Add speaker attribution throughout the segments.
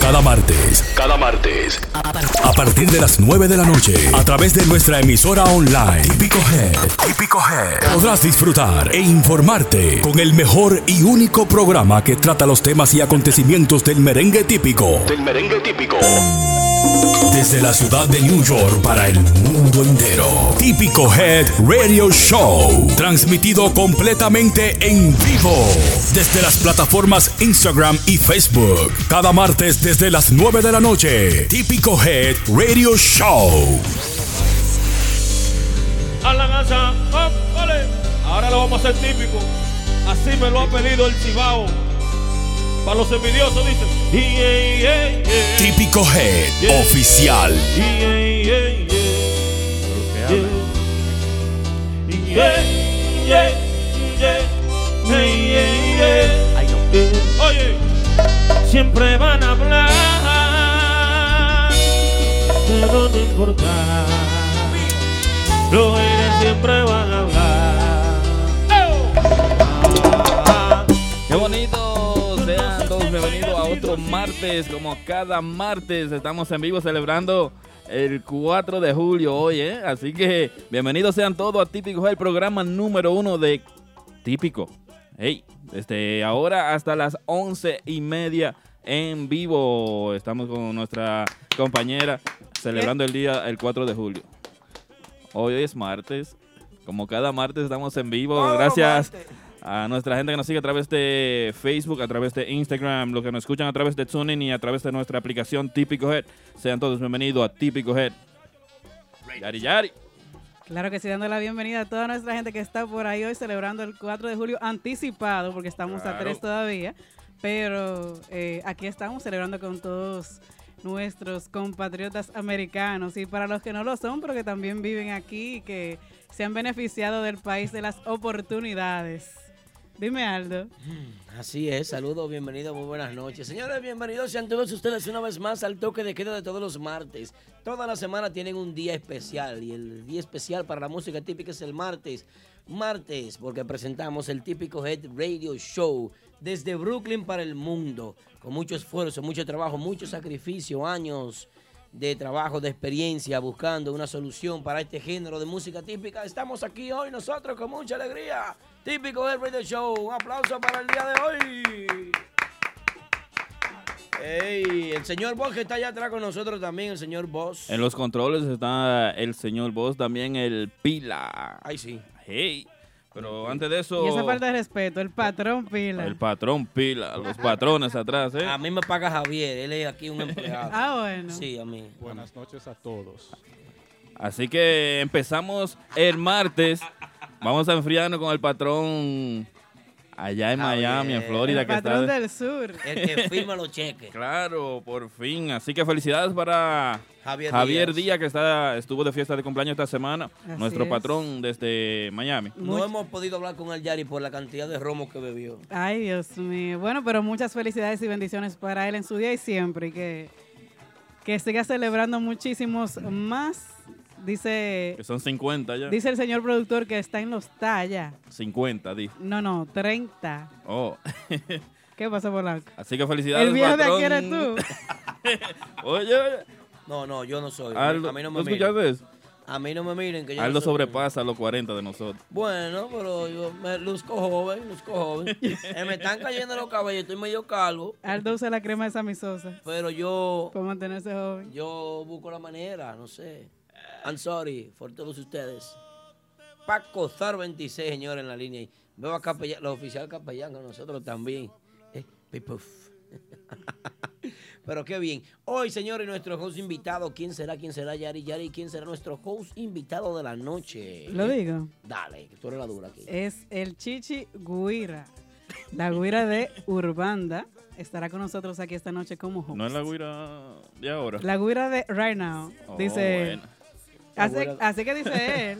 Speaker 1: Cada martes, cada martes, a partir de las 9 de la noche, a través de nuestra emisora online, Típico Head, Típico Head, podrás disfrutar e informarte con el mejor y único programa que trata los temas y acontecimientos del merengue típico. Del merengue típico. Desde la ciudad de New York para el mundo entero. Típico Head Radio Show. Transmitido completamente en vivo. Desde las plataformas Instagram y Facebook. Cada martes desde las 9 de la noche. Típico Head Radio Show.
Speaker 2: a la casa. ¡Ópale! Ahora lo vamos a hacer típico. Así me lo ha pedido el chivao. Para los envidiosos dice. "Iye, iye, iye,
Speaker 1: Típico Head Oficial.
Speaker 2: iye, iye, iye, iye, iye, iye, iye, iye". Oye, siempre van a hablar, pero no importa. Los haters siempre van a hablar.
Speaker 3: Qué bonito, sean todos bienvenidos a otro martes, como cada martes estamos en vivo celebrando el 4 de julio hoy, ¿eh? Así que bienvenidos sean todos a Típico, el programa número uno de Típico. Hey, desde este, ahora hasta las once y media en vivo estamos con nuestra compañera celebrando el día el 4 de julio. Hoy, hoy es martes, como cada martes estamos en vivo, gracias a nuestra gente que nos sigue a través de Facebook, a través de Instagram, los que nos escuchan a través de TuneIn y a través de nuestra aplicación Típico Head. Sean todos bienvenidos a Típico Head. Yari Yari.
Speaker 4: Claro que sí, dando la bienvenida a toda nuestra gente que está por ahí hoy celebrando el 4 de julio anticipado, porque estamos a
Speaker 3: Claro.
Speaker 4: tres todavía, pero eh, aquí estamos celebrando con todos nuestros compatriotas americanos y para los que no lo son, pero que también viven aquí y que se han beneficiado del país de las oportunidades. Dime Aldo.
Speaker 5: Así es, saludos, bienvenidos, muy buenas noches. Señores, bienvenidos sean todos ustedes una vez más al toque de queda de todos los martes. Toda la semana tienen un día especial y el día especial para la música típica es el martes. Martes, porque presentamos el típico Head Radio Show desde Brooklyn para el mundo, con mucho esfuerzo, mucho trabajo, mucho sacrificio, años de trabajo, de experiencia, buscando una solución para este género de música típica. Estamos aquí hoy nosotros con mucha alegría. Típico del Radio Show. Un aplauso para el día de hoy. Ey, el señor Bosch está allá atrás con nosotros también, el señor Bosch.
Speaker 3: En los controles está el señor Boss, también el Pila.
Speaker 5: Ay, sí.
Speaker 3: Hey. Pero antes de eso,
Speaker 4: Y esa falta de respeto, el patrón pila.
Speaker 3: el patrón Pila, los patrones atrás, ¿eh?
Speaker 5: A mí me paga Javier, él es aquí un empleado.
Speaker 4: Ah, bueno.
Speaker 5: Sí, a mí.
Speaker 6: Buenas noches a todos.
Speaker 3: Así que empezamos el martes. Vamos a enfriarnos con el patrón allá en
Speaker 5: Javier.
Speaker 3: Miami, en Florida,
Speaker 4: el
Speaker 3: que
Speaker 4: patrón
Speaker 3: está.
Speaker 4: del sur.
Speaker 5: El que firma los cheques.
Speaker 3: Claro, por fin. Así que felicidades para
Speaker 5: Javier
Speaker 3: Javier,
Speaker 5: Díaz.
Speaker 3: Díaz. que está, estuvo de fiesta de cumpleaños esta semana.
Speaker 4: Así
Speaker 3: nuestro
Speaker 4: es.
Speaker 3: patrón desde Miami.
Speaker 5: No hemos podido hablar con el Yari por la cantidad de romo que bebió.
Speaker 4: Ay, Dios mío. Bueno, pero muchas felicidades y bendiciones para él en su día y siempre. Y que, que siga celebrando muchísimos más. Dice,
Speaker 3: Que son 50 ya.
Speaker 4: dice el señor productor que está en los talla.
Speaker 3: 50, dice.
Speaker 4: No, no, 30.
Speaker 3: Oh.
Speaker 4: ¿Qué pasa, Polanco?
Speaker 3: Así que felicidades,
Speaker 4: El viejo de
Speaker 3: patrón.
Speaker 4: aquí eres tú.
Speaker 3: Oye, oye.
Speaker 5: No, no, yo no soy.
Speaker 3: Aldo,
Speaker 5: a mí no
Speaker 3: ¿no
Speaker 5: me miren.
Speaker 3: escuchaste eso?
Speaker 5: A mí no me miren que yo no
Speaker 3: Aldo
Speaker 5: soy-
Speaker 3: sobrepasa los 40 de nosotros.
Speaker 5: Bueno, pero yo me luzco joven, luzco joven. Eh, me están cayendo los cabellos, estoy medio calvo,
Speaker 4: Aldo usa la crema de Samisosa
Speaker 5: pero yo
Speaker 4: para mantenerse joven.
Speaker 5: yo busco la manera, no sé. I'm sorry for todos ustedes. Paco Zar 26, señores, en la línea. ahí. Veo a Capellán, los oficiales Capellán con nosotros también. Eh, pipuf. Pero qué bien. Hoy, señores, nuestro host invitado. ¿Quién será? ¿Quién será? Yari, Yari. ¿Quién será nuestro host invitado de la noche?
Speaker 4: Lo digo.
Speaker 5: Dale, que tú eres la dura aquí.
Speaker 4: es el Chichi Guira. La Guira de Urbanda estará con nosotros aquí esta noche como host.
Speaker 3: No es la guira de ahora.
Speaker 4: La guira de Right Now,
Speaker 3: Oh,
Speaker 4: dice él.
Speaker 3: bueno.
Speaker 4: Así,
Speaker 5: La güira-
Speaker 4: así que dice él.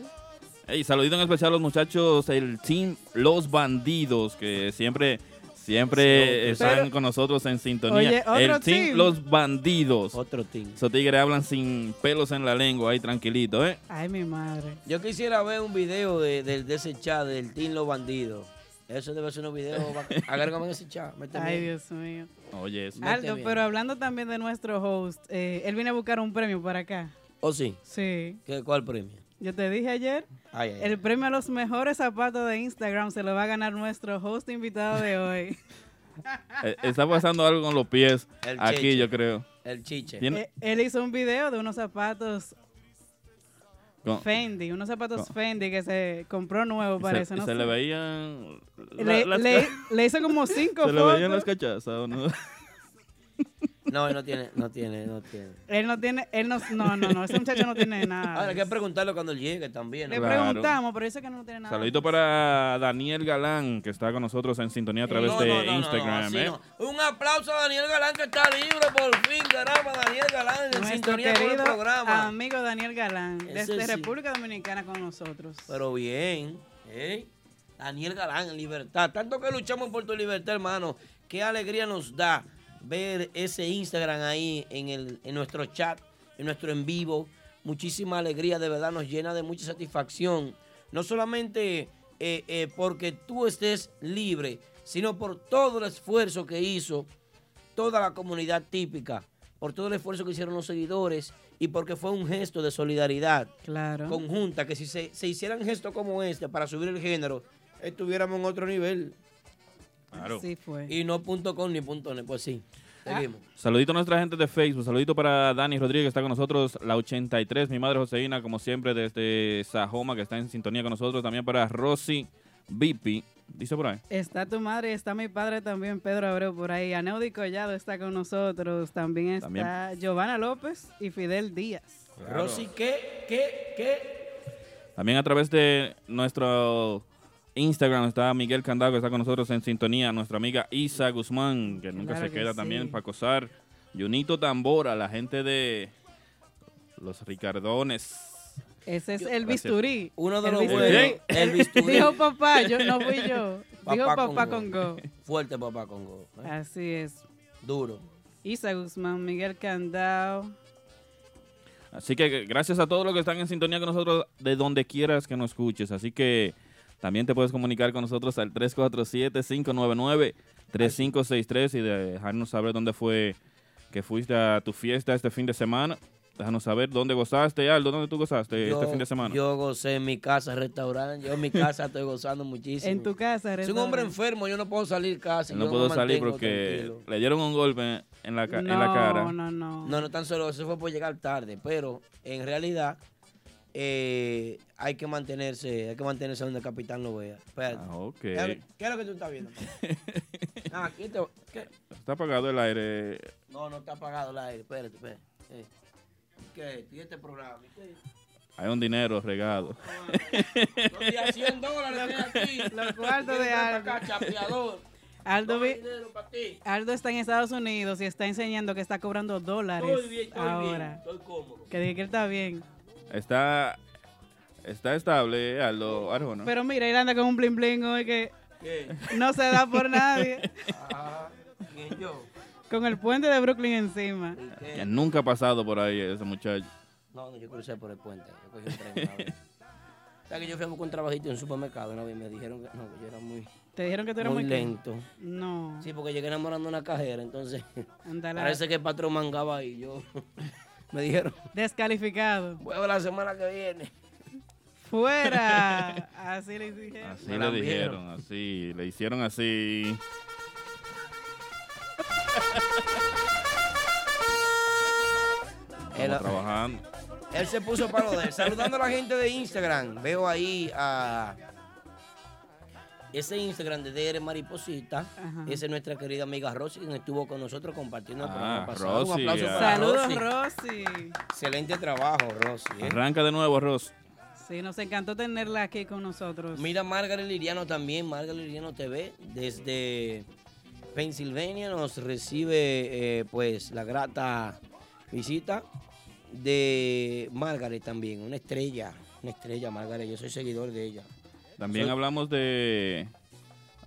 Speaker 3: Hey, saludito en especial a los muchachos, el team Los Bandidos, que siempre, siempre están
Speaker 4: Pero-
Speaker 3: con nosotros en sintonía.
Speaker 4: Oye, otro
Speaker 3: el team,
Speaker 4: team.
Speaker 3: Los Bandidos.
Speaker 5: Otro team.
Speaker 3: Esos tigres hablan sin pelos en la lengua, ahí tranquilito, ¿eh?
Speaker 4: Ay, mi madre.
Speaker 5: Yo quisiera ver un video de, de- de ese chat del Team Los Bandidos. Eso debe ser un video. va- Agrégame en ese chat. méteme
Speaker 4: Ay,
Speaker 5: ahí.
Speaker 4: Dios mío.
Speaker 3: Oye, eso.
Speaker 4: Aldo, pero hablando también de nuestro host, eh, él viene a buscar un premio para acá.
Speaker 5: ¿O sí?
Speaker 4: Sí.
Speaker 5: ¿Qué- ¿Cuál premio?
Speaker 4: Yo te dije ayer,
Speaker 5: Ay, ay,
Speaker 4: el premio a los mejores zapatos de Instagram se lo va a ganar nuestro host invitado de hoy.
Speaker 3: Eh, Está pasando algo con los pies.
Speaker 5: El
Speaker 3: aquí,
Speaker 5: chiche.
Speaker 3: yo creo.
Speaker 5: El chiche.
Speaker 3: Tiene-
Speaker 4: Eh, Él hizo un video de unos zapatos
Speaker 3: con-
Speaker 4: Fendi, unos zapatos
Speaker 3: con-
Speaker 4: Fendi que se compró nuevo,
Speaker 3: y
Speaker 4: parece.
Speaker 3: se, y
Speaker 4: no
Speaker 3: se
Speaker 4: sé.
Speaker 3: le veían.
Speaker 4: Le,
Speaker 3: la- las-
Speaker 4: le- le hizo como cinco
Speaker 3: Se le
Speaker 4: fotos.
Speaker 3: veían las cachazas, ¿o no?
Speaker 5: No, él no tiene, no tiene, no tiene.
Speaker 4: Él no tiene, él no, no, no, no, ese muchacho no tiene nada.
Speaker 5: Ahora hay que preguntarle cuando él llegue también. ¿no?
Speaker 4: Le
Speaker 3: Claro.
Speaker 4: preguntamos, pero dice que no tiene nada.
Speaker 3: Saludito para Daniel Galán, que está con nosotros en sintonía a través
Speaker 5: No,
Speaker 3: de
Speaker 5: no, no, no,
Speaker 3: Instagram.
Speaker 5: así
Speaker 3: ¿eh?
Speaker 5: no. Un aplauso a Daniel Galán que está libre por fin, caramba, Daniel Galán en
Speaker 4: Nuestro
Speaker 5: sintonía con el
Speaker 4: querido
Speaker 5: programa.
Speaker 4: amigo Daniel Galán,
Speaker 5: Ese
Speaker 4: desde
Speaker 5: sí.
Speaker 4: República Dominicana con nosotros.
Speaker 5: Pero bien, ¿eh? Daniel Galán en libertad. Tanto que luchamos por tu libertad, hermano. Qué alegría nos da ver ese Instagram ahí en, el, en nuestro chat, en nuestro en vivo. Muchísima alegría, de verdad, nos llena de mucha satisfacción. No solamente eh, eh, porque tú estés libre, sino por todo el esfuerzo que hizo toda la comunidad típica, por todo el esfuerzo que hicieron los seguidores y porque fue un gesto de solidaridad
Speaker 4: Claro.
Speaker 5: conjunta, que si se, se hicieran gestos como este para subir el género, estuviéramos en otro nivel.
Speaker 3: Claro.
Speaker 4: Sí fue. Ah.
Speaker 5: Y no punto com ni punto net, pues sí. Seguimos.
Speaker 3: Saludito a nuestra gente de Facebook. Saludito para Dani Rodríguez, que está con nosotros. La 83, mi madre Joseína, como siempre, desde Sajoma, que está en sintonía con nosotros. También para Rosy Vipi. Dice por ahí.
Speaker 4: Está tu madre, está mi padre también, Pedro Abreu por ahí. Aneudi Collado está con nosotros. También está
Speaker 3: También.
Speaker 4: Giovanna López y Fidel Díaz.
Speaker 5: Rosy, ¿qué? ¿Qué? ¿Qué?
Speaker 3: También a través de nuestro Instagram está Miguel Candado, que está con nosotros en sintonía. Nuestra amiga Isa Guzmán, que nunca
Speaker 4: Claro
Speaker 3: se
Speaker 4: que
Speaker 3: queda
Speaker 4: sí.
Speaker 3: también para acosar. Junito Tambora, la gente de los Ricardones.
Speaker 4: Ese es el
Speaker 3: Gracias.
Speaker 4: bisturí.
Speaker 5: Uno de
Speaker 4: El
Speaker 5: los
Speaker 4: bisturí.
Speaker 5: buenos. El bisturí.
Speaker 4: Dijo papá, yo no fui yo. Dijo
Speaker 5: Papá
Speaker 4: papá
Speaker 5: con
Speaker 4: con
Speaker 5: go.
Speaker 4: go.
Speaker 5: Fuerte papá Congo. ¿eh?
Speaker 4: Así es.
Speaker 5: Duro.
Speaker 4: Isa Guzmán, Miguel Candao.
Speaker 3: Así que gracias a todos los que están en sintonía con nosotros de donde quieras que nos escuches. Así que también te puedes comunicar con nosotros al 347-599-3563 y dejarnos saber dónde fue que fuiste a tu fiesta este fin de semana. Déjanos saber dónde gozaste, Aldo, dónde tú gozaste este
Speaker 5: Yo-
Speaker 3: fin de semana.
Speaker 5: Yo gocé en mi casa, restaurante. Yo en mi casa estoy gozando muchísimo.
Speaker 4: En tu casa,
Speaker 5: Soy un hombre
Speaker 4: restaurante.
Speaker 5: enfermo, yo no puedo salir casi.
Speaker 3: no
Speaker 5: yo
Speaker 3: puedo
Speaker 5: me
Speaker 3: salir
Speaker 5: mantengo
Speaker 3: porque
Speaker 5: tranquilo.
Speaker 3: le dieron un golpe en la, ca- en la
Speaker 4: No,
Speaker 3: cara.
Speaker 4: No, no,
Speaker 5: No, no tan solo eso fue por llegar tarde, pero en realidad eh, hay que mantenerse, hay que mantenerse donde el capitán lo vea. Espérate.
Speaker 3: Ah, ok.
Speaker 5: ¿Qué, es lo- qué es lo que tú estás viendo? papá? Ah, aquí te- ¿qué?
Speaker 3: Está apagado el aire.
Speaker 5: No, no está apagado el aire, espérate, espérate. Eh, ¿Qué? es esto? ¿Y este programa? ¿Y qué?
Speaker 3: Hay un dinero regado.
Speaker 5: No te 100 dólares de aquí.
Speaker 4: Los cuartos de
Speaker 5: Ven para
Speaker 4: Aldo.
Speaker 5: acá, chapeador.
Speaker 4: Aldo,
Speaker 5: No
Speaker 4: vi-
Speaker 5: hay dinero para ti.
Speaker 4: Aldo está en Estados Unidos y está enseñando que está cobrando dólares
Speaker 5: Estoy bien, estoy bien,
Speaker 4: ahora.
Speaker 5: estoy cómodo.
Speaker 4: Que dije que él está bien.
Speaker 3: Está, está estable, Aldo Arjona.
Speaker 4: Pero mira, él anda con un bling bling hoy que
Speaker 5: ¿Qué?
Speaker 4: no se da por nadie.
Speaker 5: Ah, ¿quién yo?
Speaker 4: Con el puente de Brooklyn encima.
Speaker 5: ¿Y qué?
Speaker 3: Que nunca ha pasado por ahí ese muchacho.
Speaker 5: No, no, yo crucé por el puente. Yo cogí un tren una vez. O sea, que yo fui a buscar un trabajito en un supermercado una vez y me dijeron que no, que yo era muy,
Speaker 4: ¿Te dijeron que tú eras
Speaker 5: muy
Speaker 4: muy, qué?
Speaker 5: lento.
Speaker 4: No.
Speaker 5: Sí, porque llegué enamorando a una cajera, entonces
Speaker 4: Ándala.
Speaker 5: parece que el patrón mangaba ahí. Yo me dijeron,
Speaker 4: Descalificado.
Speaker 5: vuelve la semana que viene.
Speaker 4: Fuera. Así le dijeron.
Speaker 3: Así
Speaker 5: Me
Speaker 3: le
Speaker 5: la
Speaker 3: dijeron,
Speaker 5: vieron.
Speaker 3: así, le hicieron así.
Speaker 5: Él,
Speaker 3: Estamos trabajando.
Speaker 5: él se puso para lo de él. Saludando a la gente de Instagram. Veo ahí a ese Instagram de DR Mariposita.
Speaker 4: Ajá.
Speaker 5: Esa es nuestra querida amiga Rosy, quien estuvo con nosotros compartiendo el
Speaker 3: Ah,
Speaker 5: programa pasado.
Speaker 3: Rosy,
Speaker 5: Un aplauso
Speaker 3: ah.
Speaker 5: para
Speaker 4: Saludos,
Speaker 5: Rosy.
Speaker 4: Rosy.
Speaker 5: Excelente trabajo, Rosy. ¿eh?
Speaker 3: Arranca de nuevo, Ross.
Speaker 4: Sí, nos encantó tenerla aquí con nosotros.
Speaker 5: Mira, Margaret Liriano también, Margaret Liriano TV, desde Pensilvania nos recibe eh, pues la grata visita de Margaret también, una estrella, una estrella Margaret, yo soy seguidor de ella.
Speaker 3: También
Speaker 5: Soy-
Speaker 3: hablamos de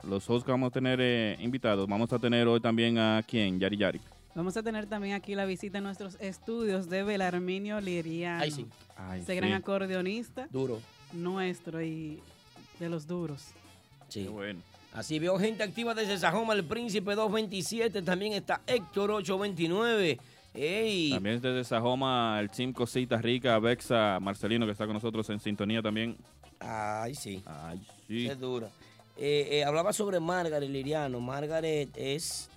Speaker 3: los hosts que vamos a tener eh, invitados. Vamos a tener hoy también a quién, Yari Yari.
Speaker 4: Vamos a tener también aquí la visita en nuestros estudios de Belarminio Liriano.
Speaker 5: Ay, sí,
Speaker 3: Ay,
Speaker 4: Ese
Speaker 3: sí.
Speaker 4: gran acordeonista
Speaker 5: duro.
Speaker 4: nuestro y de los duros.
Speaker 5: Sí.
Speaker 3: Qué bueno.
Speaker 5: Así veo gente activa desde Sajoma, el Príncipe 227, también está Héctor 829. Ey,
Speaker 3: También desde Sajoma, el Chim Cosita Rica, Bexa, Marcelino, que está con nosotros en sintonía también.
Speaker 5: Ay, sí.
Speaker 3: Ay, sí.
Speaker 5: Es dura. Eh, eh, hablaba sobre Margaret Liriano. Margaret es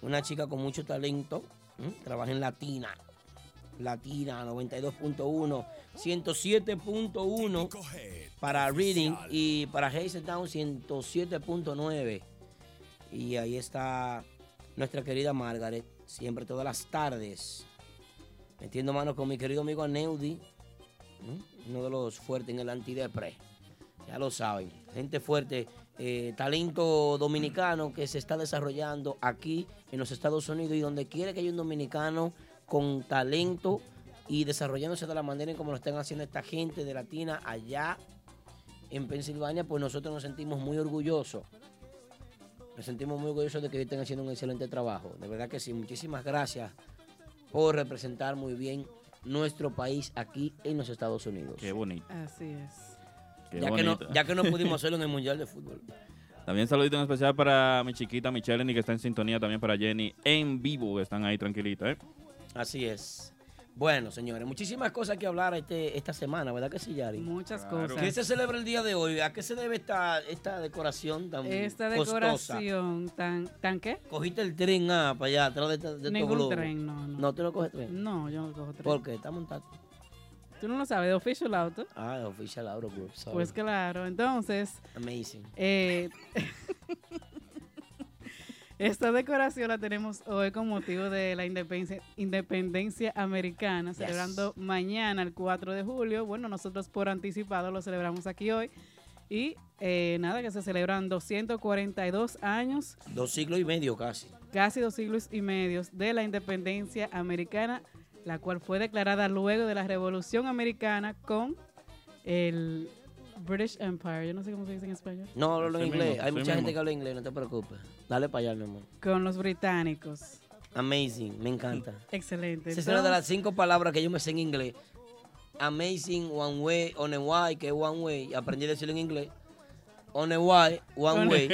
Speaker 5: una chica con mucho talento. ¿m? Trabaja en Latina. Latina 92.1, 107.1 para Reading y para Hazeltown 107.9. Y ahí está nuestra querida Margaret, siempre todas las tardes, metiendo manos con mi querido amigo Aneudi, ¿m? uno de los fuertes en el antidepres. Ya lo saben, gente fuerte, eh, talento dominicano que se está desarrollando aquí en los Estados Unidos y donde quiera que haya un dominicano con talento y desarrollándose de la manera en como lo están haciendo esta gente de Latina allá en Pensilvania, pues nosotros nos sentimos muy orgullosos. Nos sentimos muy orgullosos de que estén haciendo un excelente trabajo. De verdad que sí, muchísimas gracias por representar muy bien nuestro país aquí en los Estados Unidos.
Speaker 3: Qué bonito.
Speaker 4: Así es.
Speaker 3: Qué
Speaker 5: ya, que no,
Speaker 3: bonito.
Speaker 5: ya que no pudimos hacerlo en el Mundial de Fútbol.
Speaker 3: También saludito en especial para mi chiquita Michelini, que está en sintonía también para Jenny en vivo, que están ahí tranquilitas, ¿eh?
Speaker 5: Así es. Bueno, señores, muchísimas cosas que hablar este, esta semana, ¿verdad que sí, Yari?
Speaker 4: Muchas cosas.
Speaker 5: ¿Qué se celebra el día de hoy? ¿A qué se debe esta, esta decoración tan
Speaker 4: Esta
Speaker 5: Mm, costosa?
Speaker 4: decoración tan, tan qué?
Speaker 5: ¿Cogiste el tren ah, para allá, atrás de, esta- de estos
Speaker 4: Ningún
Speaker 5: globos?
Speaker 4: tren, no, no.
Speaker 5: ¿No tú no coges tren?
Speaker 4: No, yo no cojo tren.
Speaker 5: ¿Por qué? ¿Está montado?
Speaker 4: Tú no lo sabes, de official auto.
Speaker 5: Ah, Official Auro Group, sorry.
Speaker 4: Pues claro, entonces,
Speaker 5: Amazing.
Speaker 4: eh, esta decoración la tenemos hoy con motivo de la independencia, independencia americana,
Speaker 5: Yes.
Speaker 4: celebrando mañana, el 4 de julio. Bueno, nosotros por anticipado lo celebramos aquí hoy. Y eh, nada, que se celebran 242 años
Speaker 5: Dos siglos y medio casi.
Speaker 4: casi dos siglos y medios de la independencia americana, la cual fue declarada luego de la Revolución Americana con el British Empire, yo no sé cómo se dice en español,
Speaker 5: No, hablo en
Speaker 3: Así
Speaker 5: inglés.
Speaker 3: mismo,
Speaker 5: Hay
Speaker 3: así
Speaker 5: mucha gente
Speaker 3: mismo.
Speaker 5: que habla inglés, no te preocupes. Dale para allá, mi amor.
Speaker 4: con los británicos.
Speaker 5: Amazing, me encanta.
Speaker 4: Excelente.
Speaker 5: Esa es una de
Speaker 4: Entonces,
Speaker 5: las cinco palabras que yo me sé en inglés. Amazing, one way, on a way, que es one way. Aprendí a decirlo en inglés. On a way, one
Speaker 4: On-
Speaker 5: way.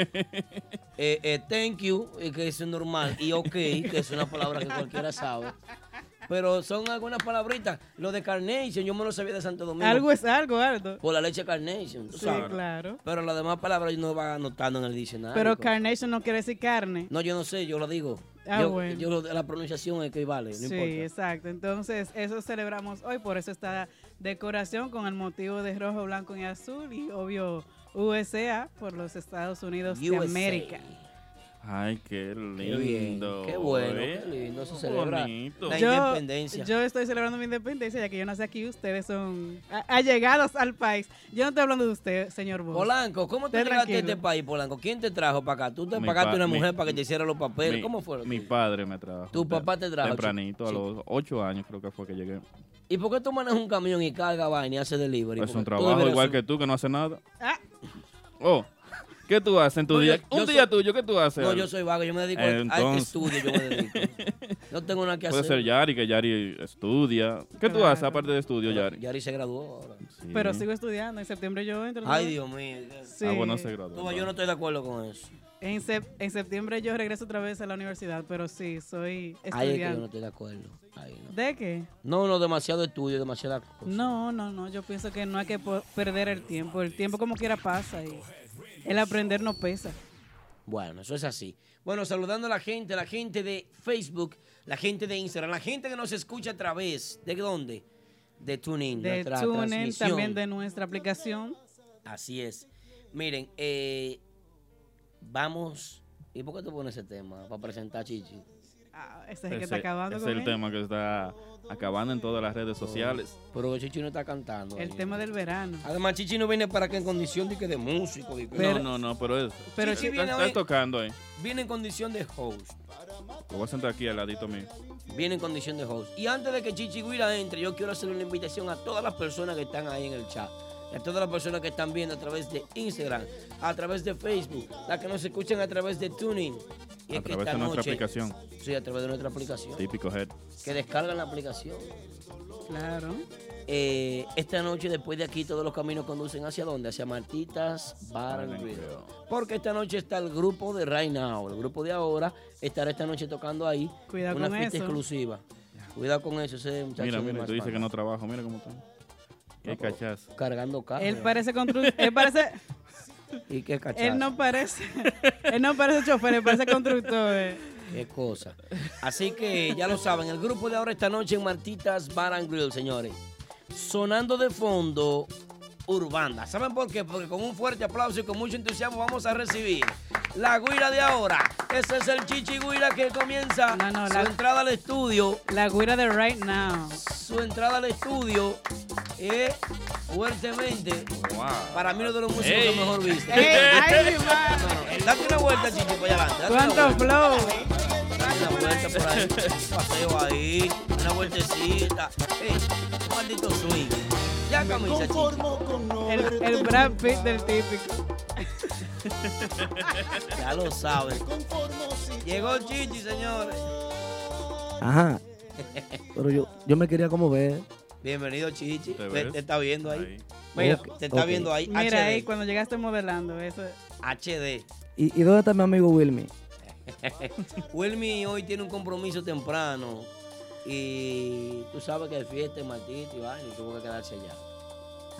Speaker 5: Eh, eh, thank you, eh, que es normal. Y ok, que es una palabra que cualquiera sabe. Pero son algunas palabritas. Lo de Carnation, yo me lo sabía de Santo Domingo.
Speaker 4: algo es algo, Aldo.
Speaker 5: Por la leche Carnation, tú
Speaker 4: Sí,
Speaker 5: sabes.
Speaker 4: claro.
Speaker 5: Pero las demás palabras yo no va anotando en el diccionario.
Speaker 4: Pero carnation no quiere decir carne.
Speaker 5: No, yo no sé, yo lo digo.
Speaker 4: Ah,
Speaker 5: yo,
Speaker 4: bueno.
Speaker 5: yo lo- la pronunciación es que vale, no
Speaker 4: sí,
Speaker 5: importa.
Speaker 4: exacto. Entonces, eso celebramos hoy, por eso esta decoración con el motivo de rojo, blanco y azul y obvio USA por los Estados Unidos
Speaker 5: USA.
Speaker 4: de América.
Speaker 3: Ay, qué
Speaker 5: Qué bien,
Speaker 3: lindo.
Speaker 5: qué bueno,
Speaker 3: ¿eh?
Speaker 5: qué lindo se
Speaker 3: Qué
Speaker 5: celebra.
Speaker 3: bonito.
Speaker 5: La
Speaker 4: Yo-
Speaker 5: independencia.
Speaker 4: Yo estoy celebrando mi independencia, ya que yo nací aquí, ustedes son a- allegados al país. Yo no estoy hablando de usted, señor Bosch.
Speaker 5: Polanco, ¿cómo te
Speaker 4: Esté
Speaker 5: llegaste a este
Speaker 4: tranquilo.
Speaker 5: país, Polanco? ¿Quién te trajo para acá? ¿Tú te
Speaker 3: Mi
Speaker 5: pagaste
Speaker 3: pa-
Speaker 5: una
Speaker 3: mi-
Speaker 5: mujer para que te hiciera los papeles?
Speaker 3: Mi-
Speaker 5: ¿Cómo fue? lo
Speaker 3: Mi
Speaker 5: tuyo?
Speaker 3: padre me trajo.
Speaker 5: Tu papá te trajo,
Speaker 3: Tempranito, a
Speaker 5: chico.
Speaker 3: los ocho años creo que fue que llegué.
Speaker 5: ¿Y por qué tú manejas un camión y carga vaina y haces delivery?
Speaker 3: Es
Speaker 5: Porque tú
Speaker 3: un trabajo
Speaker 5: deberías
Speaker 3: igual
Speaker 5: ser-
Speaker 3: que tú, que no hace nada.
Speaker 4: Ah,
Speaker 3: Oh, ¿qué tú haces en tu
Speaker 5: No, yo-
Speaker 3: día?
Speaker 5: yo
Speaker 3: un
Speaker 5: soy-
Speaker 3: día tuyo, ¿qué tú haces?
Speaker 5: No, yo soy vago, yo me dedico al- a este
Speaker 3: Entonces.
Speaker 5: estudio, yo me dedico. No tengo nada que
Speaker 3: Puede ser
Speaker 5: hacer.
Speaker 3: Yari, que Yari estudia. ¿Qué tú
Speaker 4: Claro.
Speaker 3: haces aparte de estudio, Yari?
Speaker 5: Yari se graduó ahora.
Speaker 3: Sí.
Speaker 4: pero sigo estudiando. En septiembre yo entro.
Speaker 5: Ay, Dios mío.
Speaker 4: Sí.
Speaker 3: Ah, bueno, se graduó.
Speaker 5: Tú, yo no estoy de acuerdo con eso.
Speaker 4: En, sep- en septiembre yo regreso otra vez a la universidad, pero sí, soy
Speaker 5: Ay, es que yo no
Speaker 4: estudiante.
Speaker 5: estoy de acuerdo. Ay, no.
Speaker 4: ¿De qué?
Speaker 5: no, no, demasiado estudio, demasiada cosa.
Speaker 4: No, no, no. Yo pienso que no hay que po- perder el tiempo. El tiempo como quiera pasa y el aprender no pesa.
Speaker 5: Bueno, eso es así. Bueno, saludando a la gente, la gente de Facebook, la gente de Instagram, la gente que nos escucha a través de dónde? De TuneIn,
Speaker 4: De
Speaker 5: nuestra
Speaker 4: túnel,
Speaker 5: transmisión.
Speaker 4: también de nuestra aplicación.
Speaker 5: Así es. Miren, eh, vamos. ¿Y por qué te pones ese tema? Para presentar a Chichi.
Speaker 4: Ah, ese es el que
Speaker 3: Ese-
Speaker 4: está acabando
Speaker 3: ese
Speaker 4: con
Speaker 3: es el
Speaker 4: él.
Speaker 3: tema que está acabando en todas las redes sociales.
Speaker 5: Pero Chichi no está cantando.
Speaker 4: El
Speaker 5: ahí.
Speaker 4: tema del verano.
Speaker 5: Además, Chichi no viene para que en condición de que de músico. de que-
Speaker 4: Pero-
Speaker 5: no,
Speaker 3: no, no, no, pero es.
Speaker 4: Pero
Speaker 5: Chichi
Speaker 3: estás,
Speaker 5: viene
Speaker 3: estás
Speaker 5: hoy-
Speaker 3: tocando ahí.
Speaker 5: no, viene en condición de host.
Speaker 3: Lo voy a sentar aquí al ladito mío.
Speaker 5: viene en condición de host. Y antes de que Chichi Guira entre, yo quiero hacer una invitación a todas las personas que están ahí en el chat. y A todas las personas que están viendo a través de Instagram, a través de Facebook, las que nos escuchan a través de Tuning. Y
Speaker 3: A
Speaker 5: es que
Speaker 3: través
Speaker 5: esta
Speaker 3: de nuestra
Speaker 5: noche-
Speaker 3: aplicación.
Speaker 5: Sí, a través de nuestra aplicación.
Speaker 3: Típico head.
Speaker 5: Que descargan la aplicación.
Speaker 4: Claro.
Speaker 5: Eh, esta noche, después de aquí, todos los caminos conducen hacia dónde? Hacia Martitas Bar and Grill. Porque esta noche está el grupo de Right Now, el grupo de ahora, estará esta noche tocando ahí.
Speaker 4: Cuidado
Speaker 5: una
Speaker 4: con
Speaker 5: fiesta
Speaker 4: eso.
Speaker 5: exclusiva. Cuidado con eso, ese muchacho.
Speaker 3: Mira,
Speaker 5: es
Speaker 3: mira,
Speaker 5: más
Speaker 3: tú dices
Speaker 5: pana.
Speaker 3: que no trabajo, mira cómo está. Qué
Speaker 5: No, pero-
Speaker 3: cachazo.
Speaker 5: Cargando carros.
Speaker 4: Él parece constru- él parece,
Speaker 5: Ah, Y qué cachazo.
Speaker 4: él no parece, él no parece chofer, él parece constructor. eh.
Speaker 5: Qué cosa. Así que ya lo saben, el grupo de ahora esta noche en Martitas Bar and Grill, señores. Sonando de fondo Urbanda. ¿Saben por qué? Porque con un fuerte aplauso y con mucho entusiasmo vamos a recibir la guira de ahora. Ese es el Chichi Guira que comienza su
Speaker 4: la-
Speaker 5: entrada al estudio.
Speaker 4: La guira de right now.
Speaker 5: Su entrada al estudio es fuertemente para mí uno de los músicos que mejor viste.
Speaker 4: Ey, ay, mi
Speaker 5: Date una vuelta, Chichi, para allá adelante. Date una
Speaker 4: Cuánto
Speaker 5: vuelta.
Speaker 4: flow.
Speaker 5: Una vuelta por ahí, un paseo ahí, una vueltecita. Ey, un maldito swing. Ya camisa, chica.
Speaker 4: El, el Brad Pitt del típico.
Speaker 5: Ya lo saben. Llegó Chichi, señores.
Speaker 6: Ajá. Pero yo, yo me quería como ver.
Speaker 5: Bienvenido, Chichi.
Speaker 3: ¿Te
Speaker 5: Te,
Speaker 3: ves?
Speaker 5: te está viendo ahí.
Speaker 3: Ahí.
Speaker 5: Mira,
Speaker 6: Ok,
Speaker 5: te está
Speaker 6: ok.
Speaker 5: viendo ahí. HD.
Speaker 4: Mira ahí cuando llegaste modelando eso.
Speaker 5: HD.
Speaker 6: ¿Y, y dónde está mi amigo Wilmy?
Speaker 5: Wilmy hoy tiene un compromiso temprano. Y tú sabes que hay fiesta en Martito y vaina, y tuvo que quedarse allá.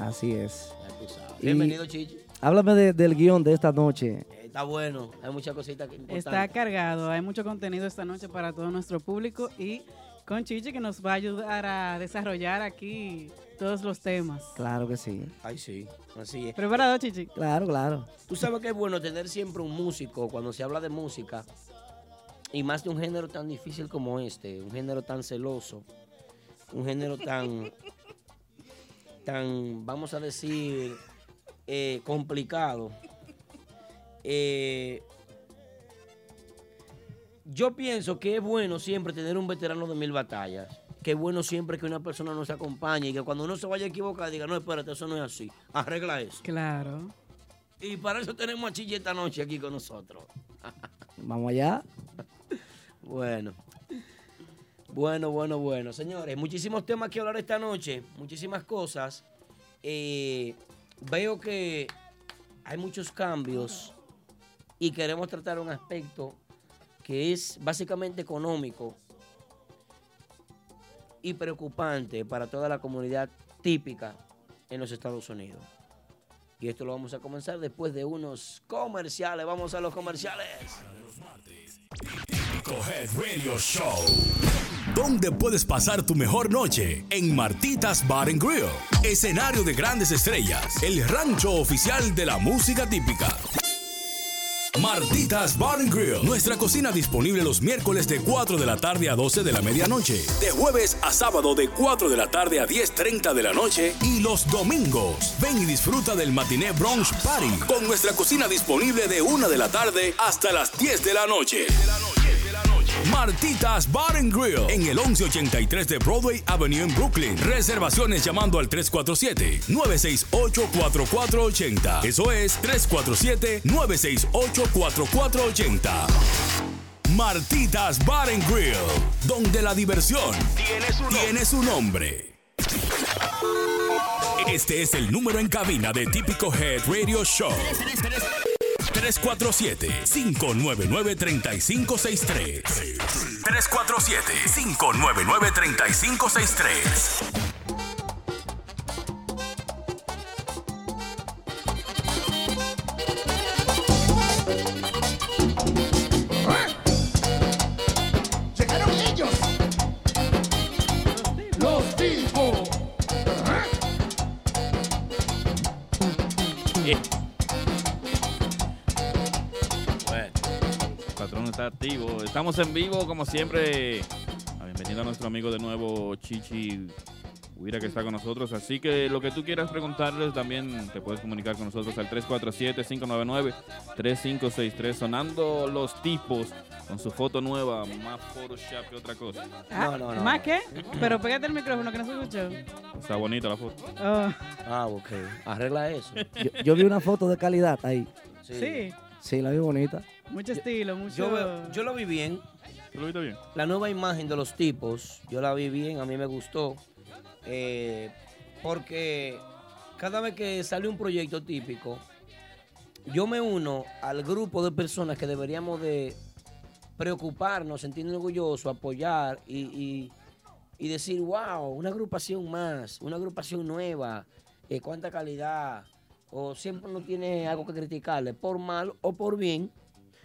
Speaker 6: Así es.
Speaker 5: Ya tú sabes.
Speaker 6: Y-
Speaker 5: Bienvenido, Chichi.
Speaker 6: Háblame de- del guión de esta noche.
Speaker 5: Eh, Está bueno, hay muchas cositas que importantes.
Speaker 4: Está cargado, hay mucho contenido esta noche para todo nuestro público y con Chichi que nos va a ayudar a desarrollar aquí todos los temas.
Speaker 6: Claro que sí.
Speaker 5: Ay, sí, así es.
Speaker 4: ¿Preparado, Chichi?
Speaker 6: Claro, claro.
Speaker 5: Tú sabes que es bueno tener siempre un músico cuando se habla de música y más de un género tan difícil como este, un género tan celoso, un género tan, tan, vamos a decir, eh, complicado. Eh, yo pienso que es bueno siempre tener un veterano de mil batallas. Que es bueno siempre que una persona nos acompañe y que cuando uno se vaya a equivocar diga, no, espérate, eso no es así. Arregla eso.
Speaker 4: Claro.
Speaker 5: Y para eso tenemos a Chille esta noche aquí con nosotros.
Speaker 6: Vamos allá.
Speaker 5: Bueno. Bueno, bueno, bueno. Señores, muchísimos temas que hablar esta noche, muchísimas cosas. Eh, veo que hay muchos cambios y queremos tratar un aspecto que es básicamente económico y preocupante para toda la comunidad típica en los Estados Unidos. Y esto lo vamos a comenzar después de unos comerciales. Vamos a los comerciales.
Speaker 1: Cohead Radio Show. Donde puedes pasar tu mejor noche en Martitas Bar and Grill, escenario de grandes estrellas, el rancho oficial de la música típica. Martitas Bar and Grill, nuestra cocina disponible los miércoles de 4 de la tarde a 12 de la medianoche, de jueves a sábado de 4 de la tarde a 10.30 de la noche y los domingos. Ven y disfruta del matiné brunch party con nuestra cocina disponible de 1 de la tarde hasta las 10 de la noche. Martitas Bar and Grill en el 1183 de Broadway Avenue en Brooklyn. Reservaciones llamando al 347-968-4480. Eso es 347-968-4480. Martitas Bar and Grill, donde la diversión tiene su nombre. Este es el número en cabina de Típico Head Radio Show. 347-599-3563. 347-599-3563.
Speaker 7: Llegaron ellos. Los tipos.
Speaker 3: Bueno, el patrón está activo. Estamos en vivo, como siempre. Ah, Bienvenido a nuestro amigo de nuevo, Chichi Huira, que está con nosotros. Así que lo que tú quieras preguntarles, también te puedes comunicar con nosotros al 347-599-3563. Sonando los tipos con su foto nueva, más Photoshop que otra cosa.
Speaker 4: Ah,
Speaker 5: No, no, no.
Speaker 4: ¿Más qué? Pero pégate el micrófono que no se escuchó.
Speaker 3: Está bonita la foto.
Speaker 4: Oh,
Speaker 5: Ah, ok. Arregla eso.
Speaker 6: Yo, yo vi una foto de calidad ahí.
Speaker 4: sí.
Speaker 6: Sí, la vi bonita.
Speaker 4: mucho estilo, mucho...
Speaker 5: Yo, veo- yo lo vi bien.
Speaker 3: ¿Tú lo viste bien?
Speaker 5: La nueva imagen de los tipos, yo la vi bien, a mí me gustó. Eh, Porque cada vez que sale un proyecto típico, yo me uno al grupo de personas que deberíamos de preocuparnos, sentirnos orgullosos, apoyar y, y- y decir, wow, una agrupación más, una agrupación nueva, eh, cuánta calidad, o siempre uno tiene algo que criticarle, por mal o por bien,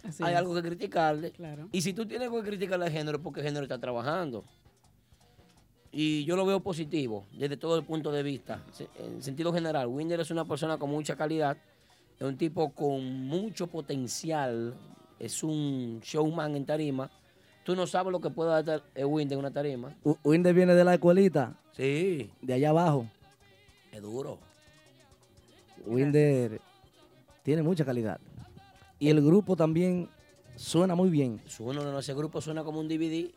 Speaker 4: Así
Speaker 5: hay
Speaker 4: es.
Speaker 5: algo que criticarle.
Speaker 4: Claro.
Speaker 5: Y si tú tienes algo que criticarle al género, es porque el género está trabajando. Y yo lo veo positivo, desde todo el punto de vista, se- en sentido general. Winder es una persona con mucha calidad, es un tipo con mucho potencial, es un showman en tarima. Tú no sabes lo que puede dar eh, Winder en una tarima.
Speaker 6: U- Winder viene de la escuelita.
Speaker 5: Sí.
Speaker 6: De allá abajo.
Speaker 5: Es duro.
Speaker 6: Winder tiene mucha calidad. Y el grupo también suena muy bien.
Speaker 5: Uno no ese grupo suena como un DVD.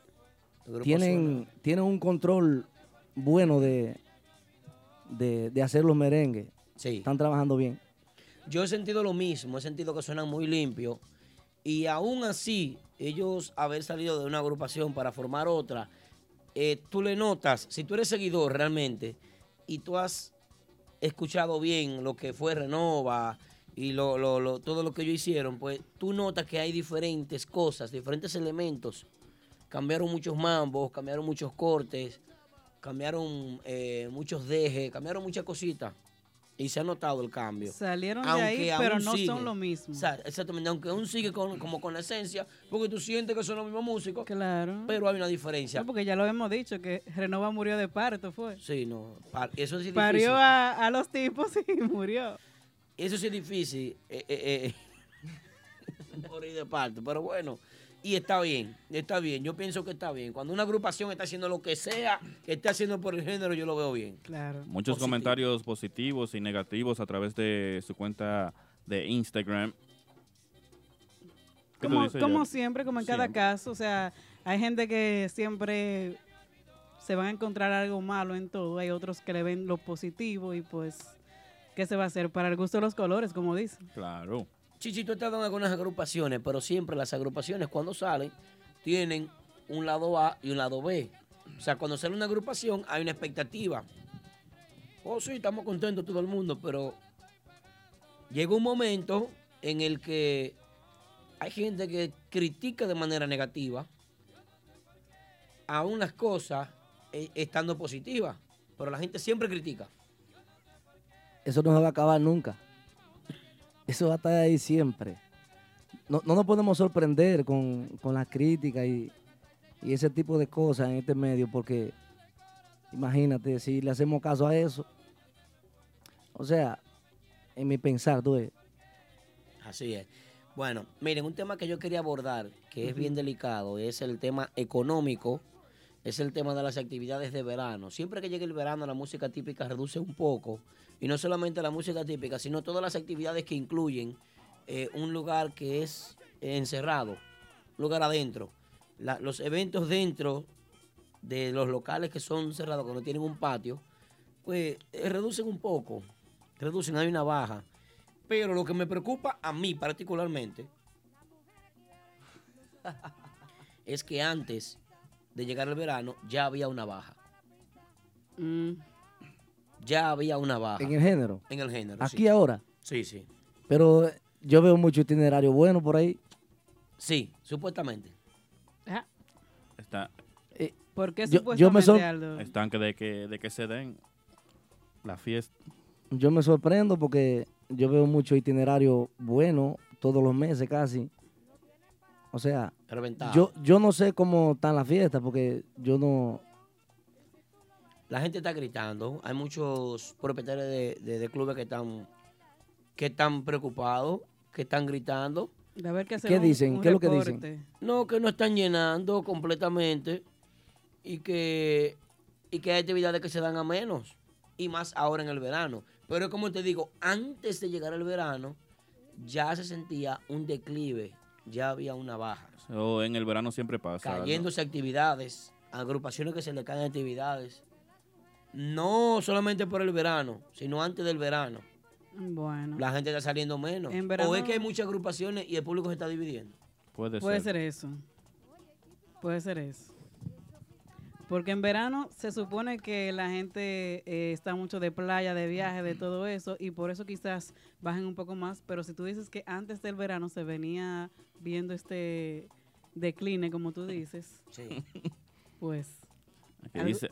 Speaker 5: El grupo
Speaker 6: Tienen, tienen un control bueno de, de, de hacer los merengues.
Speaker 5: Sí.
Speaker 6: Están trabajando bien.
Speaker 5: Yo he sentido lo mismo, he sentido que suenan muy limpio. Y aún así, ellos haber salido de una agrupación para formar otra, eh, tú le notas, si tú eres seguidor realmente y tú has escuchado bien lo que fue Renova y lo, lo- lo- todo lo que ellos hicieron, pues tú notas que hay diferentes cosas, diferentes elementos. Cambiaron muchos mambos, cambiaron muchos cortes, cambiaron eh, muchos dejes, cambiaron muchas cositas. Y se ha notado el cambio.
Speaker 4: Salieron de ahí, pero no son lo
Speaker 5: mismo. exactamente, aunque aún sigue con- como con la esencia, porque tú sientes que son los mismos músicos.
Speaker 4: Claro.
Speaker 5: Pero hay una diferencia.
Speaker 4: No, porque ya lo hemos dicho, que Renova murió de parto, fue.
Speaker 5: Sí, no. pa- Eso sí es difícil.
Speaker 4: Parió a, a los tipos y murió.
Speaker 5: Eso sí es difícil. eh, eh, eh, Morir de parto, pero bueno. Y está bien, está bien. Yo pienso que está bien. Cuando una agrupación está haciendo lo que sea, que esté haciendo por el género, yo lo veo bien.
Speaker 4: Claro.
Speaker 3: Muchos comentarios positivos y negativos a través de su cuenta de Instagram. ¿Qué tú
Speaker 4: Como,
Speaker 3: dices,
Speaker 4: como
Speaker 3: Yari?
Speaker 4: siempre, como en cada caso, o sea, hay gente que siempre se van a encontrar algo malo en todo, hay otros que le ven lo positivo y pues, ¿qué se va a hacer? Para el gusto de los colores, como dicen.
Speaker 3: Claro.
Speaker 5: Chichi, tú estás dando algunas agrupaciones, pero siempre las agrupaciones cuando salen tienen un lado A y un lado B. O sea, cuando sale una agrupación hay una expectativa. Oh, sí, estamos contentos todo el mundo, pero llega un momento en el que hay gente que critica de manera negativa aún las cosas eh, estando positivas, pero la gente siempre critica.
Speaker 6: Eso no se va a acabar nunca. Eso va a estar ahí siempre. No, no nos podemos sorprender con, con las críticas y, y ese tipo de cosas en este medio, porque imagínate, si le hacemos caso a eso, o sea, en mi pensar, tú ves,
Speaker 5: Así es. Bueno, miren, un tema que yo quería abordar, que es
Speaker 6: Ujú.
Speaker 5: bien delicado, es el tema económico, es el tema de las actividades de verano. Siempre que llegue el verano, la música típica reduce un poco, y no solamente la música típica, sino todas las actividades que incluyen eh, un lugar que es eh, encerrado, un lugar adentro. La- los eventos dentro de los locales que son cerrados, que no tienen un patio, pues eh, reducen un poco, reducen, hay una baja. Pero lo que me preocupa a mí particularmente es que antes de llegar el verano ya había una baja. Ya había una baja.
Speaker 6: en el género.
Speaker 5: En el género.
Speaker 6: Aquí
Speaker 5: sí.
Speaker 6: ahora.
Speaker 5: Sí, sí.
Speaker 6: Pero yo veo mucho itinerario bueno por ahí.
Speaker 5: Sí, supuestamente.
Speaker 3: Está,
Speaker 4: ¿Por qué
Speaker 6: Eh, Yo- yo me
Speaker 4: supuestamente,
Speaker 6: sor-
Speaker 4: Aldo?
Speaker 3: están que de que, de que se den la fiesta.
Speaker 6: Yo me sorprendo porque yo veo mucho itinerario bueno todos los meses casi. O sea,
Speaker 5: Reventado.
Speaker 6: yo, yo no sé cómo están las fiestas porque yo no...
Speaker 5: La gente está gritando. Hay muchos propietarios de, de- de clubes que están, que están preocupados, que están gritando.
Speaker 4: De haber que hacer
Speaker 6: qué
Speaker 4: un-
Speaker 6: dicen?
Speaker 4: un
Speaker 6: ¿Qué es lo que dicen?
Speaker 4: reporte.
Speaker 5: No, que no están llenando completamente y que, y que hay actividades que se dan a menos y más ahora en el verano. Pero como te digo, antes de llegar el verano ya se sentía un declive, ya había una baja,
Speaker 3: O en el verano siempre pasa. ¿no?
Speaker 5: cayéndose actividades, agrupaciones que se le caen actividades. No solamente por el verano, sino antes del verano.
Speaker 4: Bueno.
Speaker 5: La gente está saliendo menos.
Speaker 4: En verano-
Speaker 5: O es que hay muchas agrupaciones y el público se está
Speaker 4: Pues,
Speaker 5: dividiendo.
Speaker 3: Puede,
Speaker 4: Puede
Speaker 3: ser.
Speaker 4: ser eso. Puede ser eso. Porque en verano se supone que la gente eh, está mucho de playa, de viaje, de todo eso, y por eso quizás bajen un poco más. Pero si tú dices que antes del verano se venía viendo este decline, como tú dices, pues...
Speaker 3: Aquí
Speaker 4: algo-
Speaker 3: dice,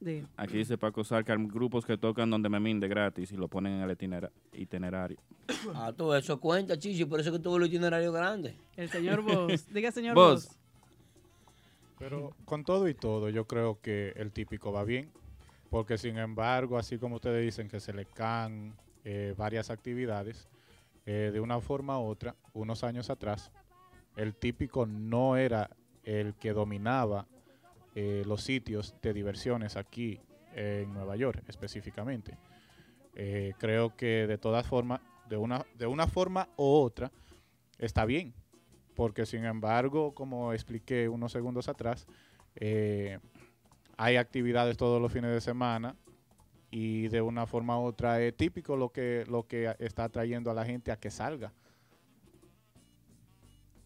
Speaker 4: Diga.
Speaker 3: aquí dice Paco Sarcar, grupos que tocan donde me minde gratis y lo ponen en el itinera- itinerario.
Speaker 5: Ah, todo eso cuenta, Chichi, por eso que tuvo el itinerario grande.
Speaker 4: El señor Vos. Diga, señor
Speaker 8: Vos.
Speaker 4: Vos.
Speaker 8: Pero con todo y todo, yo creo que el típico va bien, porque sin embargo, así como ustedes dicen que se le caen eh, varias actividades, eh, de una forma u otra, unos años atrás, el típico no era el que dominaba eh, los sitios de diversiones aquí eh, en Nueva York específicamente. Eh, creo que de todas formas, de una, de una forma u otra, está bien, porque sin embargo, como expliqué unos segundos atrás, eh, hay actividades todos los fines de semana y de una forma u otra es típico lo que, lo que está atrayendo a la gente a que salga.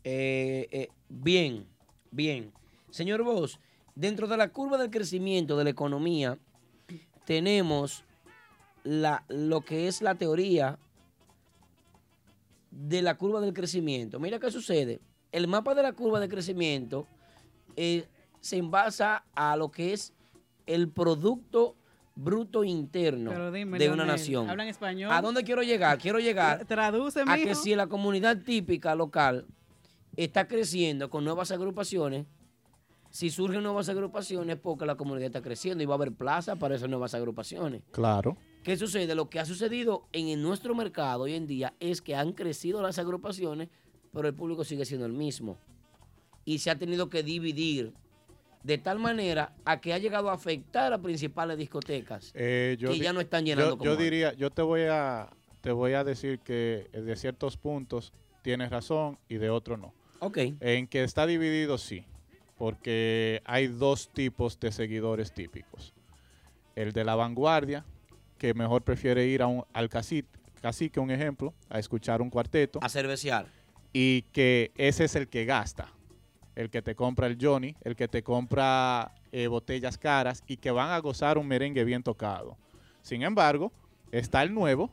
Speaker 5: Eh, eh, bien, bien. Señor Vos, dentro de la curva del crecimiento de la economía, tenemos la, lo que es la teoría de la curva del crecimiento. Mira qué sucede. El mapa de la curva de crecimiento eh, se envasa a lo que es el Producto Bruto Interno
Speaker 4: Pero dime,
Speaker 5: de una
Speaker 4: Leonel,
Speaker 5: nación.
Speaker 4: ¿habla en español?
Speaker 5: ¿A dónde quiero llegar? Quiero llegar a que
Speaker 4: mijo.
Speaker 5: si la comunidad típica local está creciendo con nuevas agrupaciones, si surgen nuevas agrupaciones es porque la comunidad está creciendo y va a haber plaza para esas nuevas agrupaciones.
Speaker 8: Claro.
Speaker 5: ¿Qué sucede? Lo que ha sucedido en el- nuestro mercado hoy en día es que han crecido las agrupaciones, pero el público sigue siendo el mismo. Y se ha tenido que dividir de tal manera a que ha llegado a afectar a principales discotecas.
Speaker 8: Eh, yo
Speaker 5: Que ya
Speaker 8: di-
Speaker 5: no están llenando
Speaker 8: Yo,
Speaker 5: como
Speaker 8: yo
Speaker 5: antes.
Speaker 8: diría, yo te voy a te voy a decir que eh, de ciertos puntos tienes razón y de otros no.
Speaker 5: Ok.
Speaker 8: En que está dividido sí, porque hay dos tipos de seguidores típicos. El de la vanguardia, que mejor prefiere ir a un, al cacique, cacique, un ejemplo, a escuchar un cuarteto.
Speaker 5: A cervecear.
Speaker 8: Y que ese es el que gasta. El que te compra el Johnny, el que te compra eh, botellas caras y que van a gozar un merengue bien tocado. Sin embargo, está el nuevo,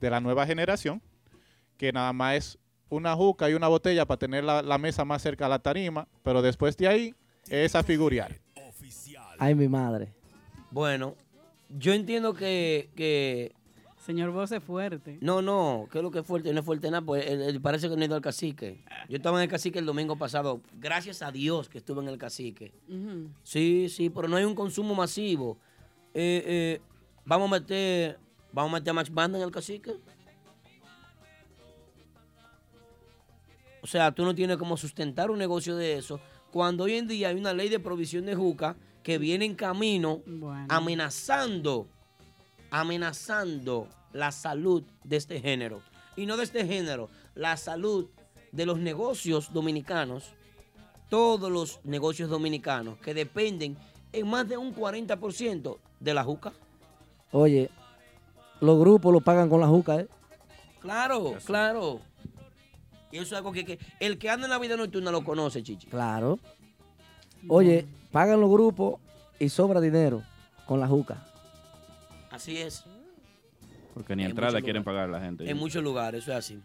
Speaker 8: de la nueva generación, que nada más es una juca y una botella para tener la, la mesa más cerca a la tarima, pero después de ahí es a figurear.
Speaker 6: Ay, mi madre.
Speaker 5: Bueno, yo entiendo que, que...
Speaker 4: Señor Voz es fuerte.
Speaker 5: No, no, que lo que es fuerte, no es fuerte nada, pues él- él parece que no ha ido al cacique. Yo estaba en el cacique el domingo pasado, gracias a Dios que estuve en el cacique.
Speaker 4: Ujú.
Speaker 5: Sí, sí, pero no hay un consumo masivo. Eh, eh, vamos a meter, vamos a meter a Max Banda en el cacique. O sea, tú no tienes como sustentar un negocio de eso. Cuando hoy en día hay una ley de provisión de juca que viene en camino amenazando, amenazando la salud de este género. Y no de este género, la salud de los negocios dominicanos todos los negocios dominicanos que dependen en más de un 40% de la juca.
Speaker 6: Oye, los grupos lo pagan con la juca, ¿eh?
Speaker 5: Claro, claro. Y eso es algo que, que el que anda en la vida nocturna lo conoce, Chichi.
Speaker 6: Claro. Oye, pagan los grupos y sobra dinero con la juca.
Speaker 5: Así es.
Speaker 3: Porque ni
Speaker 5: En
Speaker 3: entrada
Speaker 5: muchos
Speaker 3: quieren
Speaker 5: lugares.
Speaker 3: pagar la gente. ¿eh?
Speaker 5: En muchos lugares, eso es así.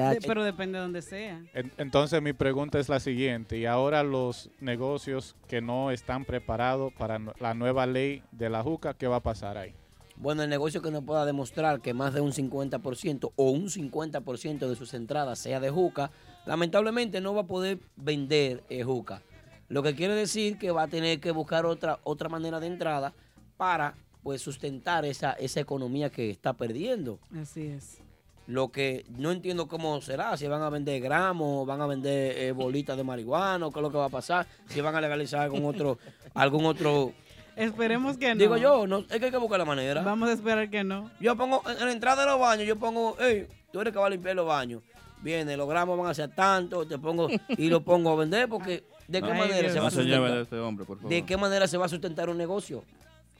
Speaker 4: Eh, Pero depende de donde sea.
Speaker 8: En- Entonces mi pregunta es la siguiente, y ahora los negocios que no están preparados para nu- la nueva ley de la juca, ¿qué va a pasar ahí?
Speaker 5: Bueno, el negocio que no pueda demostrar que más de un 50% o un 50% de sus entradas sea de juca, lamentablemente no va a poder vender eh, juca. Lo que quiere decir que va a tener que buscar otra, otra manera de entrada para pues sustentar esa, esa economía que está perdiendo.
Speaker 4: Así es.
Speaker 5: Lo que no entiendo cómo será, si van a vender gramos, van a vender eh, bolitas de marihuana, o qué es lo que va a pasar, si van a legalizar algún otro, algún otro.
Speaker 4: Esperemos que no.
Speaker 5: Digo yo, no, es que hay que buscar la manera.
Speaker 4: Vamos a esperar que no.
Speaker 5: Yo pongo en en la entrada de los baños, yo pongo, hey, tú eres que va a limpiar los baños. Viene, los gramos van a ser tanto, te pongo y lo pongo a vender porque de qué
Speaker 3: No,
Speaker 5: manera se
Speaker 3: no
Speaker 5: va a
Speaker 3: se lleven a
Speaker 5: sustentar.
Speaker 3: este hombre, por favor.
Speaker 5: ¿De qué manera se va a sustentar un negocio?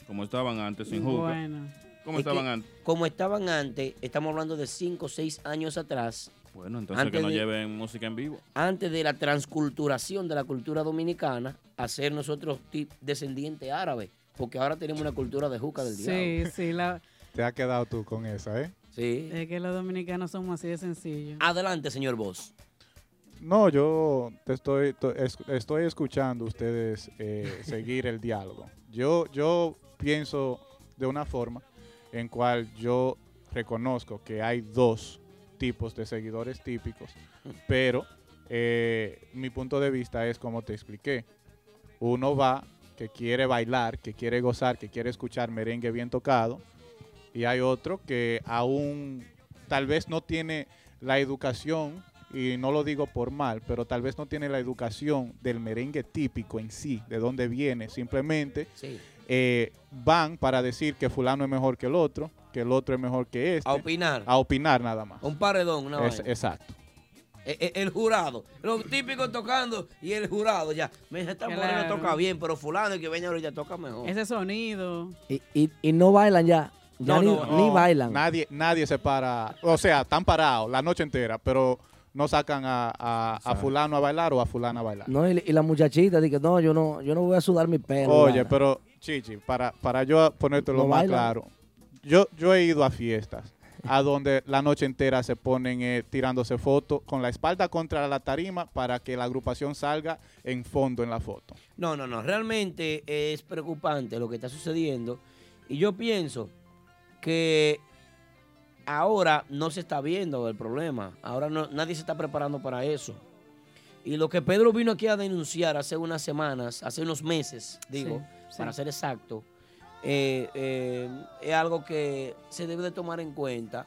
Speaker 3: Como estaban antes, sin jugo.
Speaker 5: Bueno.
Speaker 3: Como
Speaker 5: Es que
Speaker 3: estaban antes.
Speaker 5: Como estaban antes, estamos hablando de 5 o 6 años atrás,
Speaker 3: Bueno, entonces
Speaker 5: Antes
Speaker 3: que no
Speaker 5: de-
Speaker 3: lleven música en vivo.
Speaker 5: antes de la transculturación de la cultura dominicana a ser nosotros ti- descendientes árabes, porque ahora tenemos una cultura de juca del
Speaker 4: Sí,
Speaker 5: diablo.
Speaker 4: sí, la,
Speaker 8: Te ha quedado tú con esa, ¿eh?
Speaker 5: Sí.
Speaker 4: es que los dominicanos somos así de sencillos.
Speaker 5: Adelante, señor Vos.
Speaker 8: No, yo te estoy, to- es- estoy escuchando ustedes eh, seguir el diálogo. Yo, yo pienso de una forma en cual yo reconozco que hay dos tipos de seguidores típicos, pero eh, mi punto de vista es como te expliqué. Uno va que quiere bailar, que quiere gozar, que quiere escuchar merengue bien tocado, y hay otro que aún tal vez no tiene la educación, y no lo digo por mal, pero tal vez no tiene la educación del merengue típico en sí, de dónde viene, simplemente
Speaker 5: Sí.
Speaker 8: eh, van para decir que fulano es mejor que el otro, que el otro es mejor que este.
Speaker 5: A opinar.
Speaker 8: A opinar nada más.
Speaker 5: Un paredón, una
Speaker 8: Es-
Speaker 5: vaina.
Speaker 8: exacto.
Speaker 5: E- e- El, jurado, los típicos tocando y el jurado ya. Me dice, esta morena
Speaker 4: Claro.
Speaker 5: toca bien, pero fulano el que venga ahorita toca mejor.
Speaker 4: Ese sonido.
Speaker 6: Y, y- y no bailan ya. Ya
Speaker 5: No,
Speaker 6: ni,
Speaker 5: no,
Speaker 6: ni
Speaker 8: No,
Speaker 6: bailan.
Speaker 8: Nadie, nadie se para, o sea, están parados la noche entera, pero no sacan a, a- a fulano a bailar o a fulana a bailar.
Speaker 6: No, y, y la muchachita dice, no, yo no, yo no voy a sudar mi pelo.
Speaker 8: Oye,
Speaker 6: vaina".
Speaker 8: pero Chichi, para, para yo ponerte lo
Speaker 6: No
Speaker 8: más
Speaker 6: bailan.
Speaker 8: claro, yo, yo he ido a fiestas a donde la noche entera se ponen eh, tirándose fotos con la espalda contra la tarima para que la agrupación salga en fondo en la foto.
Speaker 5: No, no, no. Realmente es preocupante lo que está sucediendo. Y yo pienso que ahora no se está viendo el problema. Ahora no, nadie se está preparando para eso. Y lo que Pedro vino aquí a denunciar hace unas semanas, hace unos meses, digo,
Speaker 4: sí.
Speaker 5: para ser exacto, eh, eh, es algo que se debe de tomar en cuenta.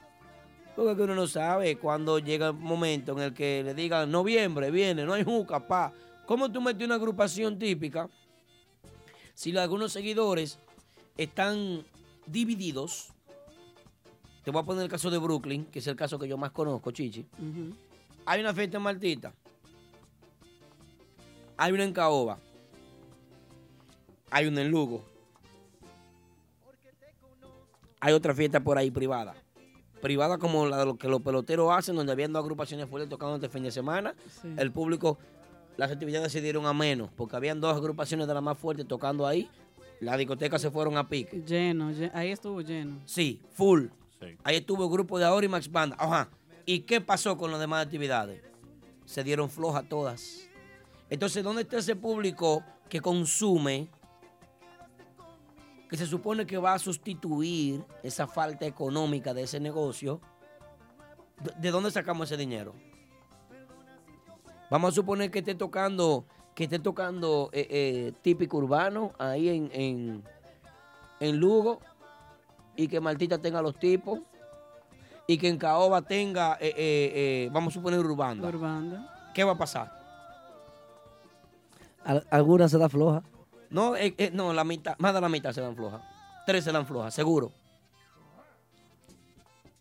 Speaker 5: Porque es que uno no sabe cuando llega el momento en el que le digan noviembre, viene, no hay juca, pa. ¿Cómo tú metes una agrupación típica si la- algunos seguidores están divididos? Te voy a poner el caso de Brooklyn, que es el caso que yo más conozco, Chichi. Hay una fiesta en Martita. Hay una en Caoba. Hay una en Lugo. Hay otra fiesta por ahí privada. Privada como la de lo que los peloteros hacen, donde habían dos agrupaciones fuertes tocando este fin de semana.
Speaker 4: Sí.
Speaker 5: El público, las actividades se dieron a menos, porque habían dos agrupaciones de las más fuertes tocando ahí. Las discotecas se fueron a pique.
Speaker 4: Lleno, lle- ahí estuvo lleno.
Speaker 5: Sí, full. Ahí estuvo el grupo de ahora y Max Banda. Ajá. ¿Y qué pasó con las demás actividades? Se dieron flojas todas. Entonces, ¿dónde está ese público que consume, que se supone que va a sustituir esa falta económica de ese negocio? ¿De- ¿De dónde sacamos ese dinero? Vamos a suponer que esté tocando, que esté tocando eh, eh, típico urbano ahí en- en, en Lugo y que Martita tenga los tipos y que en Caoba tenga, eh, eh, eh, vamos a suponer, Urbanda. ¿Qué va a pasar?
Speaker 6: Al- alguna se da floja.
Speaker 5: No, eh, eh, no, la mitad, más de la mitad se dan floja. Tres se dan floja, seguro.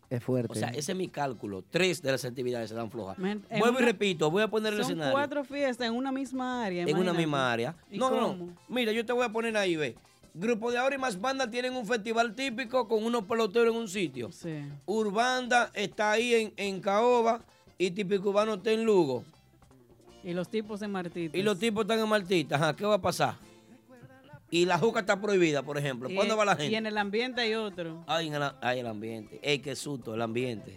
Speaker 6: Es fuerte.
Speaker 5: O sea, ese es mi cálculo. Tres de las actividades se dan floja.
Speaker 4: Men- en
Speaker 5: Vuelvo y
Speaker 4: una-
Speaker 5: repito, voy a poner el
Speaker 4: Son
Speaker 5: escenario.
Speaker 4: cuatro fiestas en una misma área.
Speaker 5: en una
Speaker 4: imagínate.
Speaker 5: misma área.
Speaker 4: ¿Y
Speaker 5: No, no,
Speaker 4: cómo?
Speaker 5: no. Mira, yo te voy a poner ahí, ve. Grupo de ahora y más bandas tienen un festival típico con unos peloteros en un sitio.
Speaker 4: Sí.
Speaker 5: Urbanda está ahí en, en Caoba y Típico Urbano está en Lugo.
Speaker 4: Y los tipos en Martita.
Speaker 5: Y los tipos están en Martita, ajá, ¿qué va a pasar? Y la juca está prohibida, por ejemplo.
Speaker 4: Y-
Speaker 5: ¿Cuándo va la
Speaker 4: Eh, Y en
Speaker 5: gente?
Speaker 4: el ambiente hay otro.
Speaker 5: Ay, en el, ay, el ambiente. Ey, qué susto, el ambiente.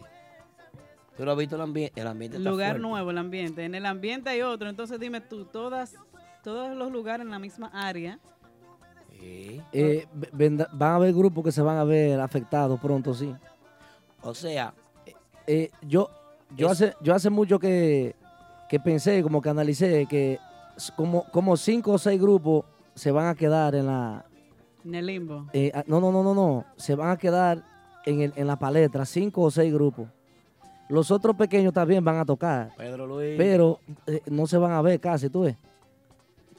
Speaker 5: ¿Tú lo has visto el ambiente? El ambiente está
Speaker 4: Lugar
Speaker 5: fuerte.
Speaker 4: nuevo, el ambiente. En el ambiente hay otro. Entonces dime tú, todas, todos los lugares en la misma área.
Speaker 5: Sí.
Speaker 6: Eh, ve- vendrá- van a haber grupos que se van a ver afectados pronto, sí.
Speaker 5: O sea,
Speaker 6: Eh, yo, yo, hace, yo hace mucho que, que pensé, como que analicé, que s- como, como cinco o seis grupos se van a quedar en la...
Speaker 4: En el limbo.
Speaker 6: eh, ah, no, no, no, no, no. Se van a quedar en, el- en la palestra, cinco o seis grupos. Los otros pequeños también van a tocar,
Speaker 5: Pedro Luis.
Speaker 6: pero eh, no se van a ver casi, tú ves.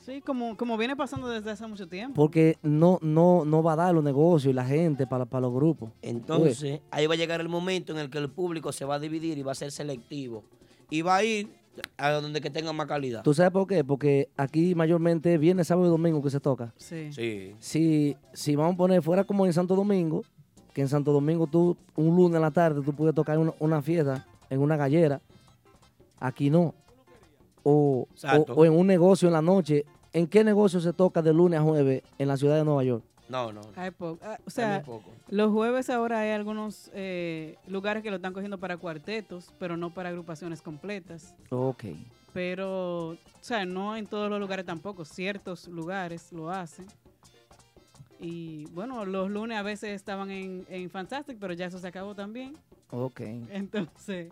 Speaker 4: Sí, como, como viene pasando desde hace mucho tiempo.
Speaker 6: Porque no, no, no va a dar los negocios y la gente para, para los grupos. Pues,
Speaker 5: Entonces, ahí va a llegar el momento en el que el público se va a dividir y va a ser selectivo. Y va a ir a donde que tenga más calidad.
Speaker 6: ¿Tú sabes por qué? Porque aquí mayormente viernes, sábado y domingo que se toca.
Speaker 4: Sí.
Speaker 5: Sí.
Speaker 6: Si, si vamos a poner fuera como en Santo Domingo, que en Santo Domingo tú un lunes en la tarde tú puedes tocar una, una fiesta en una gallera aquí no. O, o,
Speaker 5: Exacto.
Speaker 6: o en un negocio en la noche. ¿En qué negocio se toca de lunes a jueves en la ciudad de Nueva York?
Speaker 5: No, no.
Speaker 4: Hay po- ah, o
Speaker 5: Hay muy
Speaker 4: sea,
Speaker 5: poco.
Speaker 4: los jueves ahora hay algunos eh, lugares que lo están cogiendo para cuartetos, pero no para agrupaciones completas.
Speaker 6: Ok.
Speaker 4: Pero, o sea, no en todos los lugares tampoco, ciertos lugares lo hacen. Y bueno, los lunes a veces estaban en, en Fantastic, pero ya eso se acabó también.
Speaker 6: Ok.
Speaker 4: Entonces,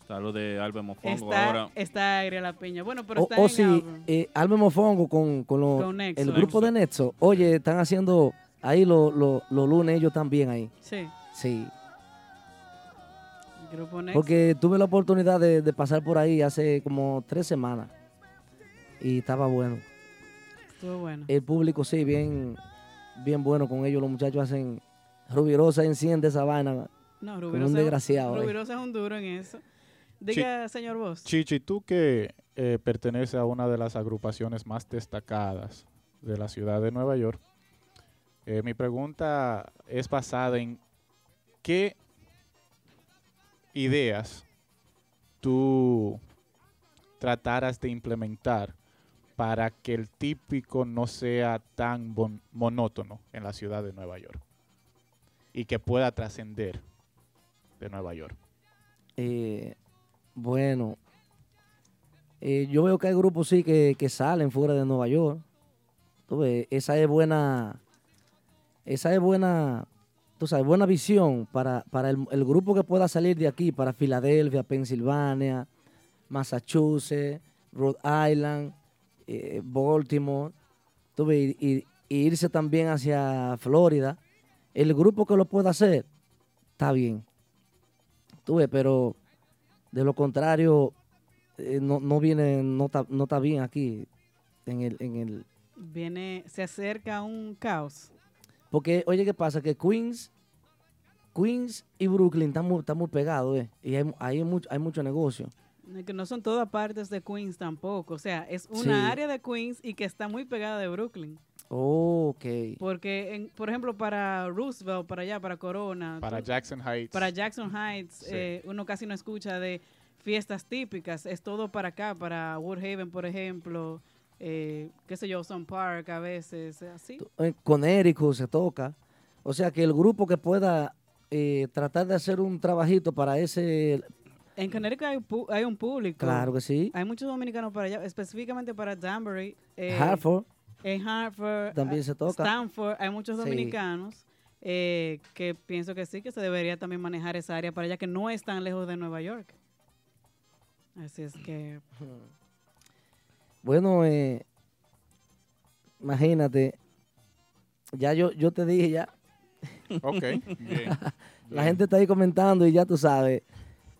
Speaker 3: Está lo de Albert Mofongo ahora.
Speaker 4: está, está Aire La Peña. Bueno, pero
Speaker 6: O,
Speaker 4: está
Speaker 6: o
Speaker 4: en
Speaker 6: si
Speaker 4: Auburn.
Speaker 6: eh, Alma Mofongo con, con los-
Speaker 4: Con Nexo.
Speaker 6: el grupo de Nexo, oye, están haciendo ahí lo- lo- los lunes ellos también ahí.
Speaker 4: Sí,
Speaker 6: Sí.
Speaker 4: el grupo Next.
Speaker 6: Porque tuve la oportunidad de, de pasar por ahí hace como tres semanas. Y estaba bueno.
Speaker 4: Estuvo bueno.
Speaker 6: El público sí, bien, bien bueno con ellos. Los muchachos hacen. Rubirosa enciende esa vaina.
Speaker 4: No,
Speaker 6: como
Speaker 4: Rubirosa,
Speaker 6: un desgraciado. eh.
Speaker 4: Rubirosa es un duro en eso. Diga, señor Vos.
Speaker 8: Chichi, tú que eh, perteneces a una de las agrupaciones más destacadas de la ciudad de Nueva York, eh, mi pregunta es basada en qué ideas tú trataras de implementar para que el típico no sea tan bon- monótono en la ciudad de Nueva York y que pueda trascender de Nueva York.
Speaker 6: Eh, bueno, eh, yo veo que hay grupos sí que, que salen fuera de Nueva York. Tú ves, esa es buena, esa es buena, tú sabes, buena visión para, para el, el grupo que pueda salir de aquí, para Filadelfia, Pensilvania, Massachusetts, Rhode Island, eh, Baltimore, tú ves, y, y- y irse también hacia Florida. El grupo que lo pueda hacer, está bien. Tú ves, pero de lo contrario, eh, no, no viene, no está no está bien aquí. En el, en el,
Speaker 4: Viene, se acerca un caos.
Speaker 6: porque, oye, ¿qué pasa? Que Queens, Queens y Brooklyn están muy, están muy pegados, eh, Y hay, hay, mucho, hay mucho negocio.
Speaker 4: Que no son todas partes de Queens tampoco. O sea, es una
Speaker 6: Sí.
Speaker 4: área de Queens y que está muy pegada de Brooklyn.
Speaker 6: Ok.
Speaker 4: Porque, en- por ejemplo, para Roosevelt, para allá, para Corona,
Speaker 8: Para
Speaker 4: tú-
Speaker 8: Jackson Heights.
Speaker 4: para Jackson Heights,
Speaker 8: Sí.
Speaker 4: eh, uno casi no escucha de fiestas típicas. Es todo para acá, para Woodhaven, por ejemplo, eh, qué sé yo, Sun Park a veces, eh, así.
Speaker 6: Eh, Con Érico se toca. O sea, que el grupo que pueda eh, tratar de hacer un trabajito para ese,
Speaker 4: En Connecticut hay, pu- hay un público.
Speaker 6: claro que sí.
Speaker 4: Hay muchos dominicanos para allá, específicamente para Danbury. eh,
Speaker 6: Hartford,
Speaker 4: En Hartford.
Speaker 6: También
Speaker 4: a-
Speaker 6: se toca.
Speaker 4: Stanford. Hay muchos
Speaker 6: Sí.
Speaker 4: dominicanos eh, que pienso que sí, que se debería también manejar esa área para allá, que no es tan lejos de Nueva York. Así es que
Speaker 6: Bueno, eh, imagínate, ya yo, yo te dije ya,
Speaker 8: Ok, bien.
Speaker 6: la gente está ahí comentando y ya tú sabes,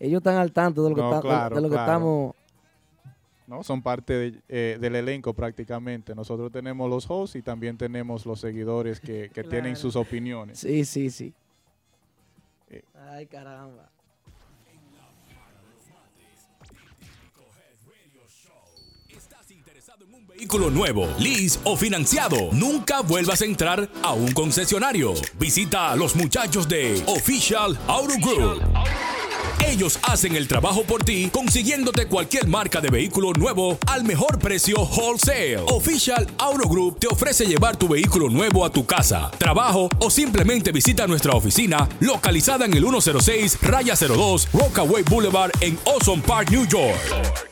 Speaker 6: ellos están al tanto de lo que,
Speaker 8: No,
Speaker 6: está- de-
Speaker 8: claro,
Speaker 6: de lo que
Speaker 8: claro.
Speaker 6: estamos.
Speaker 8: ¿no? Son parte de- eh, del elenco prácticamente. Nosotros tenemos los hosts y también tenemos los seguidores que, que tienen
Speaker 4: Claro.
Speaker 8: sus opiniones.
Speaker 6: Sí, sí, sí.
Speaker 8: Eh.
Speaker 6: Ay, caramba.
Speaker 1: Vehículo nuevo, lease o financiado. Nunca vuelvas a entrar a un concesionario. Visita a los muchachos de Official Auto Group. Ellos hacen el trabajo por ti, consiguiéndote cualquier marca de vehículo nuevo al mejor precio wholesale. Official Auto Group te ofrece llevar tu vehículo nuevo a tu casa, trabajo o simplemente visita nuestra oficina localizada en el 106 Raya 02 Rockaway Boulevard en Ozone Park, New York.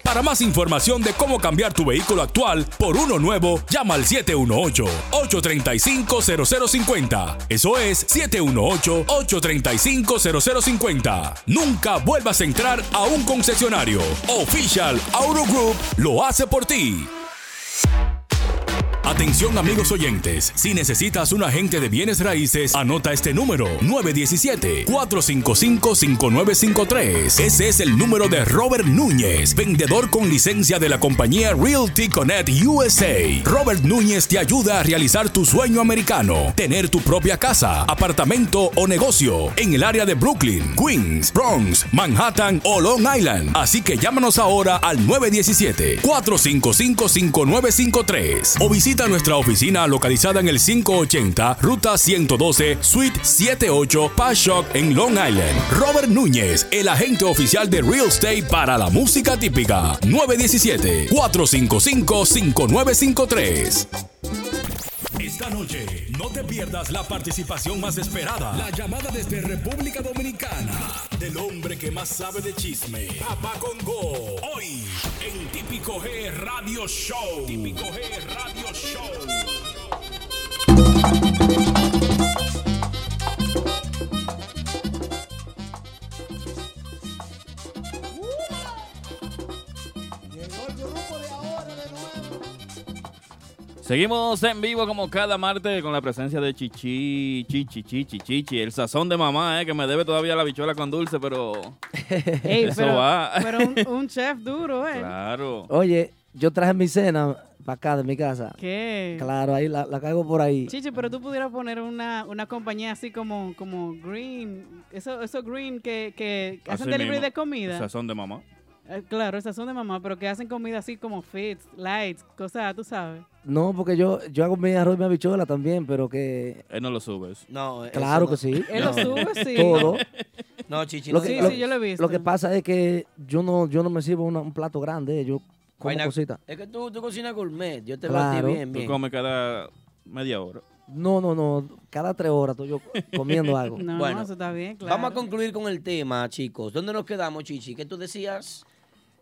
Speaker 1: Para más información de cómo cambiar tu vehículo actual por uno nuevo, llama al 718-835-0050. Eso es 718-835-0050. Nunca vuelvas a entrar a un concesionario. Official Auto Group lo hace por ti. Atención amigos oyentes, si necesitas un agente de bienes raíces, anota este número 917-455-5953. Ese es el número de Robert Núñez, vendedor con licencia de la compañía Realty Connect USA. Robert Núñez te ayuda a realizar tu sueño americano, tener tu propia casa, apartamento o negocio en el área de Brooklyn, Queens, Bronx, Manhattan o Long Island. Así que llámanos ahora al 917-455-5953 o visita Visita nuestra oficina localizada en el 580 Ruta 112 Suite 78 Pashock en Long Island. Robert Núñez, el agente oficial de Real Estate para la música típica. 917-455-5953. Esta noche no te pierdas la participación más esperada. La llamada desde República Dominicana del hombre que más sabe de chisme. Papá Congo. Hoy en Típico G Radio Show. Típico G Radio Show.
Speaker 3: Seguimos en vivo como cada martes con la presencia de Chichi, Chichi, Chichi, Chichi, el sazón de mamá, eh, que me debe todavía la bichuela con dulce, pero
Speaker 4: Ey,
Speaker 3: eso
Speaker 4: pero,
Speaker 3: va.
Speaker 4: pero un, un chef duro, ¿eh?
Speaker 3: Ah. Claro.
Speaker 6: Oye, yo traje mi cena para acá de mi casa.
Speaker 4: ¿Qué?
Speaker 6: Claro, ahí la, la caigo por ahí.
Speaker 4: Eh, Chichi, pero tú pudieras poner una, una compañía así como, como Green, eso, eso Green que, que hacen
Speaker 3: Así
Speaker 4: delivery
Speaker 3: mismo.
Speaker 4: de comida.
Speaker 3: El sazón de mamá.
Speaker 4: Eh, Claro, esas son de mamá, pero que hacen comida así como fits, lights, cosas, tú sabes.
Speaker 6: No, porque yo, yo hago mi arroz y mi habichuela también, pero que.
Speaker 3: Él no lo sube. eso.
Speaker 5: No, eso
Speaker 6: Claro
Speaker 5: no.
Speaker 6: que sí.
Speaker 4: Él lo sube, sí.
Speaker 6: Todo.
Speaker 5: No, Chichi,
Speaker 6: Lo
Speaker 5: no
Speaker 6: que-
Speaker 4: sí,
Speaker 5: digas.
Speaker 4: sí, yo lo he visto.
Speaker 6: Lo que pasa es que yo no, yo no me sirvo una- un plato grande, eh, yo como
Speaker 5: Vaina-
Speaker 6: cositas.
Speaker 5: Es que tú, tú cocinas gourmet. Yo te
Speaker 6: Claro.
Speaker 5: batí bien,
Speaker 3: Tú
Speaker 5: bien.
Speaker 3: comes cada media hora.
Speaker 6: No, no, no. Cada tres horas estoy yo comiendo algo.
Speaker 4: No,
Speaker 5: Bueno,
Speaker 4: eso está bien, claro.
Speaker 5: Vamos a concluir con el tema, chicos. ¿Dónde nos quedamos, Chichi? ¿Qué tú decías?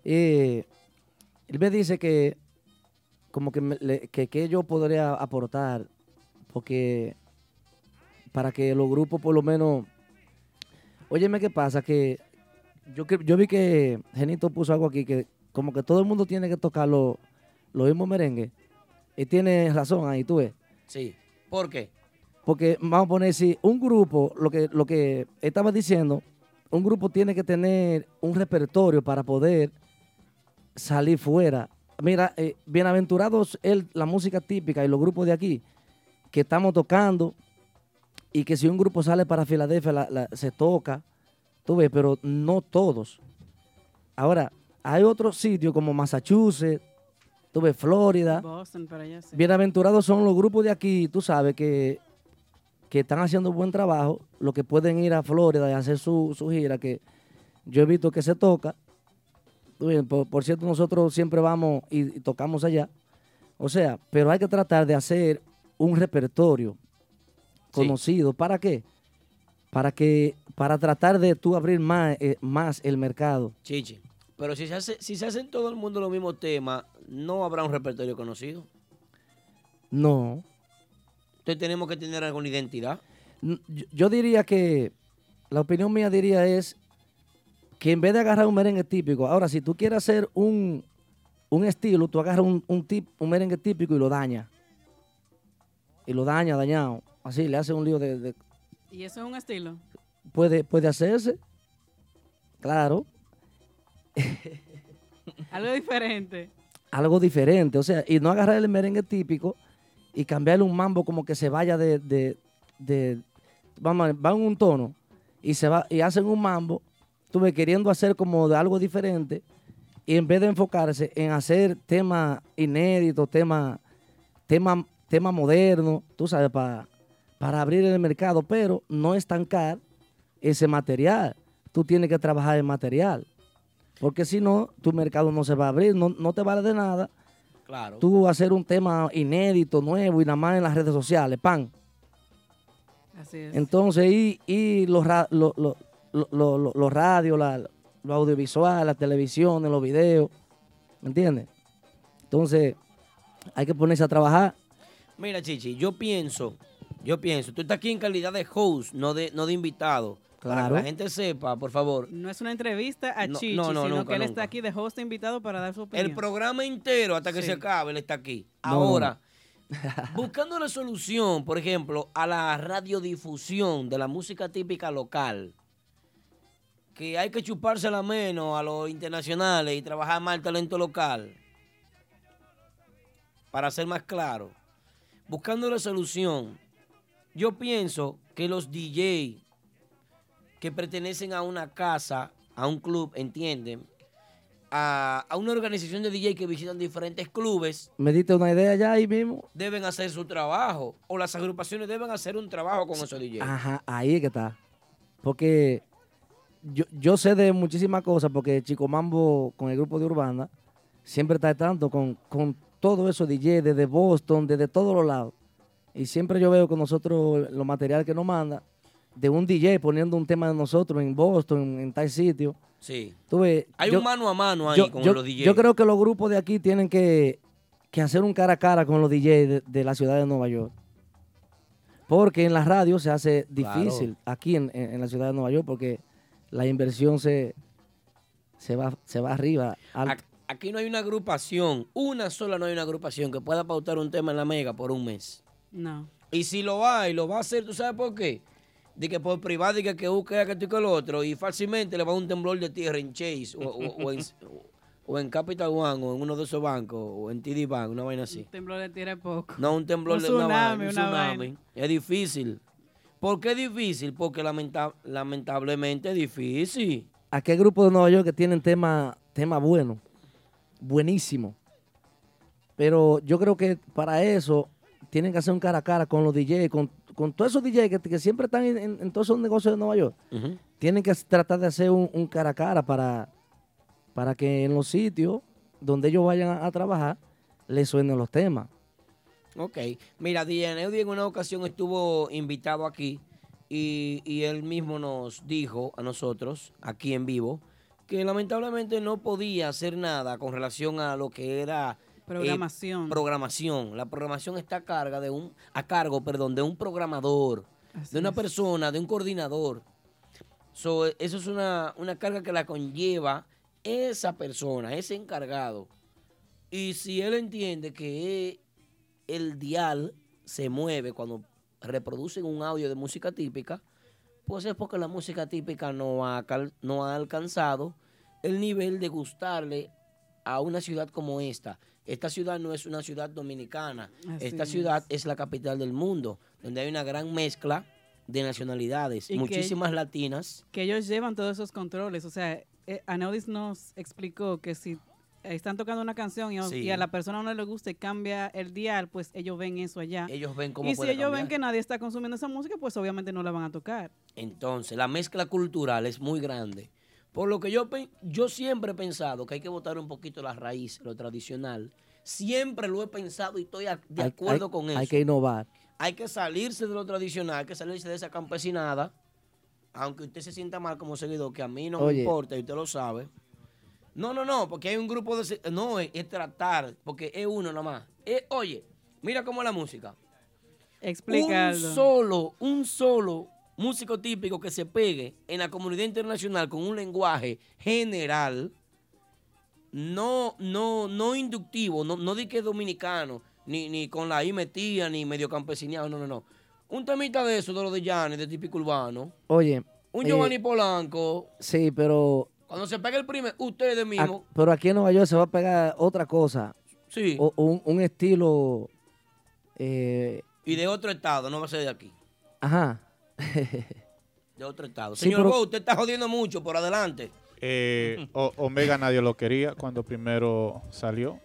Speaker 6: Eh, él me dice que como que, me- le- que, que yo podría aportar porque para que los grupos por lo menos óyeme qué pasa que yo cre- yo vi que Genito puso algo aquí que como que todo el mundo tiene que tocar los lo mismos merengues y tiene razón ahí tú ves
Speaker 5: Sí. ¿Por qué?
Speaker 6: porque vamos a poner si un grupo, lo que, lo que estaba diciendo, un grupo tiene que tener un repertorio para poder salir fuera. Mira, eh, bienaventurados es la música típica y los grupos de aquí que estamos tocando y que si un grupo sale para Filadelfia la- la- se toca, tú ves, pero no todos. Ahora, hay otros sitios como Massachusetts, tú ves, Florida,
Speaker 4: Boston, para allá sí.
Speaker 6: Bienaventurados son los grupos de aquí, tú sabes, que, que están haciendo buen trabajo, los que pueden ir a Florida y hacer su, su gira, que yo he visto que se toca. Tú ves, Por, por cierto, nosotros siempre vamos y, y tocamos allá. O sea, pero hay que tratar de hacer un repertorio conocido. ¿Para qué? Para que para tratar de tú abrir más, eh, más el mercado.
Speaker 5: Chichi. Pero si se, hace, si se hacen todo el mundo los mismos temas, no habrá un repertorio conocido.
Speaker 6: No.
Speaker 5: Entonces tenemos que tener alguna identidad.
Speaker 6: N- yo- yo diría que la opinión mía diría es que en vez de agarrar un merengue típico, ahora si tú quieres hacer un, un estilo, tú agarras un, un, tip, un merengue típico y lo daña. Y lo daña, dañado. Así, le hace un lío de... de-
Speaker 4: Y eso es un estilo.
Speaker 6: puede, puede hacerse. Claro.
Speaker 4: Algo diferente.
Speaker 6: algo diferente. O sea, y no agarrar el merengue típico y cambiarle un mambo como que se vaya de, de, de- vamos, a- va en un tono y se va y hacen un mambo, tú ves, queriendo hacer como de algo diferente y en vez de enfocarse en hacer temas inéditos, temas tema, tema modernos, tú sabes, para, para abrir el mercado, pero no estancar ese material. Tú tienes que trabajar el material. Porque si no, tu mercado no se va a abrir, no, no te vale de nada.
Speaker 5: Claro.
Speaker 6: Tú hacer un tema inédito, nuevo y nada más en las redes sociales, pan.
Speaker 4: Así es.
Speaker 6: Entonces, y, y los ra- lo- lo- lo- lo- lo- los radios, la- lo audiovisual, las televisiones, los videos, ¿me entiendes? Entonces, hay que ponerse a trabajar.
Speaker 5: Mira, Chichi, yo pienso, yo pienso, tú estás aquí en calidad de host, no de, no de invitado. Para que
Speaker 6: Claro.
Speaker 5: la gente sepa, por favor,
Speaker 4: No es una entrevista a
Speaker 5: No,
Speaker 4: Chichi,
Speaker 5: no, no,
Speaker 4: sino
Speaker 5: nunca,
Speaker 4: que él
Speaker 5: nunca.
Speaker 4: está aquí de host invitado para dar su opinión.
Speaker 5: el programa entero hasta que
Speaker 4: Sí.
Speaker 5: se acabe, él está aquí.
Speaker 6: No, no,
Speaker 5: Ahora, buscando la solución, por ejemplo, a la radiodifusión de la música típica local, que hay que chupársela menos a los internacionales y trabajar más el talento local, para ser más claro, buscando la solución, yo pienso que los DJ que pertenecen a una casa, a un club, entienden, a, a una organización de DJ que visitan diferentes clubes,
Speaker 6: Me diste una idea ya ahí mismo.
Speaker 5: deben hacer su trabajo. O las agrupaciones deben hacer un trabajo con esos DJs.
Speaker 6: Ajá, ahí es que está. Porque yo, yo sé de muchísimas cosas, porque Chico Mambo con el grupo de Urbana siempre está al tanto con, con todo eso DJ, desde Boston, desde todos los lados. Y siempre yo veo con nosotros lo material que nos manda, de un DJ poniendo un tema de nosotros en Boston, en, tal sitio.
Speaker 5: Sí.
Speaker 6: Tú ves,
Speaker 5: Hay
Speaker 6: yo-
Speaker 5: un mano a mano ahí
Speaker 6: yo,
Speaker 5: con
Speaker 6: yo-
Speaker 5: los DJs.
Speaker 6: yo creo que los grupos de aquí tienen que, que hacer un cara a cara con los DJs de, de la ciudad de Nueva York. Porque en la radio se hace
Speaker 5: Claro.
Speaker 6: difícil aquí en, en- en la ciudad de Nueva York porque la inversión se, se, va, se va arriba. al-
Speaker 5: Ac- Aquí no hay una agrupación, una sola no hay una agrupación que pueda pautar un tema en la mega por un mes.
Speaker 4: No.
Speaker 5: Y si lo va y lo va a hacer, ¿tú sabes por qué? De que por privado, de que, que busque a que tú y que el otro, y fácilmente le va un temblor de tierra en Chase o, o- o en, o en Capital One o en uno de esos bancos o en TD Bank, una vaina así.
Speaker 4: Temblor de tierra es poco.
Speaker 5: No, un temblor
Speaker 4: Un
Speaker 5: de una vaina,
Speaker 4: tsunami,
Speaker 5: un
Speaker 4: una
Speaker 5: tsunami.
Speaker 4: vaina.
Speaker 5: Es difícil. ¿Por qué es difícil? Porque lamenta- lamentablemente es difícil.
Speaker 6: Aquí hay grupos de Nueva York que tienen tema, tema bueno, buenísimo. Pero yo creo que para eso tienen que hacer un cara a cara con los DJs, con, con todos esos DJs que, que siempre están en, en- en todos esos negocios de Nueva York. tienen que tratar de hacer un, un cara a cara para, para que en los sitios donde ellos vayan a, a trabajar les suenen los temas.
Speaker 5: Ok. Mira, Dianeudi en una ocasión estuvo invitado aquí y, y él mismo nos dijo a nosotros, aquí en vivo, que lamentablemente no podía hacer nada con relación a lo que era eh,
Speaker 4: Programación.
Speaker 5: programación. La programación está a carga de un, a cargo, perdón, de un programador, de una persona, de un coordinador. So, eh, eso es una, una carga que la conlleva esa persona, ese encargado. Y si él entiende que eh, el dial se mueve cuando reproducen un audio de música típica, pues es porque la música típica no ha, cal- no ha alcanzado el nivel de gustarle a una ciudad como esta. Esta ciudad no es una ciudad dominicana,
Speaker 9: Así
Speaker 5: esta
Speaker 9: es.
Speaker 5: ciudad es la capital del mundo, donde hay una gran mezcla de nacionalidades,
Speaker 4: Y que-
Speaker 5: muchísimas latinas.
Speaker 4: que ellos llevan todos esos controles. O sea, eh, Anaudis nos explicó que si eh, están tocando una canción y, a-
Speaker 5: Sí.
Speaker 4: y a la persona no le gusta y cambia el dial, pues ellos ven eso allá.
Speaker 5: Ellos ven cómo
Speaker 4: Y si
Speaker 5: puede
Speaker 4: ellos
Speaker 5: cambiar.
Speaker 4: ven que nadie está consumiendo esa música, pues obviamente no la van a tocar.
Speaker 5: Entonces, la mezcla cultural es muy grande. Por lo que yo, pe- yo siempre he pensado que hay que botar un poquito las raíces, lo tradicional. Siempre lo he pensado y estoy a- de
Speaker 6: Hay-
Speaker 5: acuerdo
Speaker 6: hay-
Speaker 5: con eso.
Speaker 6: Hay que innovar.
Speaker 5: Hay que salirse de lo tradicional, hay que salirse de esa campesinada. Aunque usted se sienta mal como seguidor, que a mí no me
Speaker 6: Oye.
Speaker 5: importa y usted lo sabe. No, no, no, porque hay un grupo de... se- No, es, es tratar, porque es uno nomás. Es- oye, mira cómo es la música.
Speaker 4: Explícalo.
Speaker 5: Un solo, un solo músico típico que se pegue en la comunidad internacional con un lenguaje general, no, no, no inductivo, no, no di que es dominicano, ni, ni con la I metida, ni medio campesineado, no, no, no. Un temita de eso, de los de Yanes, de típico urbano.
Speaker 6: Oye,
Speaker 5: Un
Speaker 6: eh,
Speaker 5: Giovanni Polanco.
Speaker 6: sí, pero,
Speaker 5: Cuando se pegue el primer, ustedes mismos.
Speaker 6: a- pero aquí en Nueva York se va a pegar otra cosa.
Speaker 5: Sí.
Speaker 6: O, o un, un estilo... eh,
Speaker 5: Y de otro estado, no va a ser de aquí.
Speaker 6: ajá.
Speaker 5: De otro estado.
Speaker 6: Sí,
Speaker 5: Señor
Speaker 6: pero-
Speaker 5: Bo, usted está jodiendo mucho, por adelante.
Speaker 8: Eh, o- Omega nadie lo quería cuando primero salió.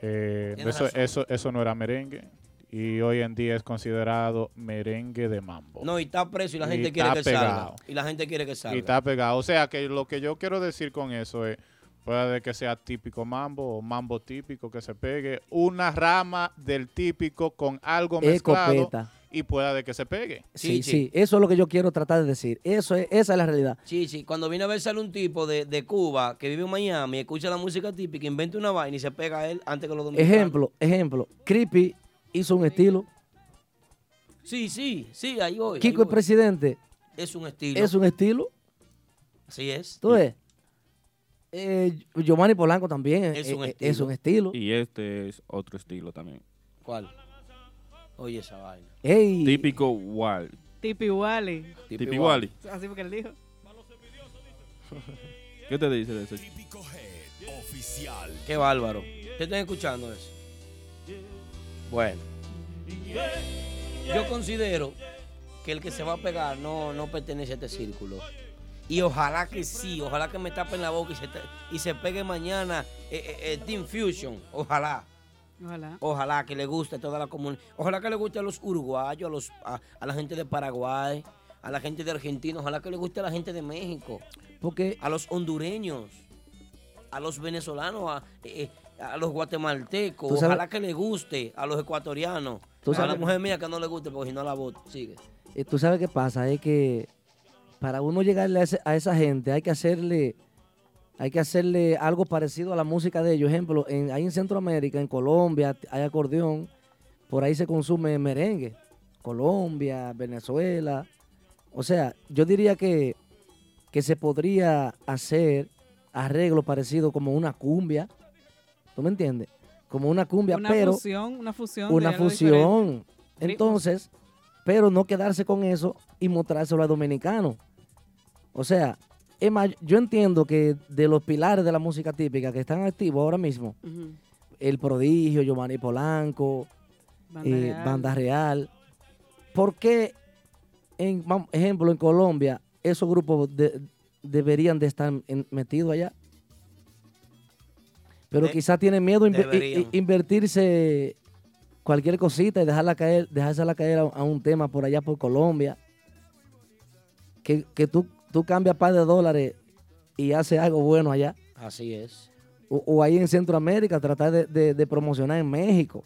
Speaker 8: Eh,
Speaker 5: Tienes
Speaker 8: eso,
Speaker 5: razón.
Speaker 8: eso, eso no era merengue. Y hoy en día es considerado merengue de mambo.
Speaker 5: No, y está preso y la
Speaker 8: Y
Speaker 5: gente quiere
Speaker 8: está
Speaker 5: que salga.
Speaker 8: pegado.
Speaker 5: Y la gente quiere que salga.
Speaker 8: Y está pegado. O sea, que lo que yo quiero decir con eso es, puede que sea típico mambo o mambo típico que se pegue, una rama del típico con algo mezclado
Speaker 6: Escopeta.
Speaker 8: y pueda de que se pegue.
Speaker 6: Sí, sí, eso es lo que yo quiero tratar de decir. Eso es, esa es la realidad.
Speaker 5: Sí, sí. Cuando viene a ver sale un tipo de, de Cuba que vive en Miami, escucha la música típica, inventa una vaina y se pega a él antes que los dominicanos.
Speaker 6: Ejemplo, ejemplo. Creepy hizo un estilo.
Speaker 5: Sí, sí, sí, ahí voy. ahí
Speaker 6: Kiko el
Speaker 5: voy.
Speaker 6: presidente
Speaker 5: Es un estilo.
Speaker 6: es un estilo.
Speaker 5: Así es.
Speaker 6: Tú ves. Eh, Giovanni Polanco también eh, eh,
Speaker 5: Es
Speaker 6: es
Speaker 5: un
Speaker 6: un,
Speaker 5: estilo.
Speaker 6: estilo.
Speaker 3: Y este es otro estilo también.
Speaker 5: ¿Cuál? Oye, esa vaina.
Speaker 6: Ey.
Speaker 3: Típico wild.
Speaker 4: Tipi Wally.
Speaker 3: Tipi Tipi Wally.
Speaker 4: Así porque él dijo.
Speaker 3: ¿Qué te dice de eso?
Speaker 1: Oficial.
Speaker 5: Qué bárbaro. ¿Ustedes están escuchando eso? Bueno. Yo considero que el que se va a pegar no, no pertenece a este círculo. Y ojalá que sí, ojalá que me tapen la boca y se, te- y se pegue mañana eh, eh, eh, Team Fusion. Ojalá.
Speaker 4: Ojalá.
Speaker 5: Ojalá que le guste a toda la comunidad. Ojalá que le guste a los uruguayos, a, los, a, a la gente de Paraguay, a la gente de Argentina. Ojalá que le guste a la gente de México,
Speaker 6: Porque
Speaker 5: a los hondureños, a los venezolanos, a, eh, eh, a los guatemaltecos.
Speaker 6: Tú sabes-
Speaker 5: Ojalá que le guste a los ecuatorianos.
Speaker 6: Tú
Speaker 5: a la
Speaker 6: sabes-
Speaker 5: mujer mía que no le guste porque si no la voto. Sigue.
Speaker 6: Eh, tú sabes qué pasa, es que para uno llegarle a, ese- a esa gente hay que hacerle hay que hacerle algo parecido a la música de ellos. Ejemplo, en, ahí en Centroamérica, en Colombia hay acordeón, por ahí se consume merengue. Colombia, Venezuela. O sea, yo diría que, que se podría hacer arreglo parecido como una cumbia. ¿Tú me entiendes? Como una cumbia,
Speaker 4: Una
Speaker 6: pero
Speaker 4: fusión, una fusión.
Speaker 6: una
Speaker 4: de algo
Speaker 6: fusión.
Speaker 4: diferente.
Speaker 6: Entonces, pero no quedarse con eso y mostrárselo a dominicanos. O sea, es más, yo entiendo que de los pilares de la música típica que están activos ahora mismo,
Speaker 4: Ujú.
Speaker 6: El Prodigio, Giovanni Polanco,
Speaker 4: Banda
Speaker 6: eh,
Speaker 4: Real.
Speaker 6: Banda Real, ¿por qué, en, vam- ejemplo, en Colombia, esos grupos de- deberían de estar en- metidos allá? Pero
Speaker 5: De-
Speaker 6: quizás tienen miedo inve- i- i-
Speaker 5: deberían.
Speaker 6: invertirse cualquier cosita y dejarla caer, dejársela caer a, a un tema por allá por Colombia. Que, que tú, tú cambias par de dólares y haces algo bueno allá.
Speaker 5: Así es.
Speaker 6: O, o ahí en Centroamérica, tratar de, de- de promocionar en México.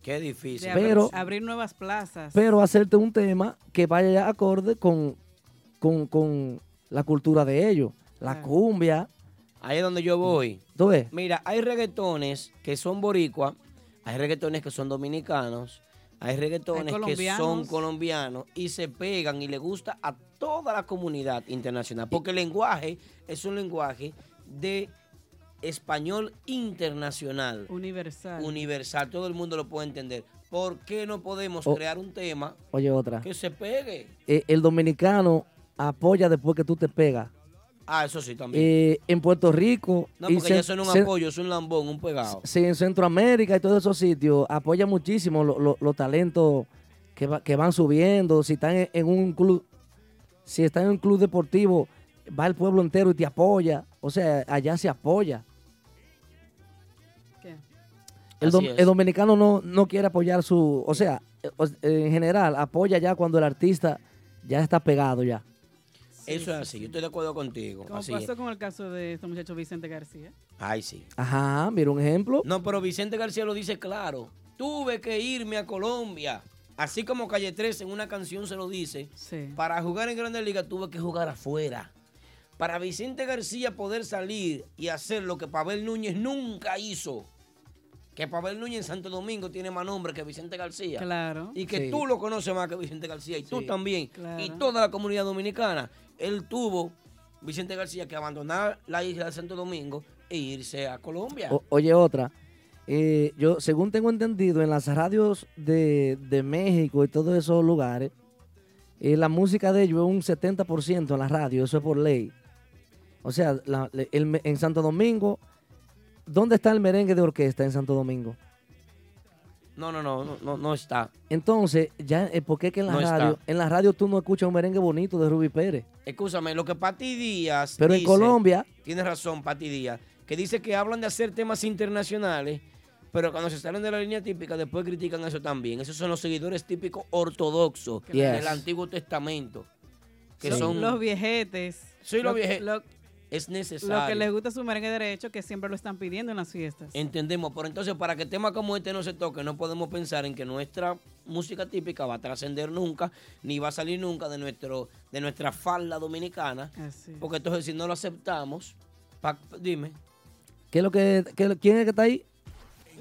Speaker 5: Qué
Speaker 4: De
Speaker 5: difícil.
Speaker 4: abrir-
Speaker 6: Pero-
Speaker 4: abrir nuevas plazas.
Speaker 6: Pero hacerte un tema que vaya ya acorde con, con, con la cultura de ellos. La
Speaker 4: Claro.
Speaker 6: cumbia.
Speaker 5: Ahí es donde yo voy.
Speaker 6: ¿Tú ves?
Speaker 5: Mira, hay reggaetones que son boricua, hay reggaetones que son dominicanos, hay
Speaker 4: Hay
Speaker 5: reggaetones que son
Speaker 4: colombianos.
Speaker 5: colombianos y se pegan y le gusta a toda la comunidad internacional. Porque el lenguaje es un lenguaje de español internacional,
Speaker 4: Universal.
Speaker 5: universal, todo el mundo lo puede entender. ¿Por qué no podemos
Speaker 6: O-
Speaker 5: crear un tema
Speaker 6: Oye, otra.
Speaker 5: que se pegue?
Speaker 6: Eh, el dominicano apoya después que tú te pegas.
Speaker 5: Ah, eso sí también.
Speaker 6: Eh, en Puerto Rico.
Speaker 5: no,
Speaker 6: y
Speaker 5: porque
Speaker 6: cen-
Speaker 5: ya son un
Speaker 6: cen-
Speaker 5: apoyo, es un lambón, un pegado.
Speaker 6: Sí, en Centroamérica y todos esos sitios apoya muchísimo lo- lo- los talentos que, va- que van subiendo. Si están en, en un club, si están en un club deportivo, va el pueblo entero y te apoya. O sea, allá se apoya.
Speaker 4: ¿Qué?
Speaker 6: El,
Speaker 5: Así
Speaker 6: dom-
Speaker 5: es.
Speaker 6: el dominicano no, no quiere apoyar su, o sea, eh, o- en general apoya ya cuando el artista ya está pegado ya.
Speaker 5: eso es así, yo estoy de acuerdo contigo.
Speaker 4: Como
Speaker 5: así
Speaker 4: pasó
Speaker 5: es.
Speaker 4: con el caso de este muchacho Vicente García.
Speaker 5: Ay, sí.
Speaker 6: Ajá, mira un ejemplo.
Speaker 5: No, pero Vicente García lo dice claro. Tuve que irme a Colombia. Así como Calle 13 en una canción se lo dice.
Speaker 4: Sí.
Speaker 5: Para jugar en Grandes Ligas tuve que jugar afuera. Para Vicente García poder salir y hacer lo que Pavel Núñez nunca hizo. Que Pavel Núñez en Santo Domingo tiene más nombre que Vicente García.
Speaker 4: Claro.
Speaker 5: Y que
Speaker 6: Sí.
Speaker 5: tú lo conoces más que Vicente García. Y tú
Speaker 6: Sí.
Speaker 5: también.
Speaker 4: Claro.
Speaker 5: Y toda la comunidad dominicana. Él tuvo, Vicente García, que abandonar la isla de Santo Domingo e irse a Colombia.
Speaker 6: O- oye, otra. Eh, yo, según tengo entendido, en las radios de, de México y todos esos lugares, eh, la música de ellos es un 70% en la radio, eso es por ley. O sea, la- le- el me- en Santo Domingo, ¿dónde está el merengue de orquesta en Santo Domingo?
Speaker 5: No, no, no, no, no, no está.
Speaker 6: Entonces, ya, eh, ¿por qué que en la,
Speaker 5: No está.
Speaker 6: radio, en la radio tú no escuchas un merengue bonito de Ruby Pérez?
Speaker 5: Escúchame, lo que Pati Díaz.
Speaker 6: Pero en
Speaker 5: dice-
Speaker 6: Colombia,
Speaker 5: Tienes razón, Pati Díaz. Que dice que hablan de hacer temas internacionales, pero cuando se salen de la línea típica, después critican eso también. Esos son los seguidores típicos ortodoxos
Speaker 6: Yes.
Speaker 5: del Antiguo Testamento. Que
Speaker 6: Sí.
Speaker 5: son.
Speaker 4: Los viejetes.
Speaker 5: Sí, los
Speaker 4: Lo-
Speaker 5: vieje-
Speaker 4: Lo,
Speaker 5: es necesario.
Speaker 4: lo que les gusta es su merengue derecho, que siempre lo están pidiendo en las fiestas.
Speaker 5: Entendemos, pero entonces para que temas como este no se toquen, no podemos pensar en que nuestra música típica va a trascender nunca, ni va a salir nunca de nuestro de nuestra falda dominicana,
Speaker 4: Así es.
Speaker 5: porque entonces si no lo aceptamos, pa- dime,
Speaker 6: ¿qué es lo que, qué es lo- ¿quién es que está ahí?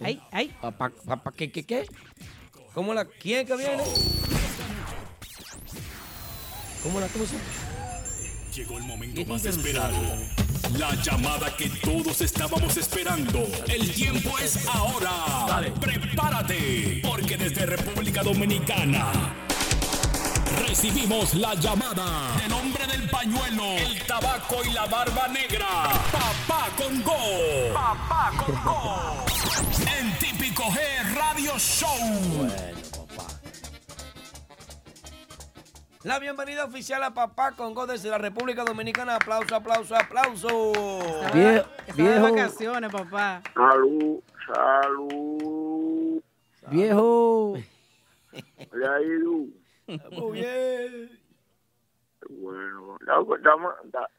Speaker 4: Ay, ay.
Speaker 5: pa, pa- pa- pa- ¿qué, qué, qué? ¿Cómo la, quién que viene? ¿Cómo la cosa?
Speaker 1: Llegó el momento más esperado. La llamada que todos estábamos esperando. El tiempo es ahora. Prepárate, porque desde República Dominicana recibimos la llamada del hombre del pañuelo, el tabaco y la barba negra. Papá Congo. Papá Congo. En típico G Radio Show.
Speaker 5: Bueno, papá. La bienvenida oficial a Papá Congo desde la República Dominicana. Aplauso, aplauso, aplauso.
Speaker 4: Estaba de vacaciones, papá.
Speaker 9: Salud, salud.
Speaker 6: Viejo.
Speaker 9: Le ha ido.
Speaker 5: Muy bien.
Speaker 9: Bueno, dame, dame, da-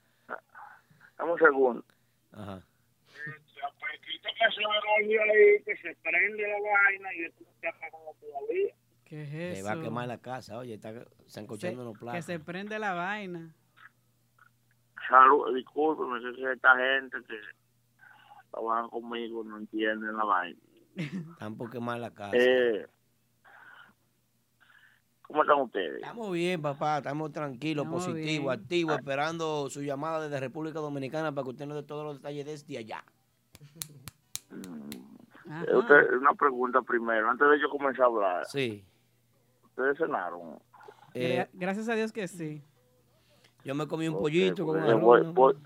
Speaker 9: dame un segundo.
Speaker 5: Ajá.
Speaker 9: pues, que se prende la vaina y esto se apagó todavía.
Speaker 4: ¿Qué es
Speaker 5: Le
Speaker 4: eso?
Speaker 5: va a quemar la casa, oye, está sancochando los
Speaker 4: que
Speaker 5: platos.
Speaker 4: se prende la vaina.
Speaker 9: Salud, discúlpeme, que es esta gente que trabaja conmigo no entienden la vaina.
Speaker 5: Están por quemar la casa.
Speaker 9: Eh, ¿Cómo están ustedes?
Speaker 5: Estamos bien, papá, estamos tranquilos,
Speaker 4: Estamos
Speaker 5: positivos,
Speaker 4: bien.
Speaker 5: activos, esperando su llamada desde República Dominicana para que usted nos dé todos los detalles desde allá.
Speaker 4: Ajá.
Speaker 9: Eh, usted- una pregunta primero, antes de yo comenzar a hablar.
Speaker 5: Sí.
Speaker 9: ¿Ustedes cenaron?
Speaker 4: Gra- Gracias a Dios que
Speaker 5: Eh,
Speaker 4: sí.
Speaker 5: yo me comí un
Speaker 9: Ok,
Speaker 5: pollito con
Speaker 9: porque Este, voy,
Speaker 5: arroz.
Speaker 9: voy-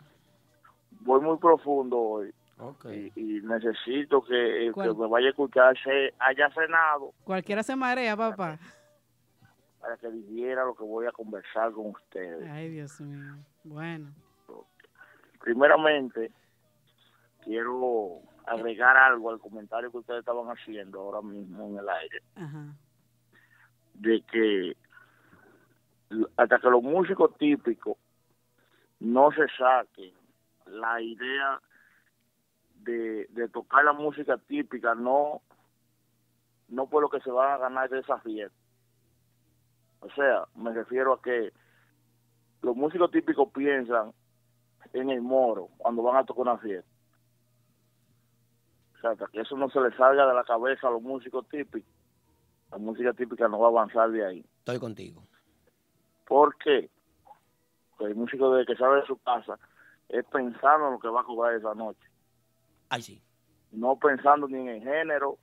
Speaker 9: voy muy profundo hoy
Speaker 5: Ok.
Speaker 9: y, y necesito que el que
Speaker 4: ¿Cuál?
Speaker 9: me vaya a escuchar se haya cenado
Speaker 4: Cualquiera se marea, papá.
Speaker 9: para que viviera lo que voy a conversar con
Speaker 5: Ah.
Speaker 9: ustedes.
Speaker 4: Ay, Dios mío. Bueno.
Speaker 9: Primeramente, quiero agregar algo al comentario que ustedes estaban haciendo ahora mismo en el aire,
Speaker 4: Ajá.
Speaker 9: de que l- hasta que los músicos típicos no se saquen la idea de, de tocar la música típica, no, no por lo que se van a ganar de esa fiesta. O sea, me refiero a que los músicos típicos piensan en el moro cuando van a tocar una fiesta. O sea, hasta que eso no se les salga de la cabeza a los músicos típicos, la música típica no va a avanzar de ahí.
Speaker 5: Estoy contigo.
Speaker 9: ¿Por qué? Porque el músico desde que sale de su casa es pensando en lo que va a cobrar esa noche.
Speaker 5: Ay, sí.
Speaker 9: No pensando ni en el género,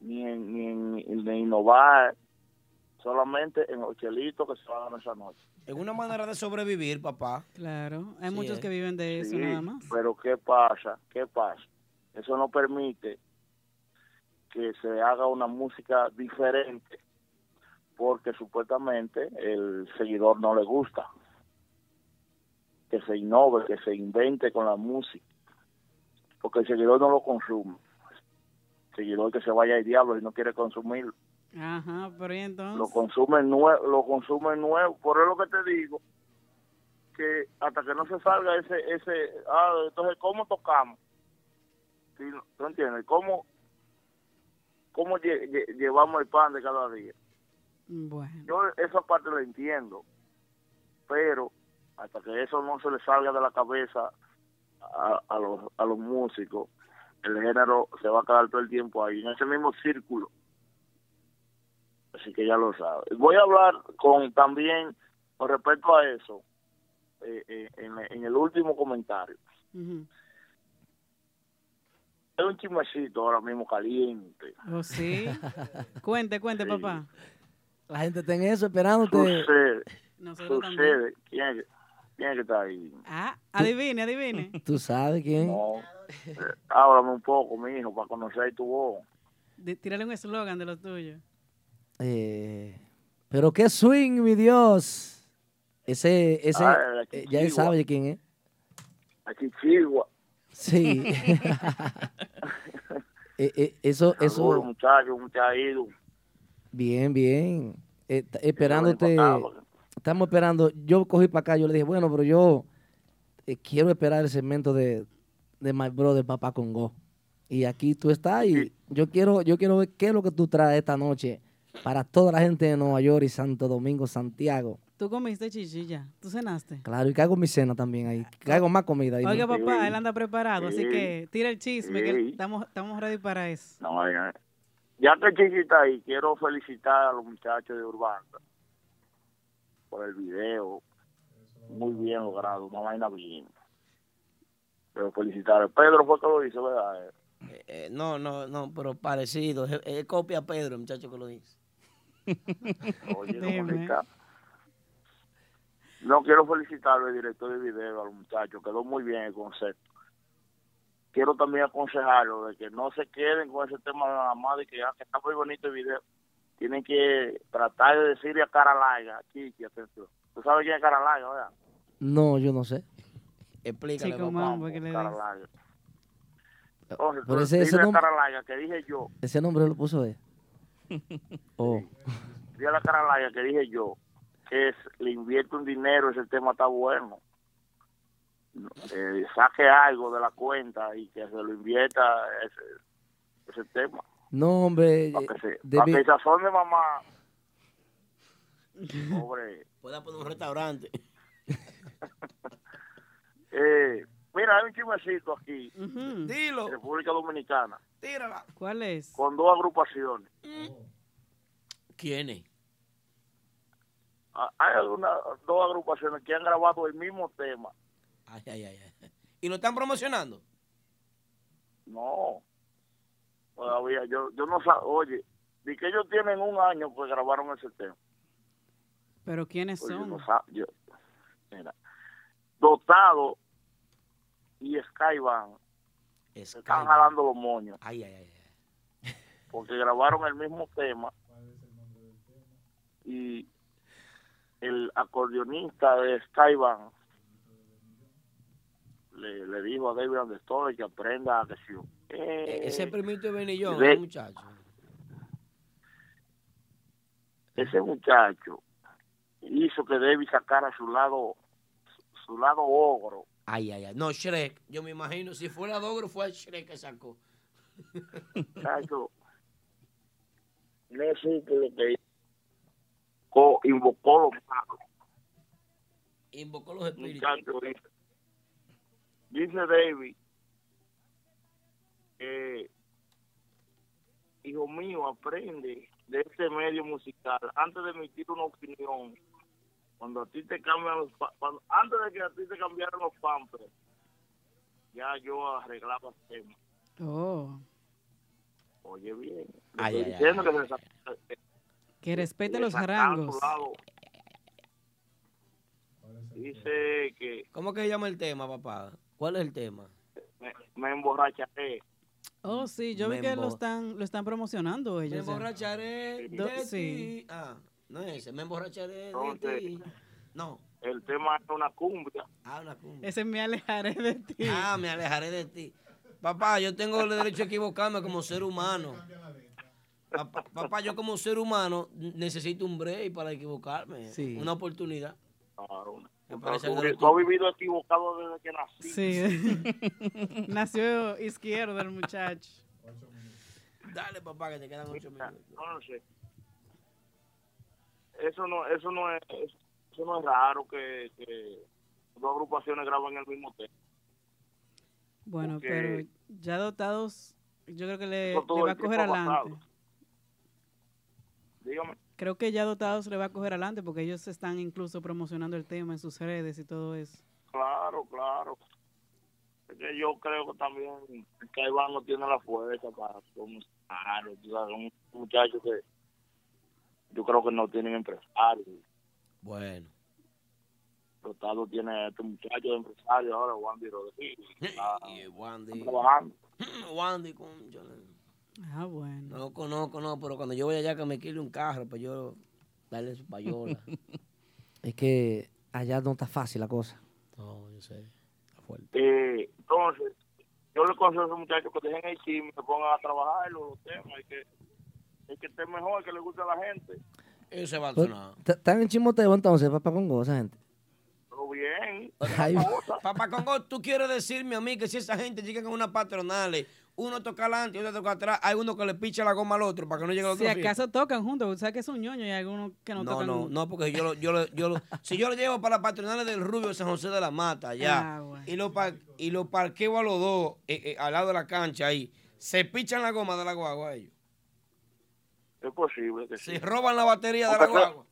Speaker 9: ni en, ni en, ni en innovar, solamente en los chelitos que se van a ganar esa noche.
Speaker 5: Es una manera de sobrevivir, papá.
Speaker 4: Claro. Hay
Speaker 5: Sí,
Speaker 4: muchos
Speaker 5: eh.
Speaker 4: que viven de eso
Speaker 9: Sí,
Speaker 4: nada más.
Speaker 9: Pero ¿qué pasa? ¿Qué pasa? Eso no permite que se haga una música diferente porque supuestamente el seguidor no le gusta. Que se innove, que se invente con la música. Porque el seguidor no lo consume. El seguidor que se vaya al diablo y no quiere consumirlo.
Speaker 4: Ajá, pero ¿y
Speaker 9: Lo
Speaker 4: entonces?
Speaker 9: consume nuevo, lo consume nuevo. Por eso lo que te digo, que hasta que no se salga ese, ese, ah, entonces, ¿cómo tocamos? Si no, ¿Tú entiendes? ¿Cómo, cómo lle- lle- llevamos el pan de cada día?
Speaker 4: Bueno.
Speaker 9: Yo esa parte la entiendo, pero hasta que eso no se le salga de la cabeza a, a los, a los músicos, el género se va a quedar todo el tiempo ahí, en ese mismo círculo. Así que ya lo sabe. Voy a hablar con también con respecto a eso eh, eh, en, en el último comentario.
Speaker 4: Ujú.
Speaker 9: Es un chismecito ahora mismo caliente.
Speaker 4: ¿O sí? cuente, cuente,
Speaker 9: Sí.
Speaker 4: papá.
Speaker 6: La gente está en eso esperándote.
Speaker 9: Sucede,
Speaker 4: Nosotros también.
Speaker 9: sucede. ¿Quién es, que- quién es que está ahí?
Speaker 4: Ah, adivine, adivine.
Speaker 6: Tú sabes quién.
Speaker 9: No. Eh, Háblame un poco, mi hijo, para conocer tu voz.
Speaker 4: Di- Tírale un eslogan de lo tuyo.
Speaker 6: Eh, pero qué swing, mi Dios. Ese, ese,
Speaker 9: Ah, la
Speaker 6: eh, ya él
Speaker 9: Chichigua.
Speaker 6: sabe quién es.
Speaker 9: A Chichigua.
Speaker 6: Sí. Eh, eh, eso,
Speaker 9: Seguro,
Speaker 6: eso,
Speaker 9: muchacho, un ido.
Speaker 6: bien, bien. Eh, ta- esperándote.
Speaker 9: Impactado.
Speaker 6: Estamos esperando. Yo cogí para acá, yo le dije, bueno, pero yo eh, quiero esperar el segmento de, de My Brother Papá Congo. Y aquí tú estás y
Speaker 9: Sí.
Speaker 6: yo quiero, yo quiero ver qué es lo que tú traes esta noche para toda la gente de Nueva York y Santo Domingo, Santiago.
Speaker 4: Tú comiste chichilla. Tú cenaste.
Speaker 6: Claro, y caigo mi cena también ahí. Caigo más comida ahí.
Speaker 4: Oiga,
Speaker 6: ¿no?
Speaker 4: papá, él anda preparado, así
Speaker 9: Sí.
Speaker 4: que tira el chisme, que
Speaker 9: Sí.
Speaker 4: estamos, estamos ready para eso.
Speaker 9: No, ya. ya que Chichi está ahí, quiero felicitar a los muchachos de Urbanda por el video. Muy bien logrado, una vaina bien. Pero felicitar. Pedro fue que lo hizo, ¿verdad? Eh,
Speaker 5: Eh, eh, no, no, no, pero parecido. Es es copia a Pedro, el muchacho que lo dice.
Speaker 9: Oye,
Speaker 4: Dime.
Speaker 9: ¿cómo está? No quiero felicitarlo el director de video a los muchachos, quedó muy bien el concepto. Quiero también aconsejarlo de que no se queden con ese tema nada más de que, ah, que está muy bonito el video. tienen que tratar de decirle a cara larga, Chiqui, atención. Tú sabes quién es cara larga, ¿verdad?
Speaker 6: No, yo no sé.
Speaker 5: Explícale,
Speaker 4: Chico
Speaker 5: papá.
Speaker 4: mambo, ¿qué le
Speaker 9: Cara
Speaker 4: dice?
Speaker 9: larga. Entonces,
Speaker 6: Pero
Speaker 9: tú
Speaker 6: ese- ese
Speaker 9: dile a
Speaker 6: nombre-
Speaker 9: cara larga que dije yo,
Speaker 6: Ese nombre lo puso él. Oh.
Speaker 9: dile a la cara larga que dije yo, que es, le invierto un dinero, ese tema está bueno. Eh, saque algo de la cuenta y que se lo invierta ese, ese tema.
Speaker 6: No, hombre. eh,
Speaker 9: Para que, se,
Speaker 6: de
Speaker 9: pa'
Speaker 6: mi-
Speaker 9: que sazón de mamá. Pobre.
Speaker 5: Pueda poner un restaurante.
Speaker 9: Eh, mira, hay un chismecito aquí,
Speaker 4: Ujú.
Speaker 5: Dilo,
Speaker 9: en República Dominicana,
Speaker 5: tírala. Mm.
Speaker 4: ¿Cuál es?
Speaker 9: con dos agrupaciones.
Speaker 5: ¿Quién es?
Speaker 9: Ah, Hay algunas dos agrupaciones que han grabado el mismo tema.
Speaker 5: Ay, ay, ay. ay. ¿Y lo están promocionando?
Speaker 9: No. Todavía, yo, yo no sa- Oye, di que ellos tienen un año que grabaron ese tema.
Speaker 4: ¿Pero quiénes
Speaker 9: Oye, Pues, yo
Speaker 4: son?
Speaker 9: no sa- yo- mira. Dotado y Skyvan se están
Speaker 5: Skyline.
Speaker 9: jalando los moños.
Speaker 5: Ay, ay, ay. ay.
Speaker 9: porque grabaron el mismo tema y el acordeonista de Skyvan le, le dijo a David Anderson que aprenda a que si
Speaker 5: E-
Speaker 9: eh,
Speaker 5: Ese primito de Benillón,
Speaker 9: Ve-
Speaker 5: muchacho.
Speaker 9: ese muchacho hizo que David sacara su lado su- su lado ogro
Speaker 5: Ay, ay, ay. No, Shrek. Yo me imagino, si fuera Dogro, fue el Shrek que sacó.
Speaker 9: Muchacho, no supo lo que hizo. Co- invocó los magos
Speaker 5: Invocó los espíritus.
Speaker 9: muchacho dice, dice David que hijo mío aprende de este medio musical antes de emitir una opinión cuando a ti te cambian los pa- cuando- antes de que a ti te cambiaran los pampers ya yo arreglaba temas
Speaker 4: Oh,
Speaker 9: oye bien le
Speaker 5: Ay, ay,
Speaker 9: estoy diciendo
Speaker 5: ay,
Speaker 9: que
Speaker 5: ay,
Speaker 9: se sa- eh,
Speaker 4: que respete
Speaker 9: le
Speaker 4: los
Speaker 9: sacaron su
Speaker 4: rangos.
Speaker 9: lado. dice que
Speaker 5: ¿Cómo que se llama el tema, papá? ¿Cuál es el tema?
Speaker 9: me, me emborracharé
Speaker 4: Oh, sí, yo vi
Speaker 5: Me
Speaker 4: que lo
Speaker 5: embo-
Speaker 4: están, lo están promocionando
Speaker 5: Me
Speaker 4: ellos. ya.
Speaker 5: emborracharé
Speaker 4: Do-
Speaker 5: de
Speaker 4: sí.
Speaker 5: ti. Ah, no es ese. Me emborracharé de
Speaker 9: Entonces-
Speaker 5: ti. No.
Speaker 9: el tema es una cumbia
Speaker 5: Ah, una cumbia.
Speaker 4: Ese me alejaré de ti.
Speaker 5: Ah, me alejaré de ti. Papá, yo tengo el derecho a equivocarme como ser humano. Papá, papá, yo como ser humano necesito un break para equivocarme.
Speaker 4: Sí.
Speaker 5: Una oportunidad.
Speaker 9: Claro.
Speaker 5: Me
Speaker 9: Pero
Speaker 5: parece
Speaker 9: tú,
Speaker 5: algo
Speaker 9: vi- tú
Speaker 5: tonto.
Speaker 9: has vivido equivocado desde que nací.
Speaker 4: Sí. Nació izquierdo el muchacho.
Speaker 5: Dale, papá, que te quedan ocho minutos.
Speaker 9: Entonces, eso no, eso no es, eso no es raro que, que dos agrupaciones graban el mismo tema.
Speaker 4: Bueno,
Speaker 9: Porque-
Speaker 4: pero ya dotados, yo creo que le,
Speaker 9: Eso todo
Speaker 4: le va a
Speaker 9: el tiempo
Speaker 4: coger
Speaker 9: ha pasado.
Speaker 4: adelante.
Speaker 9: Dígame,
Speaker 4: Creo que ya dotados le va a coger adelante porque ellos están incluso promocionando el tema en sus redes y todo eso.
Speaker 9: claro, claro. Es que yo creo que también que Iván no tiene la fuerza para comenzar. Un muchacho que yo creo que no tienen empresario.
Speaker 5: Bueno.
Speaker 9: Rotado tiene a este muchacho de empresario ahora, Wandy Rodríguez. Está
Speaker 5: Y Wandy.
Speaker 9: trabajando.
Speaker 5: Wandy, cónchale.
Speaker 4: Ah, bueno.
Speaker 5: No lo conozco, no, pero cuando yo voy allá que me quile un carro, pues yo darle su payola.
Speaker 6: Es que allá no está fácil la cosa.
Speaker 5: no, Oh, yo sé. Está fuerte.
Speaker 9: Eh, entonces, yo le aconsejo a esos muchachos que dejen el chisme, que pongan a trabajar los, los temas y que el que esté mejor, que le guste a la gente.
Speaker 5: Eso va a
Speaker 6: Pero,
Speaker 5: sonar.
Speaker 6: Pues, ¿t- ¿Están en chimoteo entonces, papá Congo, esa gente?
Speaker 9: Pero bien,
Speaker 6: Ay,
Speaker 5: Pues, Papá Congo, tú quieres decirme a mí que si esa gente llega con unas patronales, uno toca adelante y otro toca atrás, hay uno que le picha la goma al otro para que no llegue al otro.
Speaker 4: Si
Speaker 5: fin?
Speaker 4: acaso tocan juntos, porque sabes que es un ñoño y hay algunos que no,
Speaker 5: No,
Speaker 4: tocan
Speaker 5: no, no, porque yo lo, yo lo- yo lo- si yo lo llevo para las patronales del Rubio de San José de la Mata, ya,
Speaker 4: Ah, bueno.
Speaker 5: y, lo par- y lo parqueo a los dos eh, eh, al lado de la cancha ahí, se pichan la goma de la guagua ellos,
Speaker 9: es posible que sí.
Speaker 5: se roban la batería de la
Speaker 9: Aunque sea-
Speaker 5: guagua.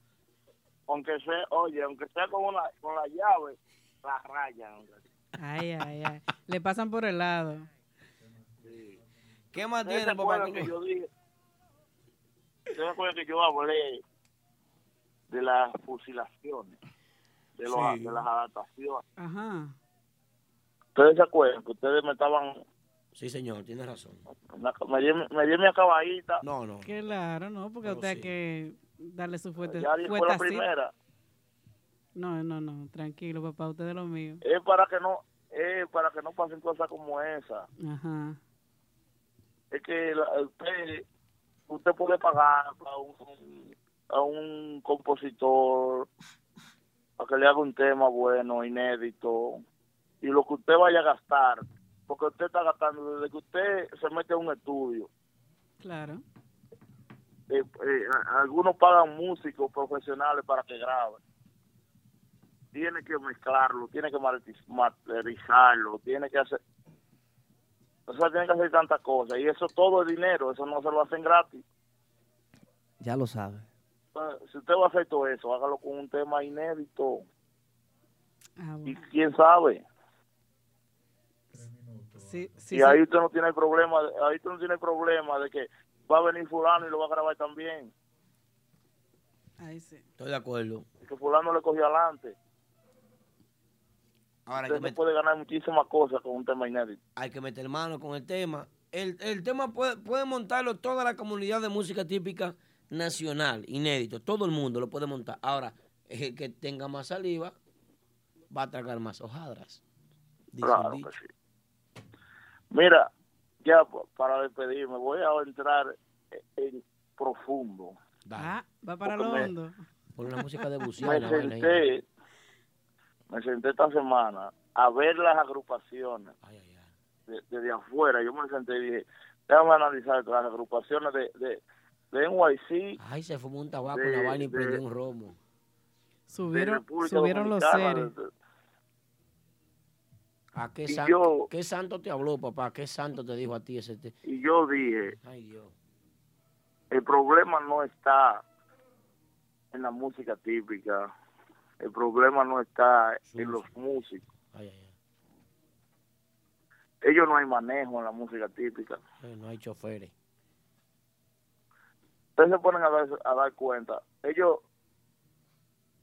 Speaker 9: Aunque sea, oye, aunque sea con, una, con la llave, la rayan.
Speaker 4: Ay, ay, ay. Le pasan por el lado.
Speaker 5: ¿Qué más
Speaker 9: ¿Ustedes
Speaker 5: tiene
Speaker 9: se
Speaker 5: papá?
Speaker 9: acuerdan que yo dije? ¿Ustedes se acuerdan que yo hablé de las fusilaciones, de, los,
Speaker 5: Sí.
Speaker 9: de las adaptaciones?
Speaker 4: Ajá.
Speaker 9: ¿Ustedes se acuerdan que ustedes me estaban
Speaker 5: Sí, señor, tiene razón.
Speaker 9: Una- me, di, me di mi acabadita.
Speaker 5: No, no.
Speaker 4: Claro, no, porque a usted hay que darle su fuerte.
Speaker 9: Ya fue la
Speaker 4: fuertacita.
Speaker 9: primera.
Speaker 4: No, no, no, tranquilo, papá, usted es lo mío.
Speaker 9: Es para que no, es para que no pasen cosas como esa.
Speaker 4: Ajá.
Speaker 9: Es que la- usted, usted puede pagar a un, a un compositor para que le haga un tema bueno, inédito, y lo que usted vaya a gastar, porque usted está gastando desde que usted se mete a un estudio.
Speaker 4: Claro.
Speaker 9: eh, eh, a- algunos pagan músicos profesionales para que graben. Tiene que mezclarlo, tiene que mate- materializarlo, tiene que hacer. O sea, tiene que hacer tantas cosas. Y eso todo es dinero, eso no se lo hacen gratis.
Speaker 6: Ya lo sabe.
Speaker 9: Entonces, Ah, Si usted va a hacer todo eso, hágalo con un tema inédito.
Speaker 4: Ah,
Speaker 9: Y quién sabe.
Speaker 4: Sí, sí,
Speaker 9: y
Speaker 4: sí.
Speaker 9: ahí usted no tiene el problema, ahí usted no tiene el problema de que va a venir fulano y lo va a grabar también.
Speaker 4: Ahí sí.
Speaker 5: Estoy de acuerdo.
Speaker 9: Y que fulano le cogió adelante.
Speaker 5: Ahora hay
Speaker 9: usted
Speaker 5: que,
Speaker 9: se
Speaker 5: met-
Speaker 9: puede ganar muchísimas cosas con un tema inédito.
Speaker 5: hay que meter mano con el tema. El, el tema puede, puede montarlo toda la comunidad de música típica nacional, inédito. Todo el mundo lo puede montar. Ahora, el que tenga más saliva va a tragar más hojadras. dice el
Speaker 9: Claro que
Speaker 5: dicho.
Speaker 9: Mira, ya pa- para despedirme, voy a entrar e- en profundo.
Speaker 4: Ah, va para
Speaker 9: Porque
Speaker 4: lo
Speaker 9: me-
Speaker 4: hondo.
Speaker 5: Por una música de
Speaker 9: Me
Speaker 5: buciana. vaina ahí.
Speaker 9: senté, me senté esta semana a ver las agrupaciones de- desde afuera. Yo me senté y dije, déjame analizar las agrupaciones de, de, de NYC,
Speaker 5: Ay, se fumó un tabaco,
Speaker 9: De-
Speaker 5: una vaina y
Speaker 9: de-
Speaker 5: prendió un romo.
Speaker 4: Subieron,
Speaker 9: República
Speaker 4: subieron los
Speaker 9: Dominicana,
Speaker 4: seres.
Speaker 9: de- de-
Speaker 5: ¿A qué,
Speaker 9: Y
Speaker 5: san-
Speaker 9: yo-
Speaker 5: qué santo te habló, papá? ¿Qué santo te dijo a ti ese? te-
Speaker 9: y yo dije,
Speaker 5: Ay, Dios.
Speaker 9: el problema no está en la música típica, el problema no está en los músicos.
Speaker 5: Ay, ay, ay.
Speaker 9: Ellos no hay manejo en la música típica.
Speaker 5: Ay, No hay choferes.
Speaker 9: Ustedes se ponen a dar, a dar cuenta. Ellos,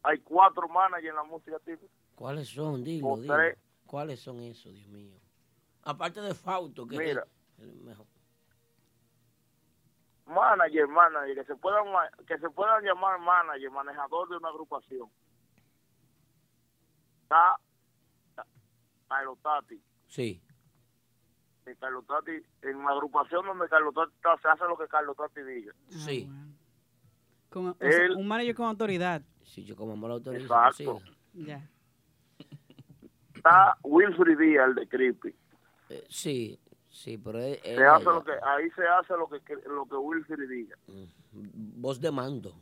Speaker 9: hay cuatro managers en la música típica.
Speaker 5: ¿Cuáles son? Dilo,
Speaker 9: O
Speaker 5: dilo.
Speaker 9: tres.
Speaker 5: ¿Cuáles son esos, Dios mío? Aparte de Fausto, que
Speaker 9: Mira.
Speaker 5: es el mejor.
Speaker 9: Manager, manager, que se puedan ma- que se puedan llamar manager, manejador de una agrupación. Está está Carlos Tati.
Speaker 5: Sí.
Speaker 9: que Carlos Tati, en la agrupación donde Carlos Tati está, se hace lo que Carlos Tati diga.
Speaker 5: Sí.
Speaker 4: Ah, Con- o sea,
Speaker 9: Él-
Speaker 4: un manager con autoridad.
Speaker 5: Si yo como amor autorizo, pues
Speaker 9: Exacto.
Speaker 5: sí.
Speaker 4: Ya.
Speaker 9: Está Wilfrey Díaz, el de Creepy.
Speaker 5: Eh, sí, sí, pero es, es-
Speaker 9: Se hace lo que, ahí se hace lo que, lo que Wilfrey diga.
Speaker 5: voz de mando.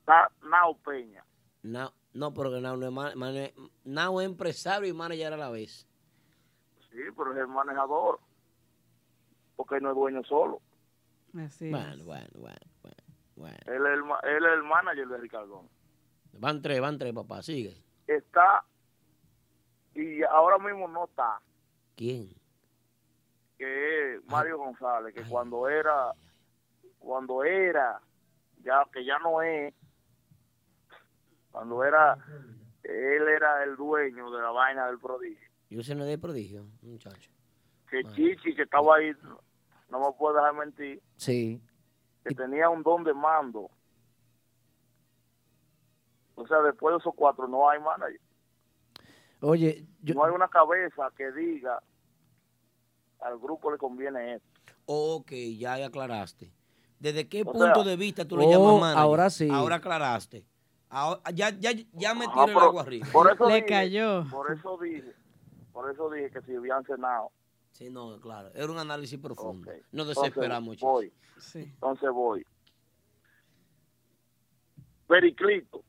Speaker 9: Está Nao Peña.
Speaker 5: No, no porque Nao no es ma- mane- Nao es empresario y manager a la vez.
Speaker 9: Sí, pero es el manejador. Porque no es dueño solo.
Speaker 4: Así
Speaker 5: Bueno,
Speaker 4: es.
Speaker 5: bueno, bueno, bueno, bueno.
Speaker 9: Él es el, ma- él es el manager de Ricardón.
Speaker 5: Van tres, van tres, papá, sigue.
Speaker 9: Está, y ahora mismo no está,
Speaker 5: ¿Quién?
Speaker 9: que es Mario González, que cuando era, cuando era, ya que ya no es, cuando era, él era el dueño de la vaina del prodigio.
Speaker 5: Yo sé no de prodigio, muchacho.
Speaker 9: Que Chichi, que estaba ahí, no me puedo dejar mentir,
Speaker 6: Sí.
Speaker 9: que tenía un don de mando. O sea, después de esos cuatro no hay manager.
Speaker 6: Oye, yo,
Speaker 9: No hay una cabeza que diga al grupo le conviene esto.
Speaker 5: Ok, ya aclaraste. ¿Desde qué
Speaker 9: O
Speaker 5: punto
Speaker 9: sea-
Speaker 5: de vista tú lo
Speaker 6: Oh,
Speaker 5: llamas manager?
Speaker 6: ahora sí.
Speaker 5: Ahora aclaraste. Ahora- ya, ya, ya me
Speaker 9: Ajá,
Speaker 5: tiré el
Speaker 9: pero-
Speaker 5: agua arriba.
Speaker 9: Ah, Por eso
Speaker 4: Le
Speaker 9: dije,
Speaker 4: cayó.
Speaker 9: Por eso dije, por eso dije que si habían cenado.
Speaker 5: Sí, no, claro. Era un análisis profundo.
Speaker 9: ok.
Speaker 5: Nos
Speaker 9: Entonces,
Speaker 5: desesperamos, chicos.
Speaker 9: Voy,
Speaker 4: Sí.
Speaker 9: entonces voy. Periclito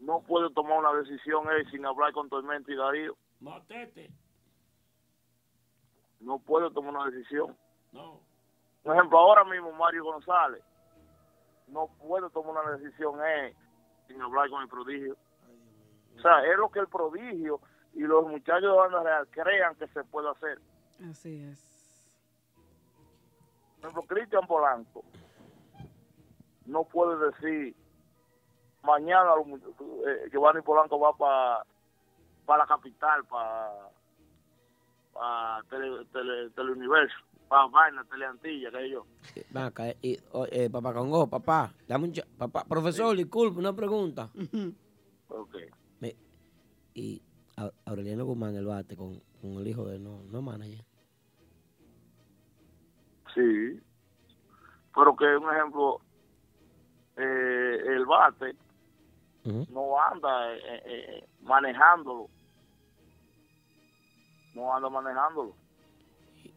Speaker 9: no puede tomar una decisión él sin hablar con Tormenta y Darío.
Speaker 2: Matete.
Speaker 9: No puede tomar una decisión.
Speaker 2: No.
Speaker 9: Por ejemplo, ahora mismo Mario González no puede tomar una decisión él sin hablar con el prodigio. O sea, es lo que el prodigio y los muchachos de Banda Real crean que se puede hacer.
Speaker 4: Así es.
Speaker 9: Por ejemplo, Cristian Polanco no puede decir mañana los mu- eh, Giovanni Polanco va para la capital, para para tele, tele, Teleuniverso, para Vaina, Teleantilla, que yo.
Speaker 5: Ven acá, eh, y, oh, eh, papá Congo, papá, dame un cha- papá. Profesor, disculpe, una pregunta.
Speaker 9: Ok.
Speaker 5: Me- y A- Aureliano Guzmán, el bate, con, con el hijo de no, no es manager.
Speaker 9: Sí. Pero que un ejemplo, eh, el bate
Speaker 5: Ujú.
Speaker 9: no anda eh, eh, manejándolo. No anda manejándolo.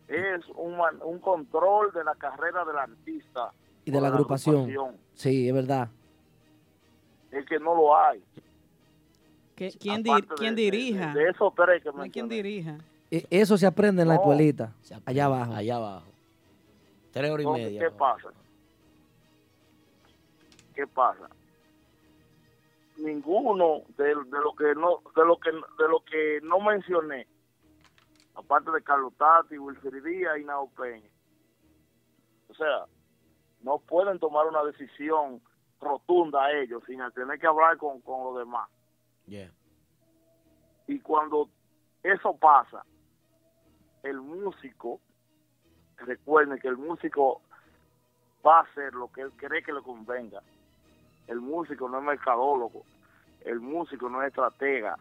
Speaker 9: Es un, man- un control de la carrera del artista.
Speaker 6: Y de la agrupación. Sí, es verdad.
Speaker 9: Es que no lo hay.
Speaker 4: ¿Qué- ¿Quién,
Speaker 9: Aparte
Speaker 4: dir- quién
Speaker 9: de- de-
Speaker 4: dirija?
Speaker 9: de esos tres que
Speaker 4: No hay quien dirija.
Speaker 6: E- Eso se aprende en la escuelita, allá abajo.
Speaker 5: Allá abajo. Tres horas y
Speaker 9: Entonces,
Speaker 5: media.
Speaker 9: ¿Qué pasa? ¿Qué pasa? Ninguno de, de lo que no de lo que de lo que no mencioné, aparte de Carlos Tati, Wilfried Díaz y Nao Peña. O sea, no pueden tomar una decisión rotunda ellos sin tener que hablar con, con los demás.
Speaker 5: Yeah.
Speaker 9: Y cuando eso pasa, el músico, recuerden que el músico va a hacer lo que él cree que le convenga. El músico no es mercadólogo, el músico no es estratega,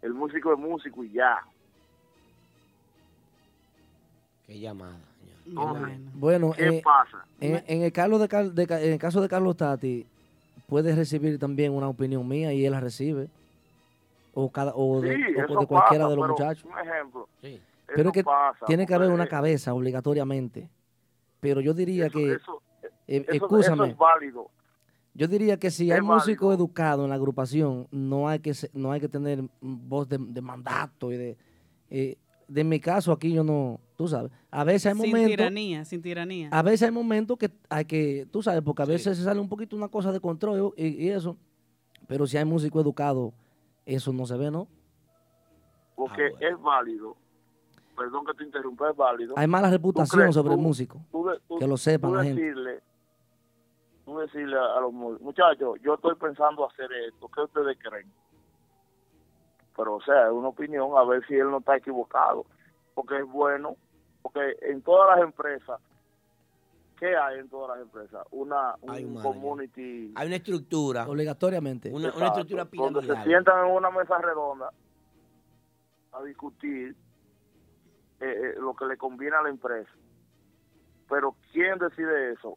Speaker 9: el músico es músico y ya.
Speaker 5: Qué llamada. señor.
Speaker 6: Bueno,
Speaker 5: ¿Qué
Speaker 6: eh,
Speaker 9: pasa?
Speaker 6: En, en el Carlos de Car- de Ca- en el caso de Carlos Tati, puedes recibir también una opinión mía y él la recibe. O, cada, o de,
Speaker 9: Sí,
Speaker 6: o
Speaker 9: eso
Speaker 6: de cualquiera
Speaker 9: pasa,
Speaker 6: de los
Speaker 9: pero
Speaker 6: muchachos.
Speaker 9: Un ejemplo.
Speaker 6: Pero
Speaker 9: eso
Speaker 6: es que
Speaker 9: pasa,
Speaker 6: tiene que
Speaker 9: porque
Speaker 6: haber una cabeza obligatoriamente. Pero yo diría que,
Speaker 9: eso-
Speaker 6: eh,
Speaker 9: eso-
Speaker 6: escúchame,
Speaker 9: eso es válido.
Speaker 6: yo diría que si hay
Speaker 9: es
Speaker 6: músico educado en la agrupación, no hay que se- no hay que tener voz de, de mandato y de, eh, de mi caso aquí yo no, tú sabes, a veces hay
Speaker 4: Sin
Speaker 6: momentos
Speaker 4: tiranía, sin tiranía.
Speaker 6: a veces hay momentos que hay que, tú sabes, porque a veces se sale un poquito una cosa de control y, y eso. Pero si hay músico educado, eso no se ve, ¿no?
Speaker 9: Porque es válido. Perdón que te interrumpa, es válido.
Speaker 6: Hay mala
Speaker 9: Tú
Speaker 6: reputación
Speaker 9: crees-
Speaker 6: sobre el
Speaker 9: tú-
Speaker 6: músico.
Speaker 9: tú de- tú-
Speaker 6: Que lo sepan
Speaker 9: tú
Speaker 6: la gente.
Speaker 9: decirle, Tú decirle a los mu- muchachos, yo estoy pensando hacer esto, ¿qué ustedes creen? Pero, o sea, es una opinión, a ver si él no está equivocado. Porque es bueno, porque en todas las empresas, ¿qué hay en todas las empresas? Una, un
Speaker 5: Hay un manager.
Speaker 9: community.
Speaker 5: Hay una estructura.
Speaker 6: Obligatoriamente.
Speaker 5: Una, una
Speaker 9: Exacto,
Speaker 5: estructura
Speaker 9: donde se
Speaker 5: piramidal.
Speaker 9: sientan en una mesa redonda a discutir eh, eh, lo que le conviene a la empresa. Pero ¿quién decide eso?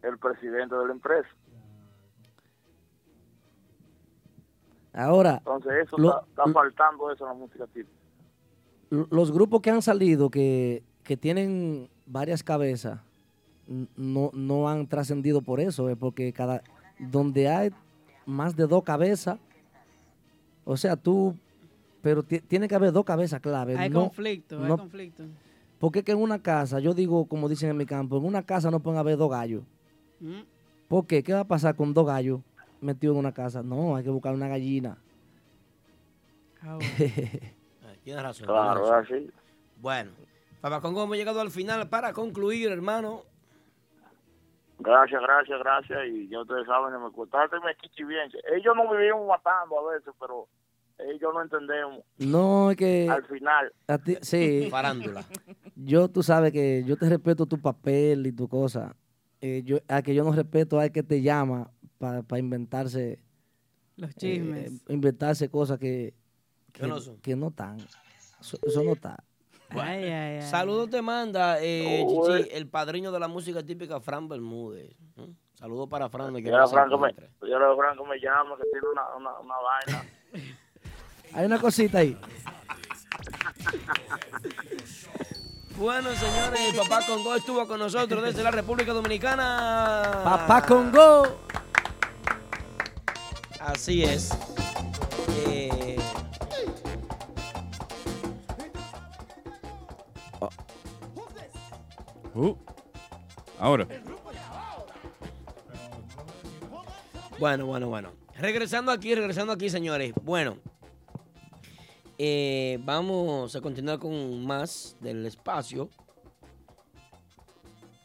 Speaker 9: El presidente de la empresa.
Speaker 6: Ahora,
Speaker 9: Entonces eso
Speaker 6: lo-
Speaker 9: está, está faltando eso en la música típica.
Speaker 6: l- los grupos que han salido, que, que tienen varias cabezas, n- no, no han trascendido por eso. Es porque cada donde hay más de dos cabezas, o sea, tú, pero ti- tiene que haber dos cabezas clave.
Speaker 4: Hay
Speaker 6: no-
Speaker 4: conflicto, hay
Speaker 6: no-
Speaker 4: conflicto.
Speaker 6: Porque es que en una casa, yo digo, como dicen en mi campo, en una casa no pueden haber dos gallos.
Speaker 4: Mm.
Speaker 6: ¿Por qué? ¿Qué va a pasar con dos gallos metidos en una casa? No, hay que buscar una gallina.
Speaker 4: Ah,
Speaker 5: Tienes Eh, razón.
Speaker 6: Claro,
Speaker 5: tienes razón.
Speaker 6: es así.
Speaker 5: Bueno, papá Congo, hemos llegado al final para concluir, hermano.
Speaker 9: Gracias, gracias, gracias. Y ya ustedes saben, que me contaste, me quichi bien. Ellos no vivimos matando a veces, pero ellos no entendemos.
Speaker 6: No, es que...
Speaker 9: Al final.
Speaker 6: Eh, a ti- sí.
Speaker 5: Farándula.
Speaker 6: Yo, tú sabes que yo te respeto tu papel y tu cosa. Eh, yo, a que yo no respeto al que te llama para inventarse...
Speaker 4: Los chismes.
Speaker 6: eh, inventarse cosas que...
Speaker 5: Que no son.
Speaker 6: que no están. Eso, eso no está.
Speaker 5: Saludos te manda eh,
Speaker 9: Uy.
Speaker 5: Chichi, el padrino de la música típica, Fran Bermúdez. ¿Mm? Saludos para Fran. me
Speaker 9: Yo
Speaker 5: quiero
Speaker 9: era
Speaker 5: que se
Speaker 9: Franco me,
Speaker 5: encuentre.
Speaker 9: yo era Franco me llama, que tiene una, una, una vaina.
Speaker 6: Hay una cosita ahí.
Speaker 5: Bueno, señores, el papá Congo estuvo con nosotros desde la República Dominicana.
Speaker 6: Papá Congo.
Speaker 5: Así es. Eh,
Speaker 3: Uh, ahora.
Speaker 5: Bueno, bueno, bueno. regresando aquí, regresando aquí, señores. Bueno, eh, vamos a continuar con más del espacio.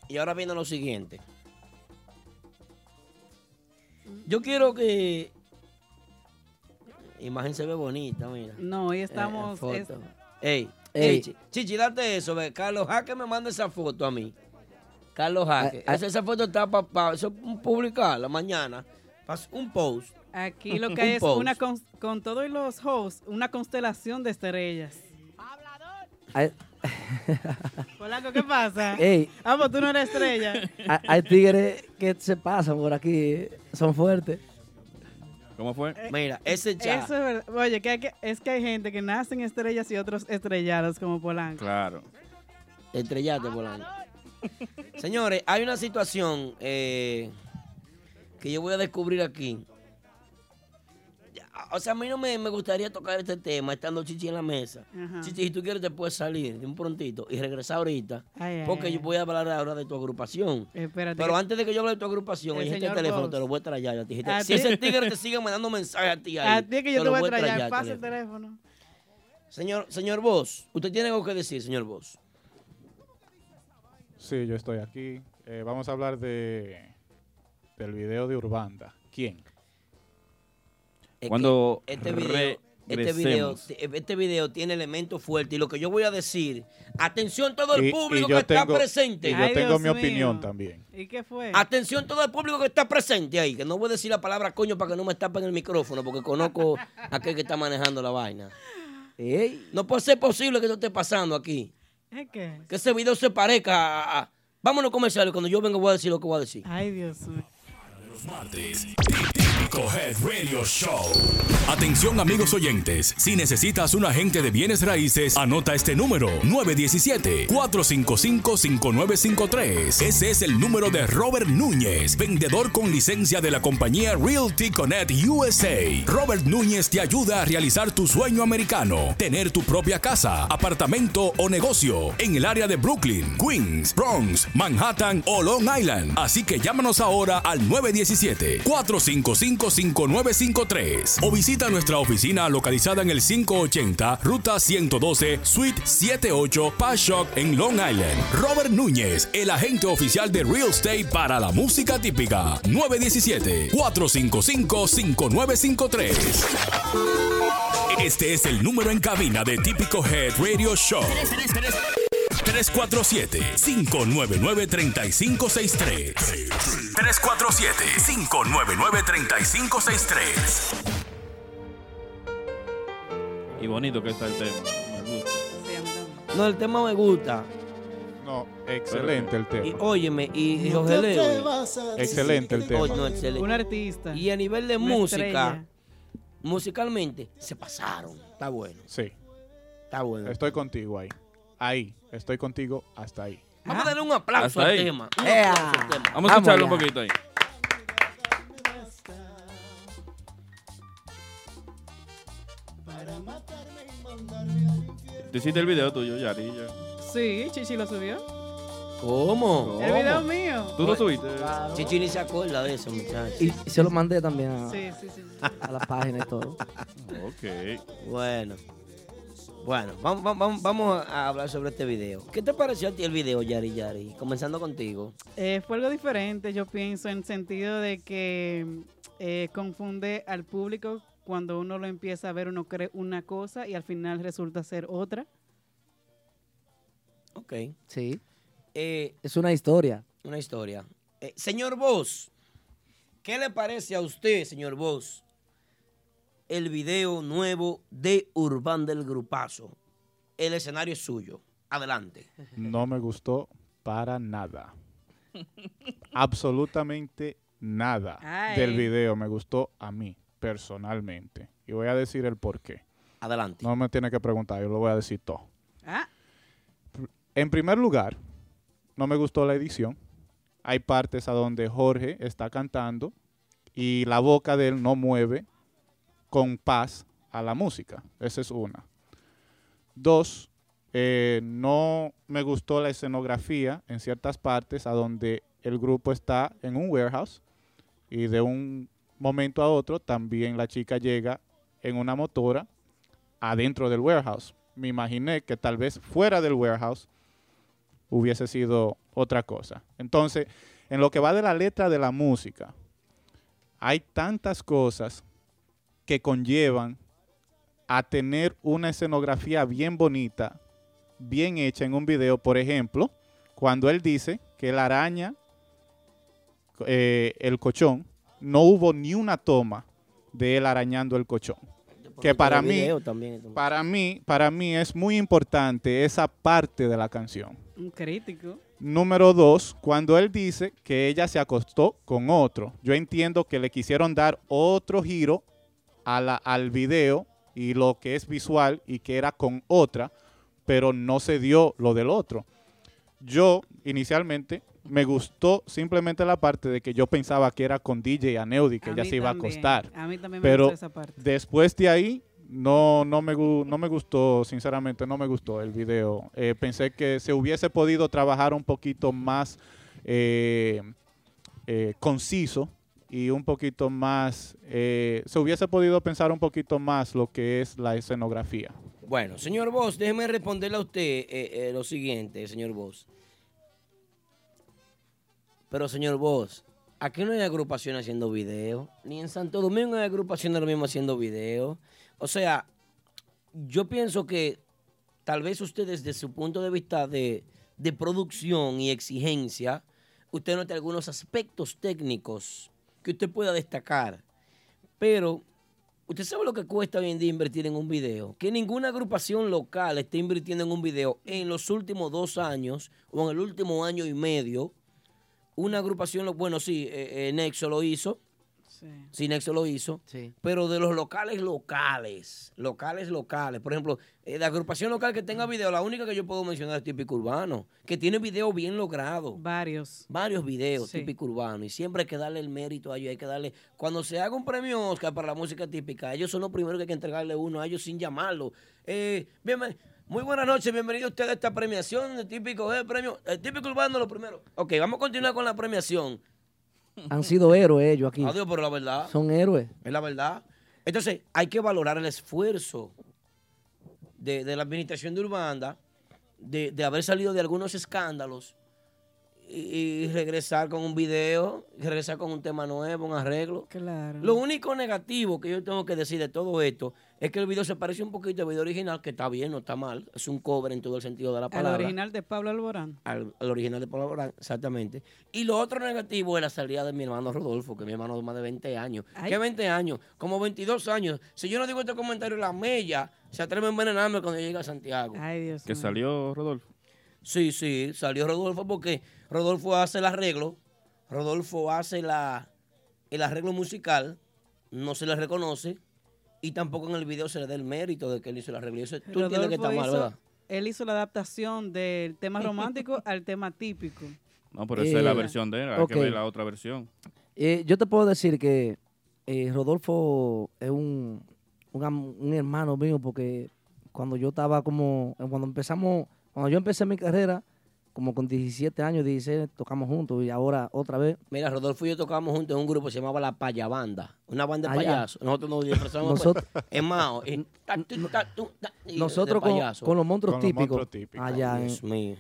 Speaker 5: Y ahora viene lo siguiente. Yo quiero que... Imagen se ve bonita, mira.
Speaker 4: No, hoy
Speaker 5: Eh,
Speaker 4: estamos.
Speaker 5: foto.
Speaker 4: es-
Speaker 5: Ey,
Speaker 6: Ey.
Speaker 5: ey, Chi- Chichi, date eso. ve. Carlos Jaque me manda esa foto a mí. Carlos Jaque.
Speaker 6: Ah, ah.
Speaker 5: esa, esa foto está para publicarla mañana. Pa hacer un post.
Speaker 4: Aquí lo que
Speaker 5: Un
Speaker 4: hay es
Speaker 5: post.
Speaker 4: una cons- con todos los hosts, una constelación de estrellas.
Speaker 6: Hay,
Speaker 4: Polaco, ¿qué pasa?
Speaker 6: Ey.
Speaker 4: Ah, pues tú no eres estrella.
Speaker 6: hay- hay tigres que se pasan por aquí, son fuertes.
Speaker 5: Este
Speaker 3: ¿Cómo fue?
Speaker 5: Mira, ese chat.
Speaker 4: Eso es verdad. Oye, que hay que- es que hay gente que nacen estrellas y otros estrellados como Polanco.
Speaker 3: Claro.
Speaker 5: Estrellate,
Speaker 4: Ah.
Speaker 5: Polanco. Señores, hay una situación eh, que yo voy a descubrir aquí. Ya, O sea, a mí no me, me gustaría tocar este tema estando Chichi en la mesa.
Speaker 4: Ajá.
Speaker 5: Chichi, si tú quieres te puedes salir de un prontito y regresar ahorita.
Speaker 4: Ay, ay,
Speaker 5: porque
Speaker 4: ay.
Speaker 5: yo voy a hablar ahora de tu agrupación.
Speaker 4: Espérate.
Speaker 5: Pero
Speaker 4: que-
Speaker 5: antes de que yo hable de tu agrupación,
Speaker 4: El
Speaker 5: y este
Speaker 4: señor Ah,
Speaker 5: teléfono
Speaker 4: Bosch.
Speaker 5: te lo voy a traer ya.
Speaker 4: A
Speaker 5: Si
Speaker 4: ti-
Speaker 5: ese tigre te sigue mandando mensajes a ti ahí,
Speaker 4: a ti es que yo te
Speaker 5: lo
Speaker 4: voy a traer.
Speaker 5: al
Speaker 4: Pasa el
Speaker 5: teléfono.
Speaker 4: teléfono.
Speaker 5: Señor, señor Vos, usted tiene algo que decir, señor Vos.
Speaker 8: Sí, yo estoy aquí. Eh, vamos a hablar de del video de Urbanda. ¿Quién?
Speaker 5: Es
Speaker 3: Cuando
Speaker 5: que este video, este video,
Speaker 3: regresemos.
Speaker 5: este video tiene elementos fuertes y lo que yo voy a decir, atención todo el
Speaker 8: Y- y
Speaker 5: público
Speaker 8: yo
Speaker 5: que está
Speaker 8: tengo-
Speaker 5: presente.
Speaker 8: Y yo
Speaker 4: Ay,
Speaker 8: tengo
Speaker 4: Dios
Speaker 8: mi opinión
Speaker 4: mío.
Speaker 8: también.
Speaker 4: ¿Y qué fue?
Speaker 5: Atención todo el público que está presente ahí, que no voy a decir la palabra coño para que no me tapen el micrófono, porque conozco a aquel que está manejando la vaina.
Speaker 6: Ey,
Speaker 5: No puede ser posible que esto esté pasando aquí.
Speaker 4: ¿Es que?
Speaker 5: Que ese video se parezca a... a- Vámonos comerciales, cuando yo vengo voy a decir lo que voy a decir.
Speaker 4: Ay, Dios mío.
Speaker 1: Típico Head Radio Show. Atención amigos oyentes, si necesitas un agente de bienes raíces, anota este número 917-455-5953. Ese es el número de Robert Núñez, vendedor con licencia de la compañía Realty Connect USA. Robert Núñez te ayuda a realizar tu sueño americano, tener tu propia casa, apartamento o negocio en el área de Brooklyn, Queens, Bronx, Manhattan o Long Island. Así que llámanos ahora al 917-455-5953 o visita nuestra oficina localizada en el 580 Ruta 112 Suite 78 Pashock en Long Island. Robert Núñez, el agente oficial de Real Estate para la música típica. 917-455-5953. Este es el número en cabina de Típico Head Radio Show. 347-599-3563. 347-599-3563.
Speaker 3: Y bonito que está el tema. Me gusta.
Speaker 4: Sí, a mí también.
Speaker 5: No, el tema me gusta.
Speaker 8: No, excelente el
Speaker 5: Y
Speaker 8: tema.
Speaker 5: óyeme, y, y Jorge Leo.
Speaker 8: Excelente el
Speaker 5: Oh,
Speaker 8: tema.
Speaker 5: no, excelente.
Speaker 4: Un artista.
Speaker 5: Y a nivel de
Speaker 4: una
Speaker 5: música,
Speaker 4: estrella.
Speaker 5: musicalmente, se pasaron. Está bueno,
Speaker 8: Sí,
Speaker 5: está bueno.
Speaker 8: estoy contigo ahí. Ahí, estoy contigo hasta ahí.
Speaker 5: Vamos a darle un aplauso
Speaker 3: Hasta
Speaker 5: al
Speaker 3: ahí.
Speaker 5: tema. un
Speaker 6: Ea.
Speaker 5: aplauso al tema.
Speaker 3: Vamos a escucharlo un
Speaker 6: Vamos
Speaker 3: poquito ahí. Tú hiciste el video tuyo, Yari. ya.
Speaker 4: Sí, Chichi lo subió.
Speaker 5: ¿Cómo?
Speaker 4: El video mío.
Speaker 3: Tú lo subiste.
Speaker 5: Chichi ni se acuerda de eso, muchachos.
Speaker 6: y se lo mandé también a,
Speaker 4: Sí, sí, sí.
Speaker 6: a la página y todo.
Speaker 3: Ok.
Speaker 5: Bueno. Bueno, vamos, vamos, vamos a hablar sobre este video. ¿Qué te pareció a ti el video, Yari Yari? Comenzando contigo.
Speaker 4: Eh, fue algo diferente, yo pienso, en sentido de que eh, confunde al público cuando uno lo empieza a ver, uno cree una cosa y al final resulta ser otra.
Speaker 5: Ok.
Speaker 6: Sí,
Speaker 5: Eh,
Speaker 6: es una historia.
Speaker 5: una historia. Eh, señor Vos, ¿qué le parece a usted, señor Vos, el video nuevo de Urbán del Grupazo? El escenario es suyo. Adelante.
Speaker 8: No me gustó para nada. Absolutamente nada
Speaker 4: Ay.
Speaker 8: del video me gustó a mí, personalmente. Y voy a decir el por qué.
Speaker 5: Adelante.
Speaker 8: No me tiene que preguntar, yo lo voy a decir todo.
Speaker 4: Ah,
Speaker 8: En primer lugar, no me gustó la edición. Hay partes a donde Jorge está cantando y la boca de él no mueve con paz a la música. Esa es una. Dos, eh, no me gustó la escenografía en ciertas partes a donde el grupo está en un warehouse y de un momento a otro también la chica llega en una motora adentro del warehouse. Me imaginé que tal vez fuera del warehouse hubiese sido otra cosa. Entonces, en lo que va de la letra de la música, hay tantas cosas que conllevan a tener una escenografía bien bonita, bien hecha en un video. Por ejemplo, cuando él dice que la araña, eh, el cochón, no hubo ni una toma de él arañando el cochón. Que para
Speaker 5: el
Speaker 8: mí,
Speaker 5: video también, entonces.
Speaker 8: para mí, para mí es muy importante esa parte de la canción.
Speaker 4: Un crítico.
Speaker 8: Número dos, cuando él dice que ella se acostó con otro. Yo entiendo que le quisieron dar otro giro a la- al video y lo que es visual y que era con otra, pero no se dio lo del otro. Yo inicialmente me gustó simplemente la parte de que yo pensaba que era con DJ Aneudi que
Speaker 4: A
Speaker 8: ella
Speaker 4: mí
Speaker 8: se iba
Speaker 4: también,
Speaker 8: a acostar.
Speaker 4: a mí también me
Speaker 8: pero
Speaker 4: gustó esa parte.
Speaker 8: después de ahí no, no, me, gu- no me gustó, sinceramente, no me gustó el video. Eh, pensé que se hubiese podido trabajar un poquito más eh, eh, conciso y un poquito más, eh, se hubiese podido pensar un poquito más lo que es la escenografía.
Speaker 5: Bueno, señor Vos, déjeme responderle a usted eh, eh, lo siguiente, señor Vos. Pero, señor Vos, aquí no hay agrupación haciendo video, ni en Santo Domingo hay agrupación de lo mismo haciendo video. O sea, yo pienso que tal vez usted desde su punto de vista de, de producción y exigencia, usted note algunos aspectos técnicos que usted pueda destacar. Pero ¿Usted sabe lo que cuesta hoy en día invertir en un video? Que ninguna agrupación local esté invirtiendo en un video en los últimos dos años o en el último año y medio. Una agrupación, lo- bueno, sí, eh, eh, Nexo lo hizo.
Speaker 4: Sí.
Speaker 5: Nexo lo hizo. Pero de los locales locales, locales locales. Por ejemplo, eh, la agrupación local que tenga video, la única que yo puedo mencionar es Típico Urbano, que tiene video bien logrado.
Speaker 4: Varios.
Speaker 5: Varios videos,
Speaker 4: Sí.
Speaker 5: Típico Urbano. Y siempre hay que darle el mérito a ellos, hay que darle... Cuando se haga un premio Oscar para la música típica, ellos son los primeros que hay que entregarle uno a ellos sin llamarlo. Eh, bienven- Muy buenas noches, bienvenido usted a esta premiación de Típico, eh, premio, eh, Típico Urbano lo primero. Ok, vamos a continuar con la premiación.
Speaker 6: Han sido héroes ellos aquí.
Speaker 5: Adiós, pero la verdad.
Speaker 6: Son héroes.
Speaker 5: Es la verdad. Entonces, hay que valorar el esfuerzo de, de la administración de Urbanda, de, de haber salido de algunos escándalos y, y regresar con un video, regresar con un tema nuevo, un arreglo.
Speaker 4: Claro.
Speaker 5: Lo único negativo que yo tengo que decir de todo esto es que el video se parece un poquito al video original, que está bien, no está mal. Es un cover en todo el sentido de la
Speaker 4: Al
Speaker 5: palabra
Speaker 4: original de Pablo Alborán.
Speaker 5: al, al original de Pablo Alborán, exactamente. Y lo otro negativo es la salida de mi hermano Rodolfo, que es mi hermano de más de 20 años.
Speaker 4: Ay.
Speaker 5: ¿Qué 20 años? Como 22 años. Si yo no digo este comentario, la mella se atreve a envenenarme cuando llegue a Santiago.
Speaker 4: Ay, Dios
Speaker 3: Que salió Rodolfo.
Speaker 5: Sí, sí, salió Rodolfo porque Rodolfo hace el arreglo, Rodolfo hace la, el arreglo musical, no se le reconoce y tampoco en el video se le da el mérito de que él hizo el arreglo. Y eso, tú entiendes que está
Speaker 4: Rodolfo
Speaker 5: mal,
Speaker 4: hizo-
Speaker 5: ¿verdad?
Speaker 4: Él hizo la adaptación del tema romántico al tema típico.
Speaker 3: No, pero esa es la
Speaker 6: Eh,
Speaker 3: versión de él. Hay
Speaker 6: ok.
Speaker 3: que ver la otra versión.
Speaker 6: Eh, yo te puedo decir que eh, Rodolfo es un, un, am- un hermano mío porque cuando yo estaba como, eh, cuando empezamos, cuando yo empecé mi carrera, como con 17 años, 16, tocamos juntos y ahora otra vez.
Speaker 5: Mira, Rodolfo y yo tocábamos juntos en un grupo que se llamaba La Payabanda. Una banda de
Speaker 6: Allá.
Speaker 5: payasos. Nosotros nos disfrazamos
Speaker 6: Nosotros-
Speaker 5: en Mao. y eh, ta, tu, ta, tu, ta, y de- de
Speaker 6: Nosotros con,
Speaker 5: payaso.
Speaker 6: con los monstruos
Speaker 5: Con los
Speaker 6: típicos.
Speaker 5: monstruos típicos.
Speaker 6: Allá.
Speaker 5: Dios
Speaker 6: en-
Speaker 5: mío.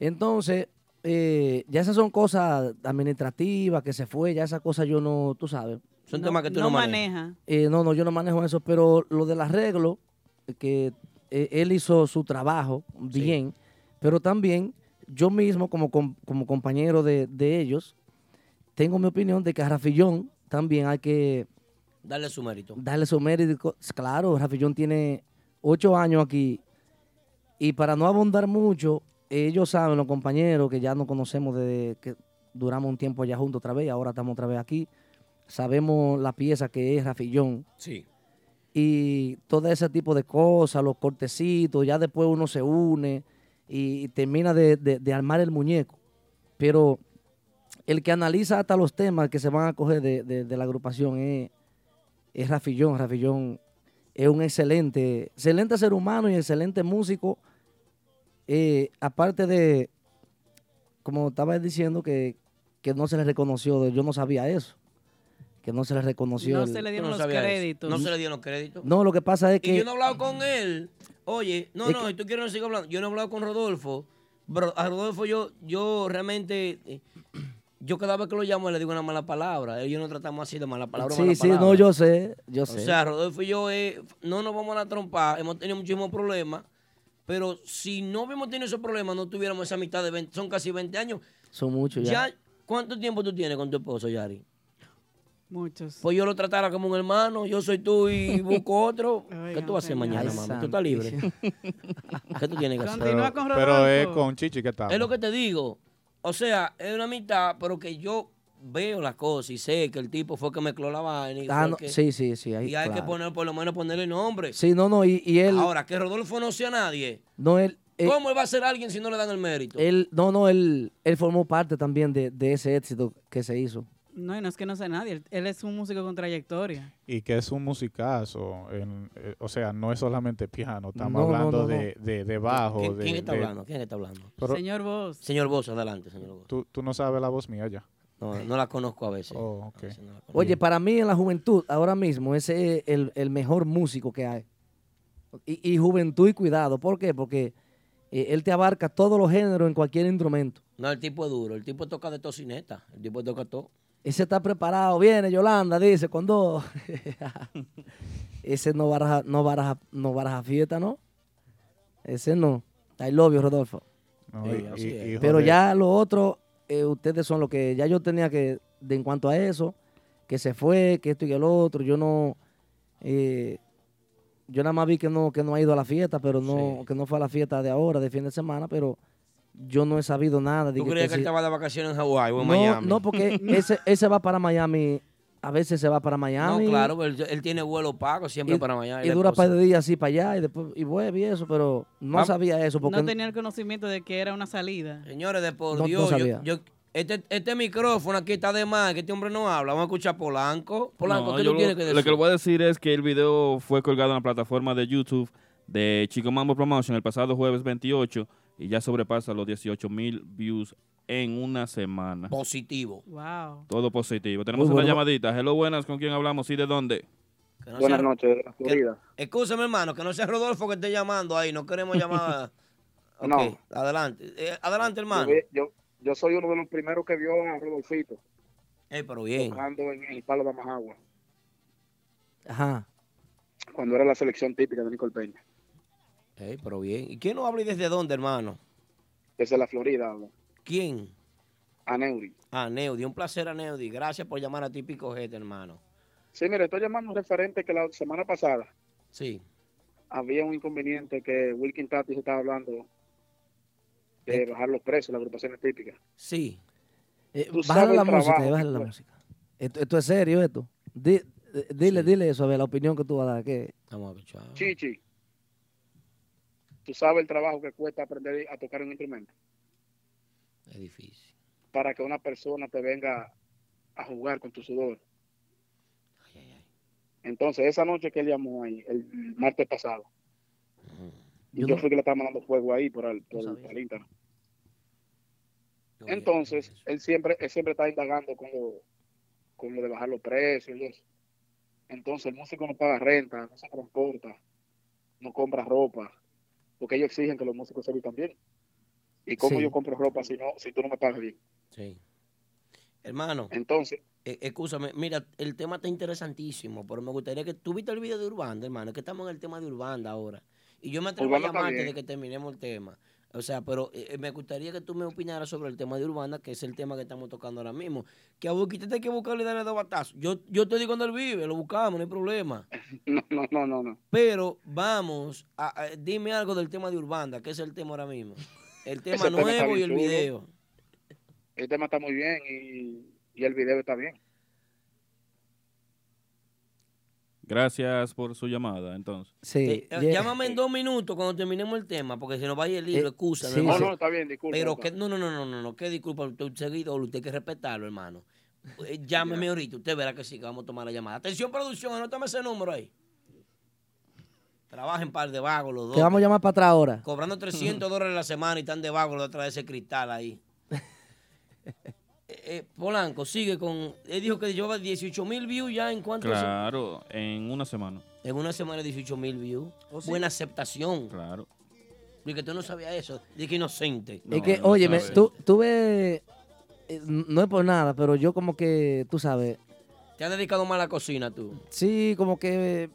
Speaker 6: Entonces, eh, ya esas son cosas administrativas que se fue, ya esas cosas yo no, tú sabes.
Speaker 5: Son temas que tú no No manejas.
Speaker 4: maneja.
Speaker 6: Eh, no, no, yo no manejo eso, pero lo del arreglo, eh, que eh, él hizo su trabajo bien, pero también yo mismo como, com- como compañero de, de ellos, tengo mi opinión de que a Rafillón también hay que
Speaker 5: Dale su mérito.
Speaker 6: darle su mérito. Claro, Rafillón tiene ocho años aquí. Y para no abundar mucho, ellos saben, los compañeros que ya nos conocemos desde que duramos un tiempo allá juntos otra vez, ahora estamos otra vez aquí. Sabemos la pieza que es Rafillón.
Speaker 5: Sí.
Speaker 6: Y todo ese tipo de cosas, los cortecitos, ya después uno se une y termina de, de- de armar el muñeco. Pero el que analiza hasta los temas que se van a coger de, de- de la agrupación es, es Rafillón. Rafillón es un excelente, excelente ser humano y excelente músico. Eh, aparte de, como estaba diciendo, que, que no se le reconoció, yo no sabía eso. Que no se le reconoció.
Speaker 5: No
Speaker 6: el-
Speaker 5: se le dieron Yo no los sabía eso. créditos. No se le dieron los créditos.
Speaker 6: No, lo que pasa es que.
Speaker 5: Y yo no he hablado con él. Oye, no,
Speaker 6: Es
Speaker 5: no, si tú quieres no sigo hablando. Yo no he hablado con Rodolfo. Bro, a Rodolfo yo, yo realmente, eh, Yo cada vez que lo llamo le digo una mala palabra. Ellos no tratamos así de mala palabra. mala
Speaker 6: Sí, sí,
Speaker 5: palabra.
Speaker 6: no, yo sé, yo
Speaker 5: O
Speaker 6: sé.
Speaker 5: sea, Rodolfo y yo eh, no nos vamos a la trompa, hemos tenido muchísimos problemas, pero si no hubiéramos tenido esos problemas, no tuviéramos esa mitad de 20, son casi 20 años.
Speaker 6: Son muchos ya.
Speaker 5: Ya, ¿cuánto tiempo tú tienes con tu esposo, Yari?
Speaker 4: Muchos.
Speaker 5: Pues yo lo tratara como un hermano, yo soy tú y busco otro. ¿Qué tú vas a hacer
Speaker 4: señor.
Speaker 5: mañana,
Speaker 4: Ay,
Speaker 5: mamá? Tú estás libre. ¿Qué tú tienes que hacer?
Speaker 4: Continúa
Speaker 8: con Pero- pero es Rodolfo. con Chichi que estamos.
Speaker 5: Es lo que te digo. O sea, es una mitad, pero que yo veo las cosas y sé que el tipo fue que mezcló la vaina. Y
Speaker 6: Ah,
Speaker 5: fue
Speaker 6: no,
Speaker 5: que-
Speaker 6: sí, sí, sí, ahí,
Speaker 5: y hay que
Speaker 6: claro.
Speaker 5: poner, por lo menos ponerle nombre.
Speaker 6: Sí, no, no, y, y él,
Speaker 5: Ahora, que Rodolfo no sea nadie.
Speaker 6: no, él, eh, él-
Speaker 5: ¿Cómo él va a ser alguien si no le dan el mérito?
Speaker 6: él- no, no, él, él formó parte también de, de ese éxito que se hizo.
Speaker 4: No, y no es que no sea nadie. él- Él es un músico con trayectoria.
Speaker 8: Y que es un musicazo. en- eh, o sea, no es solamente piano. Estamos
Speaker 5: No, no,
Speaker 8: hablando
Speaker 5: no, no.
Speaker 8: De, de, de bajo.
Speaker 5: ¿Quién-
Speaker 8: de-
Speaker 5: quién está
Speaker 6: eh,
Speaker 8: de-
Speaker 5: hablando? ¿Quién está hablando?
Speaker 8: Pero-
Speaker 4: Señor Voz.
Speaker 5: Señor Voz, adelante, señor Voz.
Speaker 8: Tú, tú no sabes la voz mía ya.
Speaker 5: No, no la conozco a veces.
Speaker 8: Oh, ok.
Speaker 6: Oye, para mí en la juventud, ahora mismo, ese es el, el mejor músico que hay. Y, y juventud y cuidado. ¿Por qué? Porque eh, él te abarca todos los géneros en cualquier instrumento.
Speaker 5: No, el tipo es duro. El tipo toca de tocineta. El tipo toca todo.
Speaker 6: Ese está preparado, viene Yolanda, dice, con dos. Ese no baraja, no baraja, no baraja fiesta, ¿no? Ese no. I love you, Rodolfo.
Speaker 8: No, y- y- hijo
Speaker 6: Pero
Speaker 8: de-
Speaker 6: ya lo otro, eh, ustedes son lo que ya yo tenía que, de en cuanto a eso, que se fue, que esto y que el otro, yo no, eh, yo nada más vi que no, que no ha ido a la fiesta, pero no, que no fue a la fiesta de ahora, de fin de semana, pero yo no he sabido nada. de
Speaker 5: ¿Tú creías que él
Speaker 6: si-
Speaker 5: estaba de vacaciones en Hawái o en
Speaker 6: no,
Speaker 5: Miami?
Speaker 6: no, porque ese, ese va para Miami, a veces se va para
Speaker 5: No,
Speaker 6: Miami.
Speaker 5: claro, pero él, él tiene vuelo pago siempre para Miami.
Speaker 6: Y
Speaker 5: la
Speaker 6: dura
Speaker 5: cosa.
Speaker 6: par de días así para allá y después y vuelve y eso, pero no
Speaker 5: Vam-
Speaker 6: sabía eso porque
Speaker 4: Ah, No tenía el conocimiento de que era una salida.
Speaker 5: Señores, de por
Speaker 6: No- no
Speaker 5: Dios, yo-
Speaker 6: sabía.
Speaker 5: yo- este, este micrófono aquí está de más, que este hombre no habla. Vamos a escuchar a Polanco. Polanco,
Speaker 3: No,
Speaker 5: ¿qué
Speaker 3: yo
Speaker 5: tú
Speaker 3: lo,
Speaker 5: tienes que
Speaker 3: lo
Speaker 5: decir?
Speaker 3: que le voy a decir es que el video fue colgado en la plataforma de YouTube de Chico Mambo Promotion el pasado jueves 28 y ya sobrepasa los 18 mil views en una semana.
Speaker 5: Positivo.
Speaker 4: Wow.
Speaker 3: Todo positivo. Tenemos
Speaker 10: Muy
Speaker 3: una
Speaker 10: bueno.
Speaker 3: llamadita. Hello, buenas. ¿Con quién hablamos y de dónde?
Speaker 10: Buenas noches, de la Florida.
Speaker 5: Escúchame, hermano, que no sea Rodolfo que esté llamando ahí. No queremos llamar. Ok,
Speaker 10: No.
Speaker 5: Adelante. Eh, adelante, hermano.
Speaker 10: Yo, yo, yo soy uno de los primeros que vio a Rodolfito.
Speaker 5: Eh, pero bien.
Speaker 10: Tocando en el palo de Majagua,
Speaker 6: Ajá.
Speaker 10: cuando era la selección típica de Nicole Peña.
Speaker 5: Eh, pero bien. ¿Y quién nos habla y desde dónde, hermano?
Speaker 10: Desde la Florida hablo.
Speaker 5: ¿Quién?
Speaker 10: A Neuri.
Speaker 5: A Ah, Neudi. Un placer, a Neudi. Gracias por llamar a Típico Gente, hermano.
Speaker 10: Sí, mire, estoy llamando un referente que la semana pasada
Speaker 5: Sí.
Speaker 10: había un inconveniente que Wilkin Tati se estaba hablando
Speaker 6: Eh.
Speaker 10: de bajar los precios de las agrupaciones típicas.
Speaker 5: Sí.
Speaker 10: Tú
Speaker 6: Eh, Bájale
Speaker 10: sabes
Speaker 6: la
Speaker 10: el
Speaker 6: música, eh,
Speaker 10: trabajo
Speaker 6: bájale
Speaker 10: que
Speaker 6: la
Speaker 10: fue.
Speaker 6: música. Esto, esto es serio, esto. Di- eh, dile, dile eso, a ver, la opinión que tú vas a dar. Que...
Speaker 5: Vamos a escuchar.
Speaker 10: Chichi, tú sabes el trabajo que cuesta aprender a tocar un instrumento.
Speaker 5: Es difícil.
Speaker 10: para que una persona te venga a jugar con tu sudor. Entonces, esa noche que él llamó ahí, el martes pasado, y yo,
Speaker 11: Yo no-
Speaker 10: fui que le estaba mandando fuego ahí por el, por, el- por el Instagram. Entonces, él siempre él siempre está indagando con lo, con lo de bajar los precios y eso. Entonces, el músico no paga renta, no se transporta, no compra ropa, porque ellos exigen que los músicos se vistan bien. ¿Y cómo
Speaker 5: Sí.
Speaker 10: yo compro ropa si, no, si tú no me pagas bien?
Speaker 5: Sí. Hermano. e,
Speaker 10: Entonces.
Speaker 5: escúchame, mira, el tema está interesantísimo, pero me gustaría que tú viste el video de Urbanda, hermano, es que estamos en el tema de Urbanda ahora. Y yo me atrevo a
Speaker 10: Urbanda está
Speaker 5: llamar antes
Speaker 10: bien.
Speaker 5: de que terminemos el tema. O sea, pero eh, me gustaría que tú me opinaras sobre el tema de Urbanda, que es el tema que estamos tocando ahora mismo. Que a Boquita te hay que buscarle y darle dos batazos. Yo, yo te digo dónde él vive, lo buscamos, no hay problema.
Speaker 10: No, no, no, no. no.
Speaker 5: Pero vamos, a- a- dime algo del tema de Urbanda, que es el tema ahora mismo. El tema
Speaker 10: Ese tema está
Speaker 5: nuevo y
Speaker 10: bien
Speaker 5: el
Speaker 10: chulo.
Speaker 5: video.
Speaker 10: el tema está muy bien y, y el video está bien.
Speaker 3: Gracias por su llamada, entonces.
Speaker 5: Eh, eh, Llámame en dos minutos cuando terminemos el tema, porque si no vaya el libro,
Speaker 3: Eh,
Speaker 5: excusa.
Speaker 3: sí,
Speaker 5: mi
Speaker 3: sí.
Speaker 5: hermano.
Speaker 3: No, no,
Speaker 10: está bien, disculpa,
Speaker 5: Pero
Speaker 10: está
Speaker 5: que, no, no, no, no, no, no, que disculpa, usted es un seguidor, usted hay que respetarlo, hermano. Eh, Llámeme ahorita, usted verá que sí, que vamos a tomar la llamada. Atención, producción, anótame ese número ahí. Trabajen par de vagos los dos.
Speaker 6: Que vamos a llamar para atrás ahora.
Speaker 5: Cobrando 300 dólares la semana y están de vagos los detrás de ese cristal ahí. Eh, eh, Polanco, sigue con. Él dijo que llevaba 18 mil views ya en cuanto a se-
Speaker 3: Claro, en una semana.
Speaker 5: en una semana 18 mil views.
Speaker 4: Oh,
Speaker 3: sí.
Speaker 5: Buena aceptación.
Speaker 3: Claro.
Speaker 5: De que tú no sabías eso. De que inocente.
Speaker 6: es que, oye, tú, tú ves eh, no es por nada, pero yo como que, tú sabes,
Speaker 5: Te has dedicado más a la cocina tú.
Speaker 6: sí, como que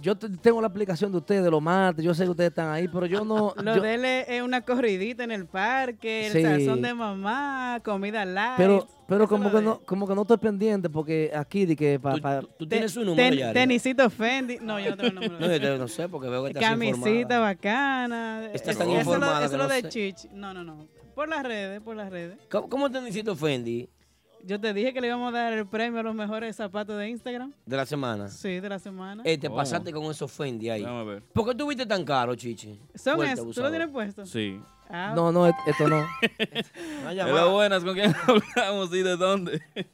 Speaker 6: yo te- tengo la aplicación de ustedes, los martes, yo sé que ustedes están ahí, pero yo no...
Speaker 4: Lo
Speaker 6: yo-
Speaker 4: de él es es una corridita en el parque, el
Speaker 6: Sí.
Speaker 4: sazón de mamá, comida light.
Speaker 6: pero pero como que no como que no estoy pendiente porque aquí de que para
Speaker 4: Te- ten- Tenisito Fendi. No, yo no tengo el número.
Speaker 5: No, yo te- no sé, porque veo que estás
Speaker 4: Camisita
Speaker 5: informada.
Speaker 4: bacana.
Speaker 5: Estás tan
Speaker 4: Eso es lo-
Speaker 5: informada
Speaker 4: Eso
Speaker 5: que
Speaker 4: es lo
Speaker 5: no
Speaker 4: de
Speaker 5: sé.
Speaker 4: Chichi. No, no, no. Por las redes, por las redes.
Speaker 5: ¿Cómo, cómo te necesito Fendi
Speaker 4: Yo te dije que le íbamos a dar el premio a los mejores zapatos de Instagram.
Speaker 5: de la semana?
Speaker 4: Sí, de la semana.
Speaker 5: Ah. Eh, te pasaste con esos Fendi ahí.
Speaker 3: Oh. Déjame ver.
Speaker 5: ¿Por qué tuviste tan caro, Chichi?
Speaker 4: Son
Speaker 5: Fuerte
Speaker 4: esos. ¿Tú
Speaker 5: abusador.
Speaker 4: lo tienes puesto?
Speaker 3: Sí.
Speaker 4: Ah,
Speaker 6: no no et- esto no
Speaker 3: Hola, buenas, ¿con quién hablamos y de dónde?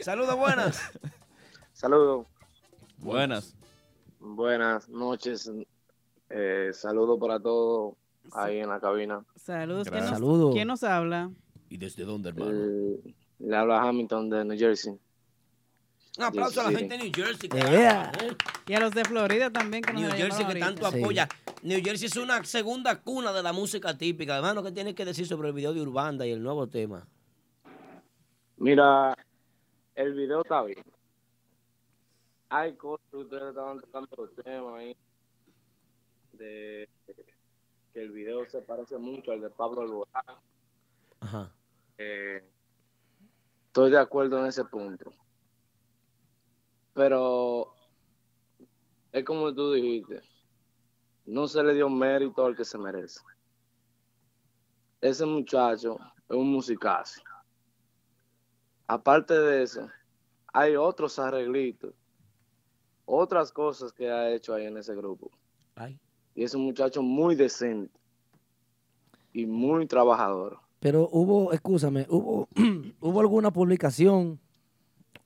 Speaker 5: Saludos, buenas.
Speaker 11: Saludos.
Speaker 3: Buenas.
Speaker 11: Buenas noches. Eh, saludos para todos ahí en la cabina.
Speaker 4: Saludos. ¿Quién nos,
Speaker 11: Gracias.
Speaker 6: Saludos.
Speaker 4: ¿Quién nos habla?
Speaker 5: ¿Y desde dónde,
Speaker 11: hermano? Eh, le habla Hamilton de New Jersey.
Speaker 5: Un aplauso a la
Speaker 11: Sí.
Speaker 5: gente de New Jersey.
Speaker 11: Yeah.
Speaker 5: carajo, ¿eh?
Speaker 4: Y a los de Florida también que nos
Speaker 5: New
Speaker 4: la
Speaker 5: Jersey
Speaker 4: llamaron
Speaker 5: que
Speaker 4: ahorita.
Speaker 5: tanto apoya. New Jersey es una segunda cuna de la música típica. Hermano, ¿qué tienes que decir sobre el video de Urbanda y el nuevo tema?
Speaker 11: Mira, el video está bien. Hay cosas que ustedes estaban tocando los temas ahí. De que el video se parece mucho al de Pablo Alborán.
Speaker 5: Ajá.
Speaker 11: Eh, estoy de acuerdo en ese punto. Pero es como tú dijiste, no se le dio mérito al que se merece. Ese muchacho es un musicazo. Aparte de eso, hay otros arreglitos, otras cosas que ha hecho ahí en ese grupo.
Speaker 5: Ay.
Speaker 11: Y es un muchacho muy decente y muy trabajador.
Speaker 6: pero hubo escúchame hubo hubo alguna publicación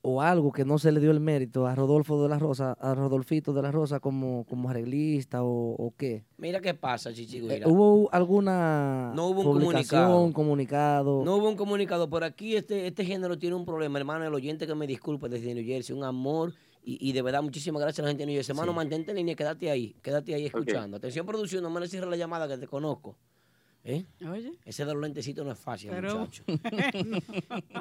Speaker 6: o algo que no se le dio el mérito a Rodolfo de la Rosa a Rodolfito de la Rosa como como arreglista o, o qué
Speaker 5: Mira qué pasa, Chichi.
Speaker 6: Eh,
Speaker 5: Guira.
Speaker 6: hubo alguna
Speaker 5: No hubo un
Speaker 6: publicación comunicado,
Speaker 5: No hubo un comunicado. Por aquí este, este género tiene un problema, hermano. El oyente que me disculpa desde New Jersey. Un amor. Y, y de verdad, muchísimas gracias a la gente de New Jersey. Hermano,
Speaker 6: Sí.
Speaker 5: mantente en línea. Quédate ahí. Quédate ahí escuchando. Atención, producción. No me le cierres la llamada que te conozco. ¿Eh?
Speaker 4: Oye.
Speaker 5: Ese de los lentecitos no es fácil,
Speaker 4: Pero-
Speaker 5: muchacho.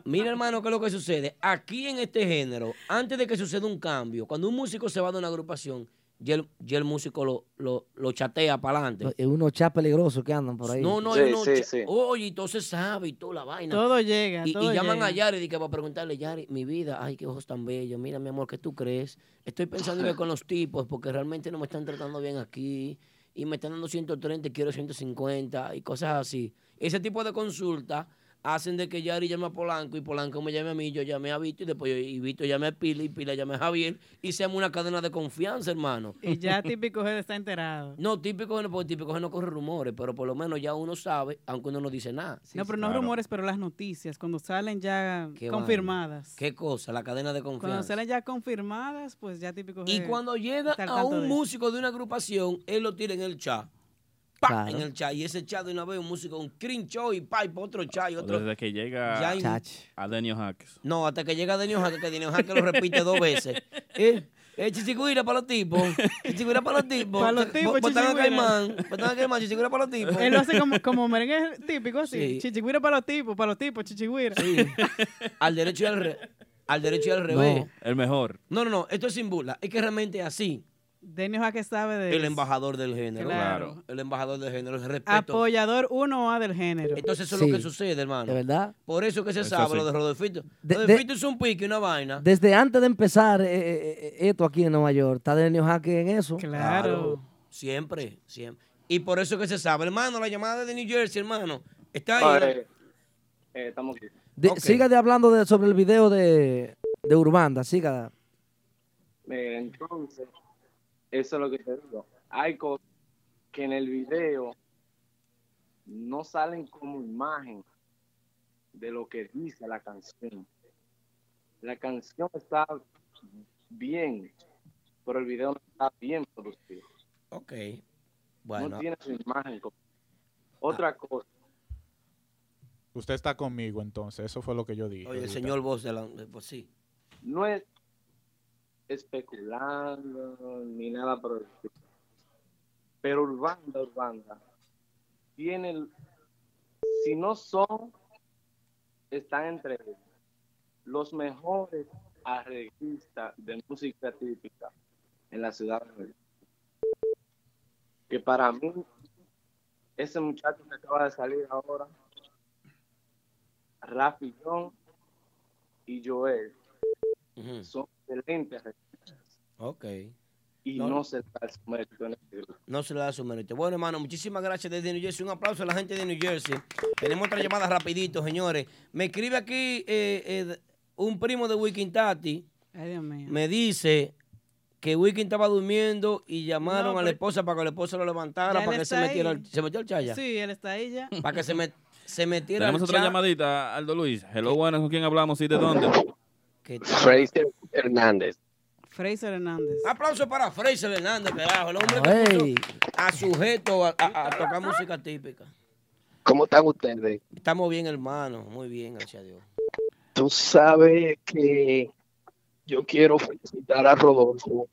Speaker 5: Mira, hermano, ¿qué es lo que sucede? Aquí en este género, antes de que suceda un cambio, cuando un músico se va de una agrupación, ya el, ya el músico lo, lo, lo chatea para adelante.
Speaker 6: Es Eh, unos chats peligrosos que andan por ahí
Speaker 5: No, no, hay uno cha- Oye, entonces sabe y toda la vaina.
Speaker 4: Todo llega,
Speaker 5: Y, y
Speaker 4: todo
Speaker 5: llaman
Speaker 4: llega.
Speaker 5: a Yari y que para preguntarle, Yari, mi vida, ay, qué ojos tan bellos. Mira, mi amor, ¿qué tú crees? Estoy pensando en ir con los tipos porque realmente no me están tratando bien aquí. Y me están dando 130, y quiero 150 y cosas así. Ese tipo de consultas hacen de que Yari llame a Polanco y Polanco me llame a mí, yo llame a Vito y después yo, y Vito llame a Pila y Pila llame a Javier y seamos una cadena de confianza, hermano.
Speaker 4: Y ya típico G está enterado.
Speaker 5: No, típico, no, porque típico no corre rumores, pero por lo menos ya uno sabe, aunque uno no dice nada.
Speaker 4: no, pero no rumores, pero las noticias, cuando salen ya
Speaker 5: Qué
Speaker 4: confirmadas.
Speaker 5: vaina. ¿Qué cosa? La cadena de
Speaker 4: Cuando
Speaker 5: confianza.
Speaker 4: salen ya confirmadas, pues ya típico
Speaker 5: Y
Speaker 4: G
Speaker 5: cuando llega
Speaker 4: está al
Speaker 5: a
Speaker 4: tanto
Speaker 5: un
Speaker 4: de-
Speaker 5: músico de una agrupación, él lo tira en el chat. ¡Pa!
Speaker 6: Claro.
Speaker 5: En el chat. Y ese chat de una vez un músico, un crincho y pa, y pa otro chat y otro.
Speaker 3: Desde que llega
Speaker 5: Ya hay-
Speaker 3: a Daniel Hacks.
Speaker 5: No, hasta que llega Daniel Jaque, que Daniel Jaque lo repite dos veces. ¿Eh? Eh, chichiguira para los tipos. Chichiguira para los tipos.
Speaker 4: Para los tipos,
Speaker 5: Bo- Botana
Speaker 4: chichiguira.
Speaker 5: Caimán. Botana Caimán, chichiguira para los tipos.
Speaker 4: Él lo hace como, como merengue típico así.
Speaker 5: Sí.
Speaker 4: Chichigüira para los tipos, para los tipos, chichigüira.
Speaker 5: Al derecho y al, re- al derecho y al revés.
Speaker 3: El mejor.
Speaker 5: No, no, no. Esto es sin burla. Es que realmente es así.
Speaker 4: Denio Jaque sabe de
Speaker 5: El
Speaker 4: eso.
Speaker 5: embajador del género.
Speaker 4: Claro.
Speaker 5: El embajador del género. El respeto.
Speaker 4: Apoyador 1A del género.
Speaker 5: Entonces eso es lo que sucede, hermano.
Speaker 6: de verdad
Speaker 5: Por eso que se
Speaker 6: Eso
Speaker 5: sabe
Speaker 6: sí.
Speaker 5: lo de Rodolfito.
Speaker 6: De-
Speaker 5: Rodolfito es un pique, una vaina.
Speaker 6: desde antes de empezar eh, eh, eh, esto aquí en Nueva York está Daniel Jaque en eso
Speaker 5: Siempre, siempre. Y por eso que se sabe, hermano, la llamada de New Jersey, hermano. Está ahí.
Speaker 11: Padre, eh, estamos aquí.
Speaker 6: De- Siga de hablando de, sobre el video de, de Urbanda, siga.
Speaker 11: Eh, entonces, eso es lo que te digo. Hay cosas que en el video no salen como imagen de lo que dice la canción. La canción está bien, pero el video no está bien producido.
Speaker 5: Ok. Bueno.
Speaker 11: No tiene su imagen. como- Otra cosa.
Speaker 8: Usted está conmigo, entonces. Eso fue lo que yo dije.
Speaker 5: Oye, el
Speaker 8: ahorita.
Speaker 5: señor voz de la... de- Pues sí.
Speaker 11: no es especulando ni nada por el estilo. Pero Urbanda, Urbanda, tiene, el- si no son, están entre ellos. los mejores arreglistas de música típica en la ciudad de Nueva York. Que para mí, ese muchacho que acaba de salir ahora, Rafi John y Joel, son excelentes arreglistas.
Speaker 5: Ok.
Speaker 11: Y
Speaker 5: No,
Speaker 11: no,
Speaker 5: no.
Speaker 11: se le da su mérito en este grupo.
Speaker 5: No se le da su mérito. Bueno, hermano, muchísimas gracias desde New Jersey. Un aplauso a la gente de New Jersey. Tenemos otra llamada rapidito, señores. Me escribe aquí eh, eh, un primo de Wiking Tati.
Speaker 4: Ay, Dios mío.
Speaker 5: Me dice que Wiking estaba durmiendo y llamaron
Speaker 4: No,
Speaker 5: a la
Speaker 4: pero-
Speaker 5: esposa para que la esposa lo levantara,
Speaker 4: Ya
Speaker 5: para
Speaker 4: él
Speaker 5: que se
Speaker 4: está
Speaker 5: metiera
Speaker 4: ahí.
Speaker 5: el, ¿Se metió el chaya?
Speaker 4: Sí, él está ahí ya.
Speaker 5: Para que se, me- se metiera
Speaker 3: Tenemos
Speaker 5: el
Speaker 3: otra
Speaker 5: cha-
Speaker 3: llamadita, Aldo Luis. Hello, buenas, ¿con quién hablamos y de dónde?
Speaker 12: Fraser Hernández.
Speaker 4: Fraser Hernández.
Speaker 5: Aplauso para Fraser Hernández, carajo. El hombre que
Speaker 12: Ey.
Speaker 5: puso a sujeto a, a- a tocar música típica.
Speaker 12: ¿Cómo están ustedes?
Speaker 5: Estamos bien, hermano. Muy bien, gracias a Dios.
Speaker 12: Tú sabes que yo quiero felicitar a Rodolfo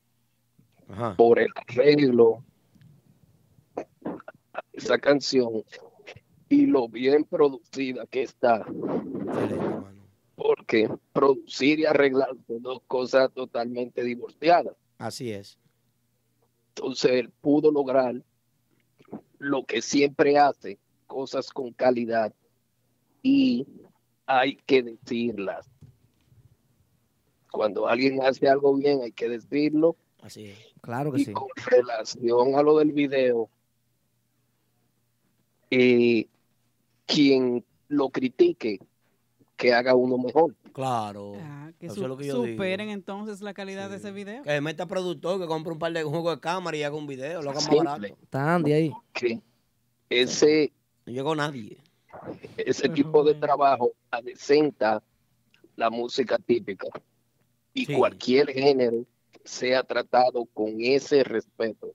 Speaker 12: por el arreglo a esa canción y lo bien producida que está. Porque producir y arreglar son dos cosas totalmente divorciadas.
Speaker 5: Así es.
Speaker 12: Entonces él pudo lograr lo que siempre hace, cosas con calidad y hay que decirlas. Cuando alguien hace algo bien hay que decirlo.
Speaker 5: Así es.
Speaker 6: Claro que sí.
Speaker 12: Con relación a lo del video, eh, quien lo critique, que haga uno mejor.
Speaker 5: Claro.
Speaker 4: Que
Speaker 5: Eso es lo que yo digo.
Speaker 4: superen entonces la calidad de ese video.
Speaker 5: Que meta productor, que compre un par de un juego de cámara y haga un video, lo haga más
Speaker 12: Simple.
Speaker 5: barato.
Speaker 6: Está Andy ahí.
Speaker 12: que ese
Speaker 5: no llegó nadie
Speaker 12: ese tipo de trabajo adecenta la música típica y cualquier género sea tratado con ese respeto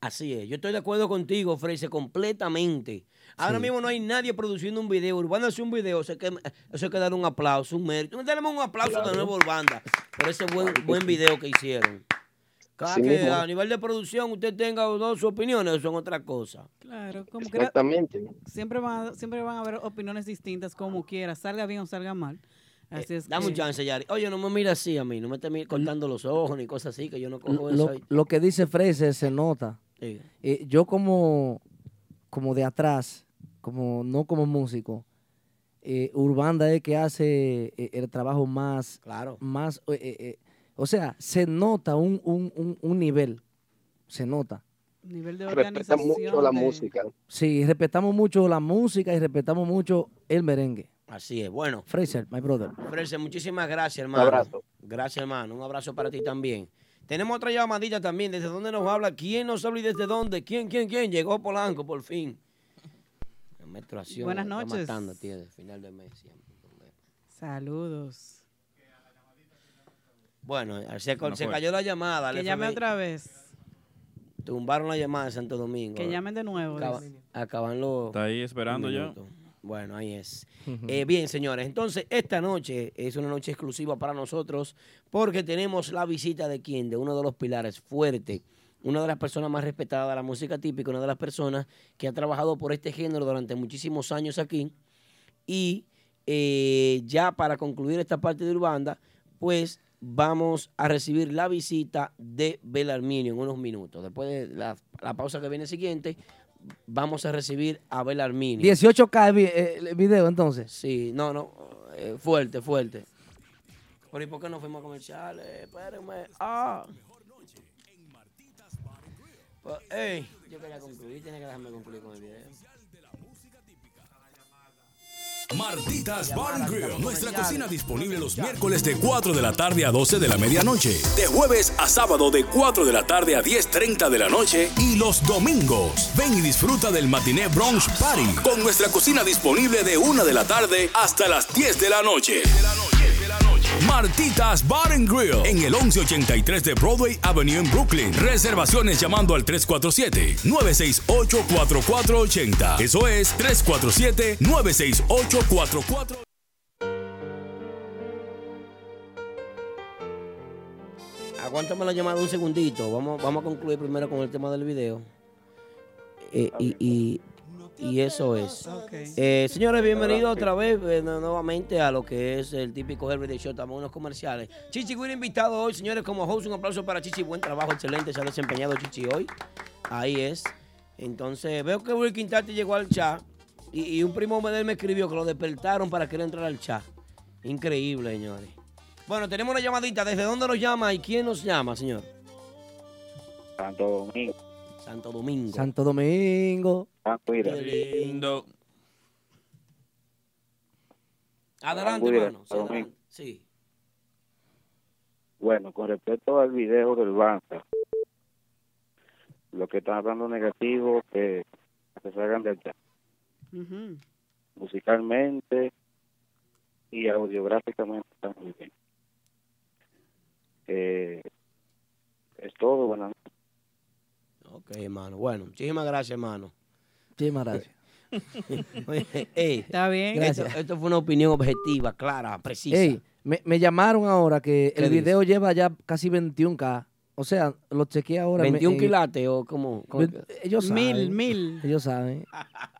Speaker 5: Así es, yo estoy de acuerdo contigo, Freise, completamente. Ahora
Speaker 12: Sí.
Speaker 5: mismo no hay nadie produciendo un video. Urbanda hace un video, eso hay que, eso hay que dar un aplauso, un mérito. Dale un aplauso de
Speaker 12: Claro.
Speaker 5: nuevo a Urbanda por ese buen, buen video que hicieron. Cada
Speaker 12: Sí,
Speaker 5: que
Speaker 12: mismo.
Speaker 5: a nivel de producción usted tenga o no sus opiniones, eso son otra cosa.
Speaker 4: Claro, como que era-
Speaker 12: exactamente
Speaker 4: siempre van, a- siempre van a haber opiniones distintas, como quiera, salga bien o salga mal.
Speaker 5: Eh,
Speaker 4: Así es.
Speaker 5: Dame
Speaker 4: que-
Speaker 5: un chance, Yari. Oye, no me mira así a mí, no me estés mi- cortando los ojos ni cosas así, que yo no cojo
Speaker 6: Lo,
Speaker 5: eso. ahí.
Speaker 6: lo que dice Fraser se nota.
Speaker 5: Sí.
Speaker 6: Eh, yo como, como de atrás, como no como músico, eh, Urbanda es que hace eh, el trabajo más...
Speaker 5: Claro.
Speaker 6: Más, eh, eh, eh, o sea, se nota un, un- un- un nivel. Se nota.
Speaker 4: Nivel de
Speaker 12: respeta
Speaker 4: organización.
Speaker 12: mucho la
Speaker 4: de-
Speaker 12: música
Speaker 6: Sí, respetamos mucho la música y respetamos mucho el merengue.
Speaker 5: Así es, bueno.
Speaker 6: Fraser, my brother.
Speaker 5: Frese, muchísimas gracias, hermano.
Speaker 6: abrazo.
Speaker 5: Gracias, hermano. Un abrazo para ti también. Tenemos otra llamadita también. ¿Desde dónde nos habla? ¿Quién nos habla y desde dónde? ¿Quién, quién, quién? Llegó Polanco, por fin. La menstruación
Speaker 4: Buenas
Speaker 5: me está
Speaker 4: noches.
Speaker 5: matando, tío, de final de mes. siempre.
Speaker 4: Saludos.
Speaker 5: Bueno, se,
Speaker 4: No
Speaker 5: se
Speaker 4: fue.
Speaker 5: cayó la llamada. al
Speaker 4: Que llame
Speaker 5: FMI.
Speaker 4: otra vez.
Speaker 5: Tumbaron la llamada de Santo Domingo.
Speaker 4: Que llamen de nuevo.
Speaker 5: Acaba-
Speaker 4: dice.
Speaker 5: acaban los.
Speaker 3: Está ahí esperando ya.
Speaker 5: minutos. Bueno, ahí es. Eh, bien, señores, entonces esta noche es una noche exclusiva para nosotros porque tenemos la visita de quien, de uno de los pilares fuertes, una de las personas más respetadas de la música típica, una de las personas que ha trabajado por este género durante muchísimos años aquí. Y eh, ya para concluir esta parte de Urbanda, pues vamos a recibir la visita de Belarminio en unos minutos. Después de la, la pausa que viene siguiente, vamos a recibir a Belarminio.
Speaker 6: 18K el vi- eh, el video entonces.
Speaker 5: Sí, no, no. eh, fuerte, fuerte. Pero ¿y por qué no fuimos a comerciales? Espérenme. Ah. Pues, ey, yo quería concluir, tiene que dejarme concluir con el video.
Speaker 1: Martitas Bar and Grill. Nuestra cocina disponible los miércoles de 4 de la tarde a 12 de la medianoche. De jueves a sábado de 4 de la tarde a 10.30 de la noche. Y los domingos. Ven y disfruta del matiné brunch party. Con nuestra cocina disponible de 1 de la tarde hasta las 10 de la noche. Martitas Bar and Grill en el 1183 de Broadway Avenue en Brooklyn. Reservaciones llamando al 347-968-4480. Eso es 347-968-4480.
Speaker 5: Aguántame la llamada un segundito. Vamos, vamos a concluir primero con el tema del video. Eh, y, y Y eso es.
Speaker 4: Ok.
Speaker 5: Eh, señores, bienvenidos otra vez eh, nu- nuevamente a lo que es el típico Herbert Show. Estamos en unos comerciales. Chichi Guira invitado hoy, señores, como host. Un aplauso para Chichi. Buen trabajo, excelente. Se ha desempeñado Chichi hoy. Ahí es. Entonces, veo que Will Quintarte llegó al chat. Y, y un primo de él me escribió que lo despertaron para querer entrar al chat. Increíble, señores. Bueno, tenemos una llamadita. ¿Desde dónde nos llama y quién nos llama, señor?
Speaker 13: Santo Domingo.
Speaker 5: Santo Domingo.
Speaker 6: Santo Domingo.
Speaker 5: lindo. Adelante,
Speaker 13: Cuida,
Speaker 5: hermano. Sí,
Speaker 13: Santo
Speaker 5: adelante.
Speaker 13: Domingo.
Speaker 5: Sí.
Speaker 13: Bueno, con respecto al video del Banza, lo que están hablando negativo, que se salgan del chat
Speaker 4: Ujú.
Speaker 13: musicalmente y audiográficamente está muy bien. Eh, es todo, buenas noches.
Speaker 5: Ok, hermano. Bueno, muchísimas gracias, hermano.
Speaker 6: Muchísimas gracias.
Speaker 4: Está bien.
Speaker 5: Esto,
Speaker 6: Gracias.
Speaker 5: esto fue una opinión objetiva, clara, precisa.
Speaker 6: Ey, me, me llamaron ahora que
Speaker 5: ¿Qué
Speaker 6: el video lleva ya casi 21K. O sea, lo chequeé ahora. me-
Speaker 5: 21
Speaker 6: en-
Speaker 5: quilates o como. como-
Speaker 6: Ve- Ellos
Speaker 4: Mil,
Speaker 6: saben.
Speaker 4: mil.
Speaker 6: Ellos saben.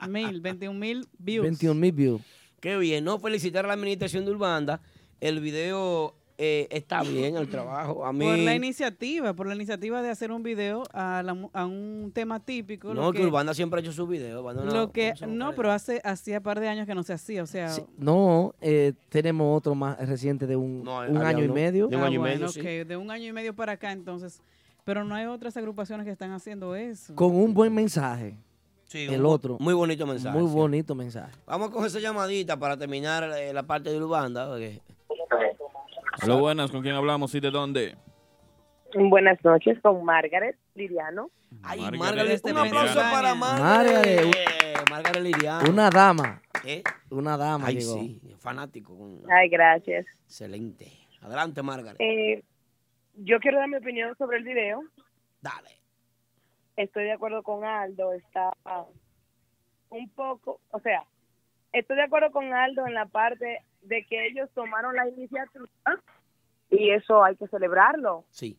Speaker 4: Mil, 21 mil views.
Speaker 6: 21 mil views.
Speaker 5: Qué bien, ¿no? Felicitar a la administración de Urbanda. El video eh, está bien, el trabajo. A mí.
Speaker 4: Por la iniciativa, por la iniciativa de hacer un video a, la mu- a un tema típico. lo
Speaker 5: no, que Urbanda siempre ha hecho sus videos. Urbanda no-
Speaker 4: lo que no, pero hace hacía par de años que no se hacía, o sea,
Speaker 6: No, eh, tenemos otro más reciente de un,
Speaker 5: No,
Speaker 6: un
Speaker 5: había
Speaker 6: año y
Speaker 5: uno
Speaker 6: medio.
Speaker 5: de un Ah, año y medio,
Speaker 4: bueno, ok, de un año y medio para acá, entonces, pero no hay otras agrupaciones que están haciendo eso.
Speaker 6: Con un buen mensaje.
Speaker 5: Sí, un
Speaker 6: el
Speaker 5: bu-
Speaker 6: otro.
Speaker 5: muy bonito mensaje,
Speaker 6: Muy
Speaker 5: sí.
Speaker 6: bonito mensaje.
Speaker 5: Vamos con esa llamadita para terminar eh, la parte de Urbanda. porque-
Speaker 3: Hola, buenas, ¿con quién hablamos y de dónde?
Speaker 14: Buenas noches con Margaret Liriano.
Speaker 5: Ay,
Speaker 3: Margaret,
Speaker 5: Margaret, un
Speaker 3: Liriano.
Speaker 5: aplauso para
Speaker 6: Margaret.
Speaker 5: Margaret. Eh, Margaret Liriano.
Speaker 6: Una dama.
Speaker 5: ¿Eh?
Speaker 6: Una dama.
Speaker 5: Ay,
Speaker 6: llegó.
Speaker 5: sí, fanático. con-
Speaker 14: Ay, gracias.
Speaker 5: Excelente. Adelante, Margaret.
Speaker 14: Eh, yo quiero dar mi opinión sobre el video.
Speaker 5: Dale.
Speaker 14: Estoy de acuerdo con Aldo. Está un poco, o sea, estoy de acuerdo con Aldo en la parte de que ellos tomaron la iniciativa y eso hay que celebrarlo.
Speaker 5: Sí.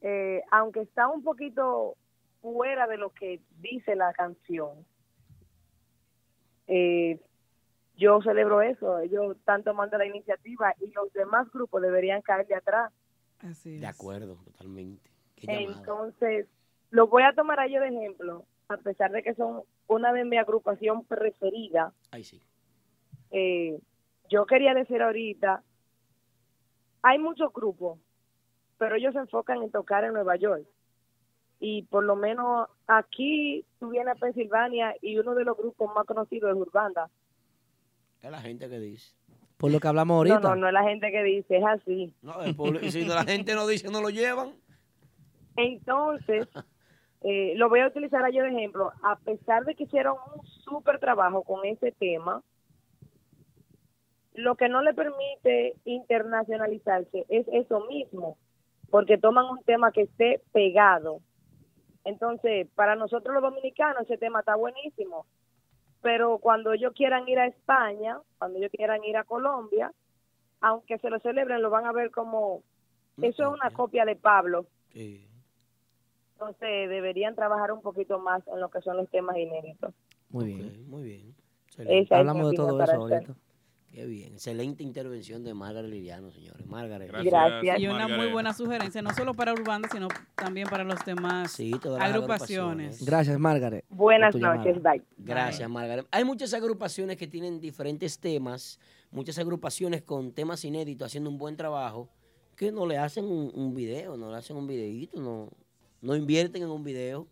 Speaker 14: Eh, aunque está un poquito fuera de lo que dice la canción. Eh, yo celebro eso. Ellos están tomando la iniciativa y los demás grupos deberían caer de atrás.
Speaker 5: De acuerdo, totalmente. Qué llamada.
Speaker 14: Entonces, los voy a tomar a ellos de ejemplo, a pesar de que son una de mi agrupación preferida.
Speaker 5: Ay, sí.
Speaker 14: eh, yo quería decir ahorita, hay muchos grupos, pero ellos se enfocan en tocar en Nueva York. Y por lo menos aquí tú vienes a Pensilvania y uno de los grupos más conocidos es Urbanda.
Speaker 5: Es la gente que dice.
Speaker 6: Por lo que hablamos ahorita.
Speaker 14: No, no, no es la gente que dice, es así.
Speaker 5: No, el pueblo- si la gente no dice, no lo llevan.
Speaker 14: Entonces, eh, lo voy a utilizar a yo de ejemplo. A pesar de que hicieron un súper trabajo con ese tema, lo que no le permite internacionalizarse es eso mismo, porque toman un tema que esté pegado. Entonces, para nosotros los dominicanos ese tema está buenísimo, pero cuando ellos quieran ir a España, cuando ellos quieran ir a Colombia, aunque se lo celebren, lo van a ver como, eso es una copia de Pablo.
Speaker 5: Sí.
Speaker 14: Entonces deberían trabajar un poquito más en lo que son los temas inéditos.
Speaker 6: Muy bien.
Speaker 5: Muy bien.
Speaker 14: Esa es mi
Speaker 6: Hablamos de todo
Speaker 14: opinión
Speaker 6: eso
Speaker 14: para
Speaker 6: ahorita.
Speaker 5: Qué bien. Excelente intervención de Margaret Liriano, señores. Margaret.
Speaker 4: Y una muy buena sugerencia, no solo para Urbanda, sino también para los demás
Speaker 5: todas las
Speaker 4: agrupaciones.
Speaker 6: Gracias, Margaret. por
Speaker 14: Buenas
Speaker 6: tu llamada.
Speaker 5: Gracias, Margaret. Hay muchas agrupaciones que tienen diferentes temas, muchas agrupaciones con temas inéditos haciendo un buen trabajo, que no le hacen un, un video, no le hacen un videíto, no, no invierten en un video.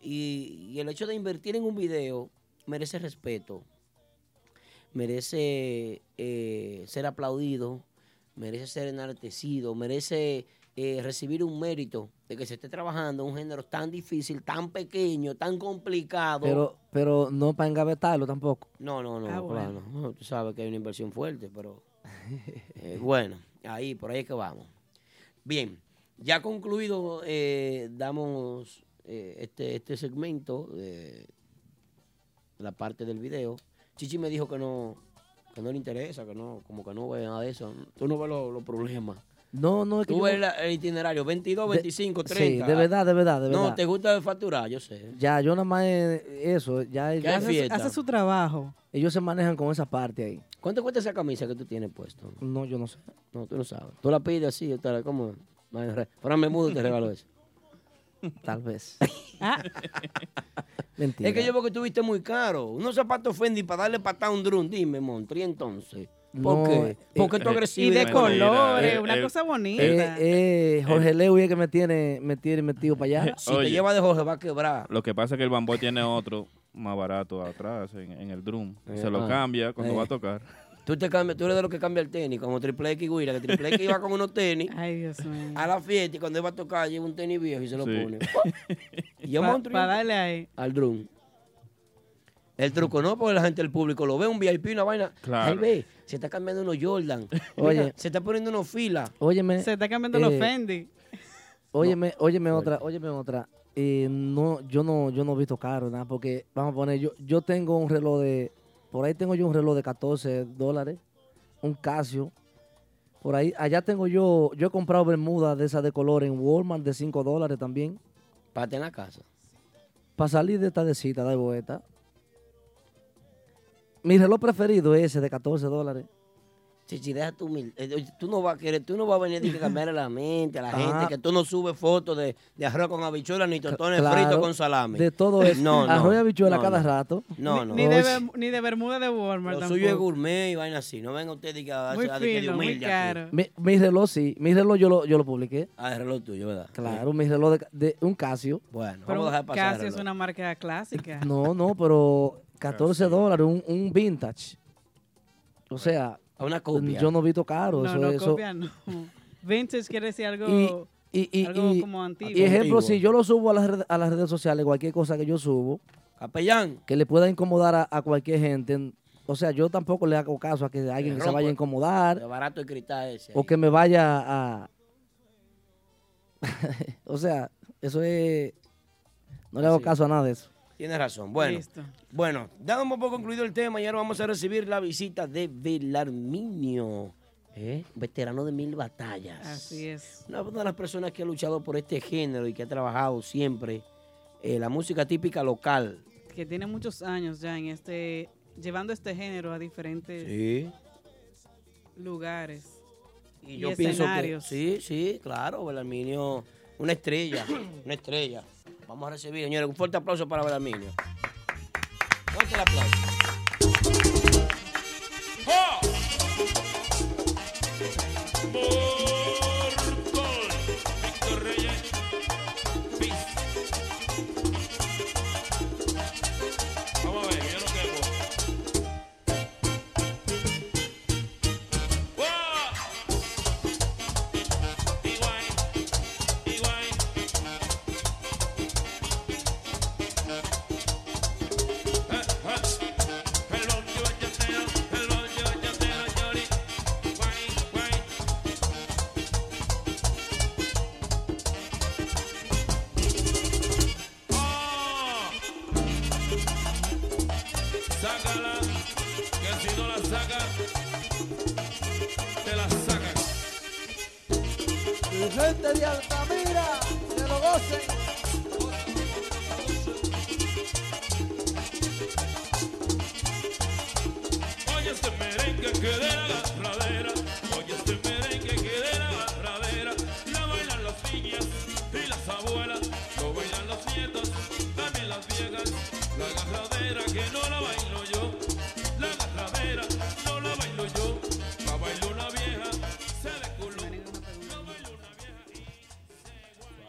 Speaker 5: Y, y el hecho de invertir en un video merece respeto, merece eh, ser aplaudido, merece ser enaltecido, merece eh, recibir un mérito de que se esté trabajando en un género tan difícil, tan pequeño, tan complicado.
Speaker 6: Pero, pero no para engavetarlo tampoco.
Speaker 5: No, no, no,
Speaker 6: Ah,
Speaker 5: claro,
Speaker 6: bueno.
Speaker 5: no. Tú sabes que hay una inversión fuerte, pero eh, bueno, ahí, por ahí es que vamos. Bien, ya concluido, eh, damos eh, este, este segmento de la parte del video. Chichi me dijo que no, que no le interesa, que no, como que no ve nada de eso. Tú no ves los los problemas
Speaker 6: No, no es que
Speaker 5: Tú
Speaker 6: yo-
Speaker 5: ves la- el itinerario, 22,
Speaker 6: De-
Speaker 5: 25,
Speaker 6: sí,
Speaker 5: 30.
Speaker 6: de verdad, de verdad, de
Speaker 5: No,
Speaker 6: verdad.
Speaker 5: te gusta facturar, yo sé.
Speaker 6: Ya, yo nada más eh, eso, ya
Speaker 5: ¿Qué hay Hace su- fiesta? hace su
Speaker 6: trabajo. Ellos se manejan con esa parte ahí.
Speaker 5: ¿Cuánto cuesta esa camisa que tú tienes puesto?
Speaker 6: No, yo no sé.
Speaker 5: No, tú no sabes. Tú la pides así, yo te la como. Fran Memudo te regaló eso.
Speaker 6: Tal vez.
Speaker 5: Es que yo veo que tuviste muy caro. Unos zapatos Fendi para darle patada a un drum. Dime, Montri, entonces. ¿Por
Speaker 6: No,
Speaker 5: qué? ¿Por qué tú
Speaker 6: eh,
Speaker 5: agresivo?
Speaker 4: Y de
Speaker 5: eres?
Speaker 4: colores,
Speaker 6: eh,
Speaker 4: una
Speaker 6: eh,
Speaker 4: cosa bonita.
Speaker 6: Eh, eh, Jorge Leu es que me tiene, me tiene metido para allá.
Speaker 3: Si te Oye. lleva
Speaker 5: de Jorge va a quebrar.
Speaker 3: Lo que pasa es que el bambó tiene otro más barato atrás en, en el drum.
Speaker 5: Eh,
Speaker 3: se lo
Speaker 5: ah,
Speaker 3: cambia cuando
Speaker 5: eh.
Speaker 3: va a tocar.
Speaker 5: Tú, te cambias, tú eres de los que cambia el tenis, como Triple X Guira, que Triple X iba con unos tenis a la fiesta y cuando iba a tocar lleva un tenis viejo y se lo
Speaker 3: Sí.
Speaker 5: pone. y yo
Speaker 4: Pa-
Speaker 5: Montri,
Speaker 4: pa' darle ahí.
Speaker 5: al drum. El truco no, porque la gente del público lo ve, un VIP, una vaina.
Speaker 6: Claro.
Speaker 5: Ahí ve, se está cambiando unos Jordan.
Speaker 6: Oye.
Speaker 5: Oye. Se está poniendo unos Eh, filas.
Speaker 6: Óyeme.
Speaker 5: Se está
Speaker 4: cambiando los
Speaker 5: Fendi.
Speaker 6: Óyeme, óyeme otra, óyeme otra. Eh, no, yo no, yo no he visto caro, nada, porque vamos a poner, yo, yo tengo un reloj de, por ahí tengo yo un reloj de 14 dólares, un Casio. Por ahí, allá tengo yo, yo he comprado bermudas de esas de color en Walmart de 5 dólares también.
Speaker 5: Para tener la casa.
Speaker 6: Para salir de esta tardecita, de boeta. Mi reloj preferido es ese de 14 dólares.
Speaker 5: Chichi, deja tu humil- eh, oye, Tú no vas a querer, tú no vas a venir de que cambiarle la mente a la
Speaker 6: Ah.
Speaker 5: gente, que tú no subes fotos de, de arroz con habichuela ni tostones
Speaker 6: Claro,
Speaker 5: fritos con salami.
Speaker 6: De todo eso.
Speaker 5: No, no.
Speaker 6: Arroz y habichuela
Speaker 5: no,
Speaker 6: cada
Speaker 5: no.
Speaker 6: rato.
Speaker 5: No, no.
Speaker 4: Ni de, berm- ni de Bermuda de Walmart
Speaker 5: Lo
Speaker 4: tampoco.
Speaker 5: suyo es gourmet y vaina así. No venga usted y que a,
Speaker 4: Muy
Speaker 5: a- de que de
Speaker 4: fino, muy
Speaker 5: humilde aquí.
Speaker 4: caro.
Speaker 6: Mi, mi reloj sí, mi reloj yo lo, yo lo publiqué.
Speaker 5: Ah, el reloj tuyo, ¿verdad?
Speaker 6: Claro, mi reloj de, de un Casio.
Speaker 5: Bueno,
Speaker 4: Pero
Speaker 5: vamos a dejar pasar el
Speaker 4: Casio es
Speaker 5: reloj.
Speaker 4: una marca clásica.
Speaker 6: No, no, pero 14 dólares, un, un vintage. O sea,
Speaker 5: A una copia.
Speaker 6: yo no he visto caro.
Speaker 4: no,
Speaker 6: eso,
Speaker 4: no,
Speaker 6: eso-
Speaker 4: copia no. Vintage quiere decir algo,
Speaker 6: y, y-
Speaker 4: algo
Speaker 6: y-
Speaker 4: como antiguo.
Speaker 6: y ejemplo, si yo lo subo a las, red- a las redes sociales, cualquier cosa que yo subo,
Speaker 5: capellán,
Speaker 6: que le pueda incomodar a, a cualquier gente, o sea, yo tampoco le hago caso a que alguien que se
Speaker 5: rompo.
Speaker 6: vaya a incomodar
Speaker 5: De barato el cristal ese.
Speaker 6: o que me vaya a... o sea, eso es... No le hago caso a nada de eso.
Speaker 5: Tienes razón. Bueno,
Speaker 6: Listo.
Speaker 5: bueno, damos por concluido el tema y ahora vamos a recibir la visita de Belarminio, ¿eh? veterano de mil batallas.
Speaker 4: Así es.
Speaker 5: Una de las personas que ha luchado por este género y que ha trabajado siempre eh, la música típica local.
Speaker 4: Que tiene muchos años ya en este, llevando este género a diferentes lugares y, escenarios.
Speaker 5: sí, sí, claro, Belarminio, una estrella, una estrella. Vamos a recibir, señores, un fuerte aplauso para Belarminio. Fuerte el aplauso.
Speaker 2: Vamos a ver, yo no quemo. Sácala, que si no la sacas, te la sacan.
Speaker 7: Mi gente de Altamira, que lo gocen.
Speaker 2: Oye este merengue que de la agarradera, oye este merengue que de la agarradera, la bailan las niñas y las abuelas, lo bailan los nietos, también las viejas, la agarradera que no la bailo yo, la agarradera no la bailo yo, la bailo una vieja, se desculó.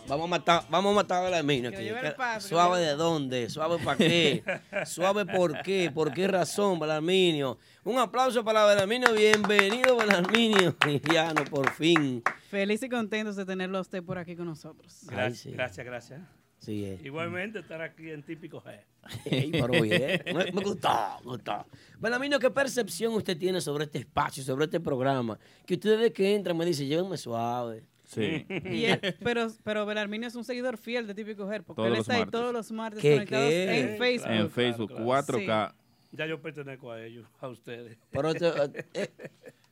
Speaker 5: Vamos a matar, vamos a matar a la mina.
Speaker 2: Que
Speaker 5: aquí.
Speaker 2: lo lleve el padre,
Speaker 5: suave
Speaker 2: que lo-
Speaker 5: de dónde, suave para qué, suave por qué, por qué razón, Belarminio. Un aplauso para Belarminio, bienvenido Belarminio. Cristiano, por fin.
Speaker 4: Feliz y contentos de tenerlo a usted por aquí con nosotros.
Speaker 5: Gracias, Ay, sí.
Speaker 15: Gracias, gracias.
Speaker 5: Sí, es.
Speaker 15: Igualmente estar aquí en Típico G.
Speaker 5: Ey, pero bien. eh. Me, me gustó, me gustó. Belarminio, ¿qué percepción usted tiene sobre este espacio, sobre este programa? Que ustedes que entran me dicen, llévenme suave.
Speaker 3: Sí.
Speaker 4: Y él- pero, pero Belarminio es un seguidor fiel de Típico Her, porque
Speaker 3: Todos
Speaker 4: él
Speaker 3: los
Speaker 4: está ahí
Speaker 3: martes.
Speaker 4: todos los martes
Speaker 5: ¿Qué,
Speaker 4: conectados
Speaker 5: qué?
Speaker 4: en Facebook.
Speaker 3: En Facebook, 4K.
Speaker 15: Ya yo pertenezco a ellos, a ustedes.
Speaker 5: este, eh, Pero esto, eh, eh,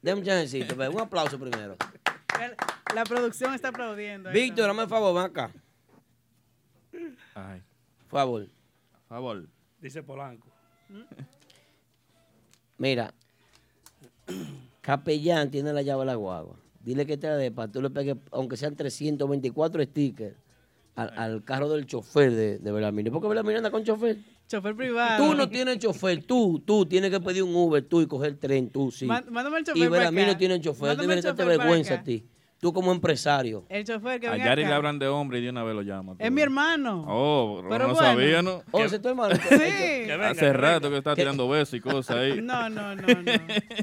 Speaker 5: deme un chancecito, ve, un aplauso primero.
Speaker 4: La producción está aplaudiendo. ahí
Speaker 5: Víctor, dame el favor, ven acá. Favor.
Speaker 3: Favor.
Speaker 15: Dice Polanco.
Speaker 5: Mira, Capellán tiene la llave de la guagua. Dile que te la dé para tú le pegues, aunque sean 324 stickers, al, al carro del chofer de, de Belarmino. ¿Por qué Belarmino anda con chofer?
Speaker 4: Chofer privado.
Speaker 5: Tú no tienes chofer, tú, tú tienes que pedir un Uber, tú y coger tren, tú sí.
Speaker 4: Má- mándame el chofer
Speaker 5: Y
Speaker 4: para
Speaker 5: Belarmino
Speaker 4: acá.
Speaker 5: tiene chofer,
Speaker 4: Mándame
Speaker 5: debe
Speaker 4: el
Speaker 5: darte
Speaker 4: chofer para
Speaker 5: vergüenza
Speaker 4: acá.
Speaker 5: a ti. Tú como empresario.
Speaker 4: El chofer que
Speaker 3: A
Speaker 4: venga
Speaker 3: Yari le
Speaker 4: acá.
Speaker 3: hablan de hombre y de una vez lo llama.
Speaker 4: Es mi hermano.
Speaker 3: Oh,
Speaker 4: Pero
Speaker 3: no
Speaker 4: bueno.
Speaker 3: sabía, ¿no?
Speaker 5: Oh, ese es tu hermano.
Speaker 4: Sí. Que venga,
Speaker 3: Hace
Speaker 4: que
Speaker 3: rato que está tirando besos y cosas ahí.
Speaker 4: No, no, no, no.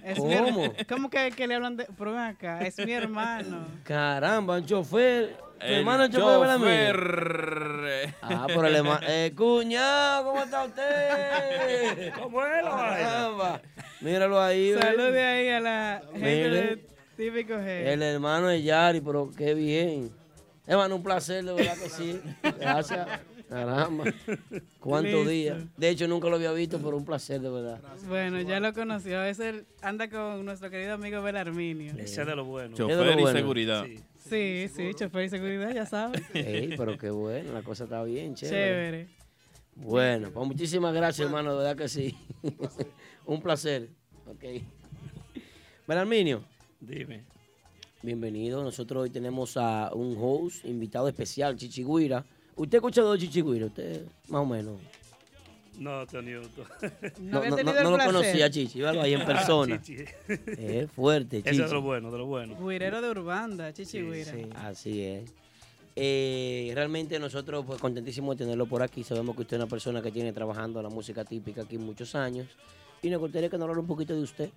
Speaker 4: Es mi her-
Speaker 5: ¿Cómo?
Speaker 4: ¿Cómo que, que le hablan de.? Pero ven acá, es mi hermano.
Speaker 5: Caramba, un chofer. Tu
Speaker 3: El
Speaker 5: hermano es chofer de Belarmino.
Speaker 3: chofer.
Speaker 5: Ah, pero el hermano. Eh, cuñado, ¿cómo está usted?
Speaker 15: ¿Cómo es la vaina?
Speaker 5: Caramba. Míralo ahí. ven.
Speaker 4: Salude ahí a la gente
Speaker 5: Miren.
Speaker 4: de Típico G.
Speaker 5: El hermano de Yari, pero qué bien. Hermano, un placer, de verdad que sí. Gracias. Caramba. ¿Cuántos
Speaker 4: Listo.
Speaker 5: días? De hecho, nunca lo había visto, pero un placer, de verdad.
Speaker 4: Bueno, ya lo conoció. Es el, anda con nuestro querido amigo Belarminio.
Speaker 15: Ese es de lo bueno.
Speaker 5: Chofer Es de lo y bueno. seguridad.
Speaker 4: Sí, sí, chofer y seguridad, ya sabes.
Speaker 5: Ey, pero qué bueno, la cosa está bien, chévere.
Speaker 4: Chévere.
Speaker 5: Bueno, pues muchísimas gracias, hermano, de verdad que sí. un placer. Ok. Belarminio.
Speaker 15: Dime.
Speaker 5: Bienvenido. Nosotros hoy tenemos a un host, invitado especial, Chichiguira. ¿Usted ha escuchado de Chichiguira? Usted, más o menos.
Speaker 15: No, Tony. tú-
Speaker 5: No, no, no, no lo conocía, Chichi. Véalo ahí en
Speaker 15: Ah,
Speaker 5: persona.
Speaker 15: Chichi.
Speaker 5: Es fuerte, Chichi.
Speaker 15: Eso es de lo bueno, de lo bueno.
Speaker 4: Guirero de Urbanda, Chichi Guira.
Speaker 5: Así es. Eh, realmente nosotros pues contentísimos de tenerlo por aquí. Sabemos que usted es una persona que tiene trabajando la música típica aquí muchos años. Y nos gustaría que nos hablara un poquito de usted.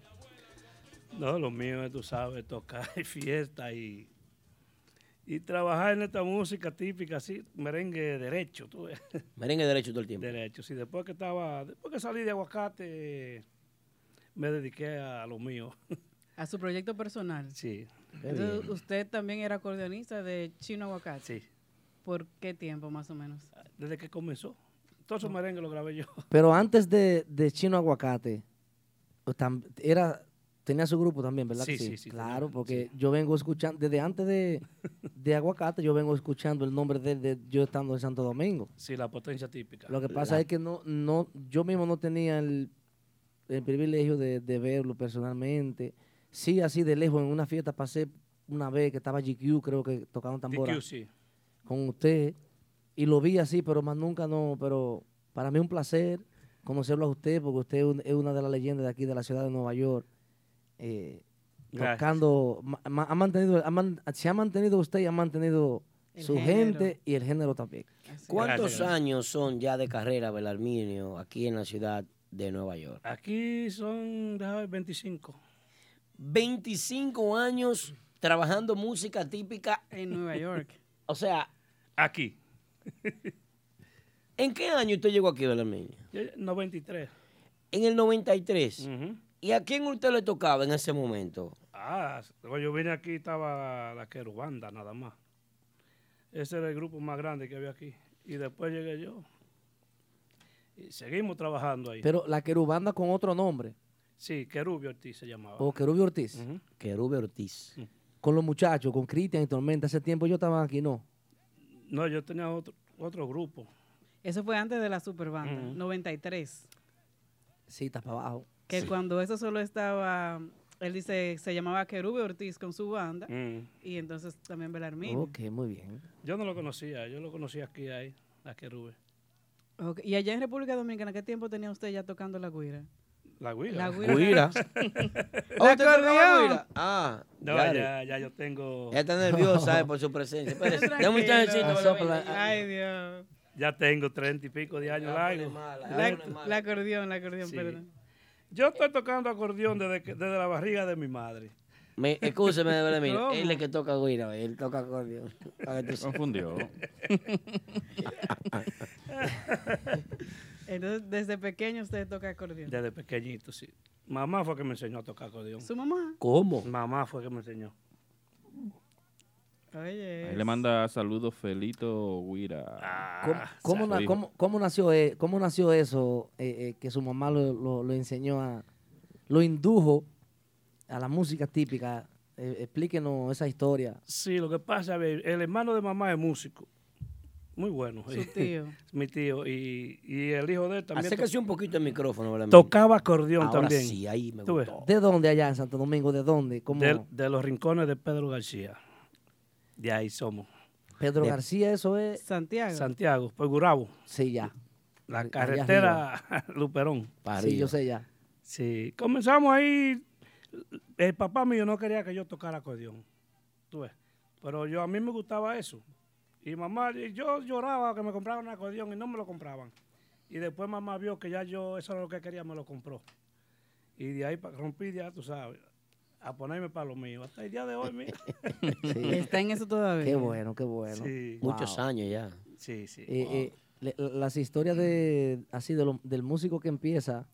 Speaker 15: No, lo mío es, tú sabes, tocar y fiesta y, y trabajar en esta música típica, así, merengue derecho, tú ves.
Speaker 5: Merengue derecho todo el tiempo.
Speaker 15: Derecho, sí. Después que estaba, después que salí de
Speaker 4: Este,
Speaker 15: aguacate, me dediqué a lo mío.
Speaker 4: A su proyecto personal.
Speaker 15: Sí.
Speaker 4: Entonces, usted también era acordeonista de Chino Aguacate.
Speaker 15: Sí.
Speaker 4: ¿Por qué tiempo más o menos?
Speaker 15: Desde que comenzó. Todos esos merengues lo grabé yo.
Speaker 6: Pero antes de, de Chino Aguacate, o tam- era, tenía su grupo también, ¿verdad? que
Speaker 15: Sí, sí, sí,
Speaker 6: Claro, porque yo vengo escuchando, desde antes de, de Aguacate, yo vengo escuchando el nombre de, de yo estando en Santo Domingo.
Speaker 15: Sí, la potencia típica.
Speaker 6: Lo que pasa
Speaker 15: La-
Speaker 6: es que no, no, yo mismo no tenía el, el privilegio de, de verlo personalmente. Sí, así de lejos, en una fiesta pasé una vez que estaba GQ, creo que tocaban tambora
Speaker 15: DQ, sí.
Speaker 6: con usted y lo vi así, pero más nunca no, pero para mí un placer conocerlo a usted porque usted es un- es una de las leyendas de aquí de la ciudad de Nueva York. eh,
Speaker 15: Gracias.
Speaker 6: tocando, ma- ma- ha mantenido, ha man- se ha mantenido usted y ha mantenido
Speaker 5: El
Speaker 6: su
Speaker 5: género.
Speaker 6: gente y el género también.
Speaker 5: ¿Cuántos
Speaker 15: Gracias.
Speaker 5: años son ya de carrera, Belarminio, aquí en la ciudad de Nueva York?
Speaker 15: Aquí son, déjame ver, 25.
Speaker 5: 25 años trabajando música típica
Speaker 4: en Nueva York.
Speaker 5: O sea,
Speaker 15: aquí.
Speaker 5: ¿En qué año usted llegó aquí, Belarminio?
Speaker 15: Yo- 93.
Speaker 5: En el 93. ¿Y a quién usted le tocaba en ese momento?
Speaker 15: Ah, cuando yo vine aquí estaba la Querubanda nada más. Ese era el grupo más grande que había aquí. Y después llegué yo. Y seguimos trabajando ahí.
Speaker 6: Pero la querubanda con otro nombre,
Speaker 15: Sí, Querubio Ortiz se llamaba.
Speaker 5: Oh,
Speaker 6: o Querubio Ortiz.
Speaker 5: Querubio Ortiz.
Speaker 6: Con los muchachos, con Cristian y Tormenta. Hace tiempo yo estaba aquí, no.
Speaker 15: No, yo tenía otro, otro grupo.
Speaker 4: Eso fue antes de la Superbanda, 93.
Speaker 6: Sí, está para abajo.
Speaker 4: Que cuando eso solo estaba, él dice, se llamaba Querube Ortiz con su banda.
Speaker 15: Mm.
Speaker 4: Y entonces también Belarmino.
Speaker 6: Ok, muy bien.
Speaker 15: Yo no lo conocía, yo lo conocí aquí, ahí, la Querube.
Speaker 4: Ok, Y allá en República Dominicana, ¿qué tiempo tenía usted ya tocando la guira?
Speaker 15: La Guira. Oh,
Speaker 4: La
Speaker 5: Guira. Oh,
Speaker 4: La
Speaker 5: ¿Usted tocaba
Speaker 4: acordeón.
Speaker 5: guira? Ah,
Speaker 15: No,
Speaker 5: Yari.
Speaker 15: ya, ya yo tengo.
Speaker 5: Ella está nerviosa eh, por su presencia. Espérese, dame un chancecito, Belarminio.
Speaker 4: Ay, Dios.
Speaker 15: Ya tengo treinta y pico de años
Speaker 4: La pone
Speaker 15: largos.
Speaker 4: La, la acordeón, la acordeón,
Speaker 15: Sí.
Speaker 4: perdón.
Speaker 15: Yo estoy tocando acordeón desde, que- desde la barriga de mi madre.
Speaker 5: Me, escúcheme, Belarminio.
Speaker 15: ¿Cómo?
Speaker 5: Él es que toca guira, él toca acordeón. Para que tú sepas.
Speaker 3: Confundió.
Speaker 4: Entonces, desde pequeño usted toca acordeón.
Speaker 15: Desde pequeñito, sí. Mamá fue que me enseñó a tocar acordeón.
Speaker 4: ¿Su mamá?
Speaker 5: ¿Cómo?
Speaker 15: Mamá fue que me enseñó.
Speaker 4: Oye.
Speaker 3: Ahí le manda saludos Felito Guira.
Speaker 6: ¿Cómo,
Speaker 15: Ah,
Speaker 6: cómo na-
Speaker 3: Su hijo.
Speaker 6: cómo- cómo nació, eh, cómo nació eso eh, eh, que su mamá lo, lo- lo enseñó a, lo indujo a la música típica? Eh, explíquenos esa historia.
Speaker 15: Sí, lo que pasa, ve, el hermano de mamá es músico. Muy bueno.
Speaker 6: Su tío.
Speaker 15: Mi tío. Y, y el hijo de él también.
Speaker 5: Acérquese un poquito el micrófono, Vladimir.
Speaker 15: Tocaba acordeón
Speaker 5: Ahora
Speaker 15: también.
Speaker 5: sí, ahí me
Speaker 15: Tú ves,
Speaker 6: ¿De dónde allá en Santo Domingo? ¿De dónde? ¿Cómo?
Speaker 15: De, de los rincones de Pedro García. De ahí somos.
Speaker 6: Pedro
Speaker 15: de-
Speaker 6: García, eso es.
Speaker 4: Santiago.
Speaker 15: Santiago, por Gurabo.
Speaker 6: Sí, ya.
Speaker 15: La
Speaker 6: arriba.
Speaker 15: carretera Luperón.
Speaker 6: Sí, yo sé ya.
Speaker 15: Sí, comenzamos ahí. El papá mío no quería que yo tocara acordeón. Tú ves. Pero yo a mí me gustaba eso. Y mamá, y yo lloraba que me compraban un acordeón y no me lo compraban. Y después mamá vio que ya yo, eso era lo que quería, me lo compró. Y de ahí pa- rompí, ya tú sabes, a ponerme para lo mío. Hasta el día de hoy, mira.
Speaker 6: Sí.
Speaker 4: Está en eso todavía.
Speaker 6: Qué bueno, qué bueno.
Speaker 15: Sí.
Speaker 5: Muchos años ya.
Speaker 15: Sí, sí.
Speaker 6: Eh, eh, le- la- las historias
Speaker 5: Mm.
Speaker 6: de así de lo- del músico que empieza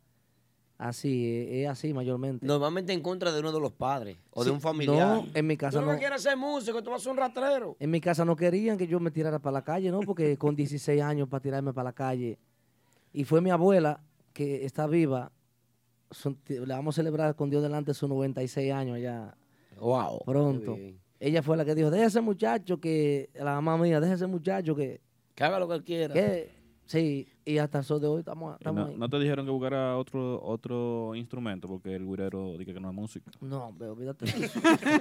Speaker 6: así eh, es así mayormente.
Speaker 5: Normalmente en contra de uno de los padres o de
Speaker 6: Sí,
Speaker 5: un familiar.
Speaker 6: no, en mi casa
Speaker 5: Tú lo
Speaker 6: no.
Speaker 5: que quieres ser músico, tú vas a ser un rastrero.
Speaker 6: En mi casa no querían que yo me tirara para la calle, ¿no? Porque con 16 años para tirarme para la calle. Y fue mi abuela, que está viva, son- te- la vamos a celebrar con Dios delante sus 96 años ya.
Speaker 5: Wow.
Speaker 6: Pronto.
Speaker 5: Qué bien.
Speaker 6: Ella fue la que dijo, déjese muchacho que, la mamá mía, déjese muchacho que...
Speaker 5: Que haga lo que él quiera.
Speaker 6: que-". sí, y hasta el sol de hoy estamos,
Speaker 3: No,
Speaker 6: estamos ahí.
Speaker 3: no te dijeron que buscara otro otro instrumento porque el guirero dice que no es música.
Speaker 6: No, pero olvídate de eso.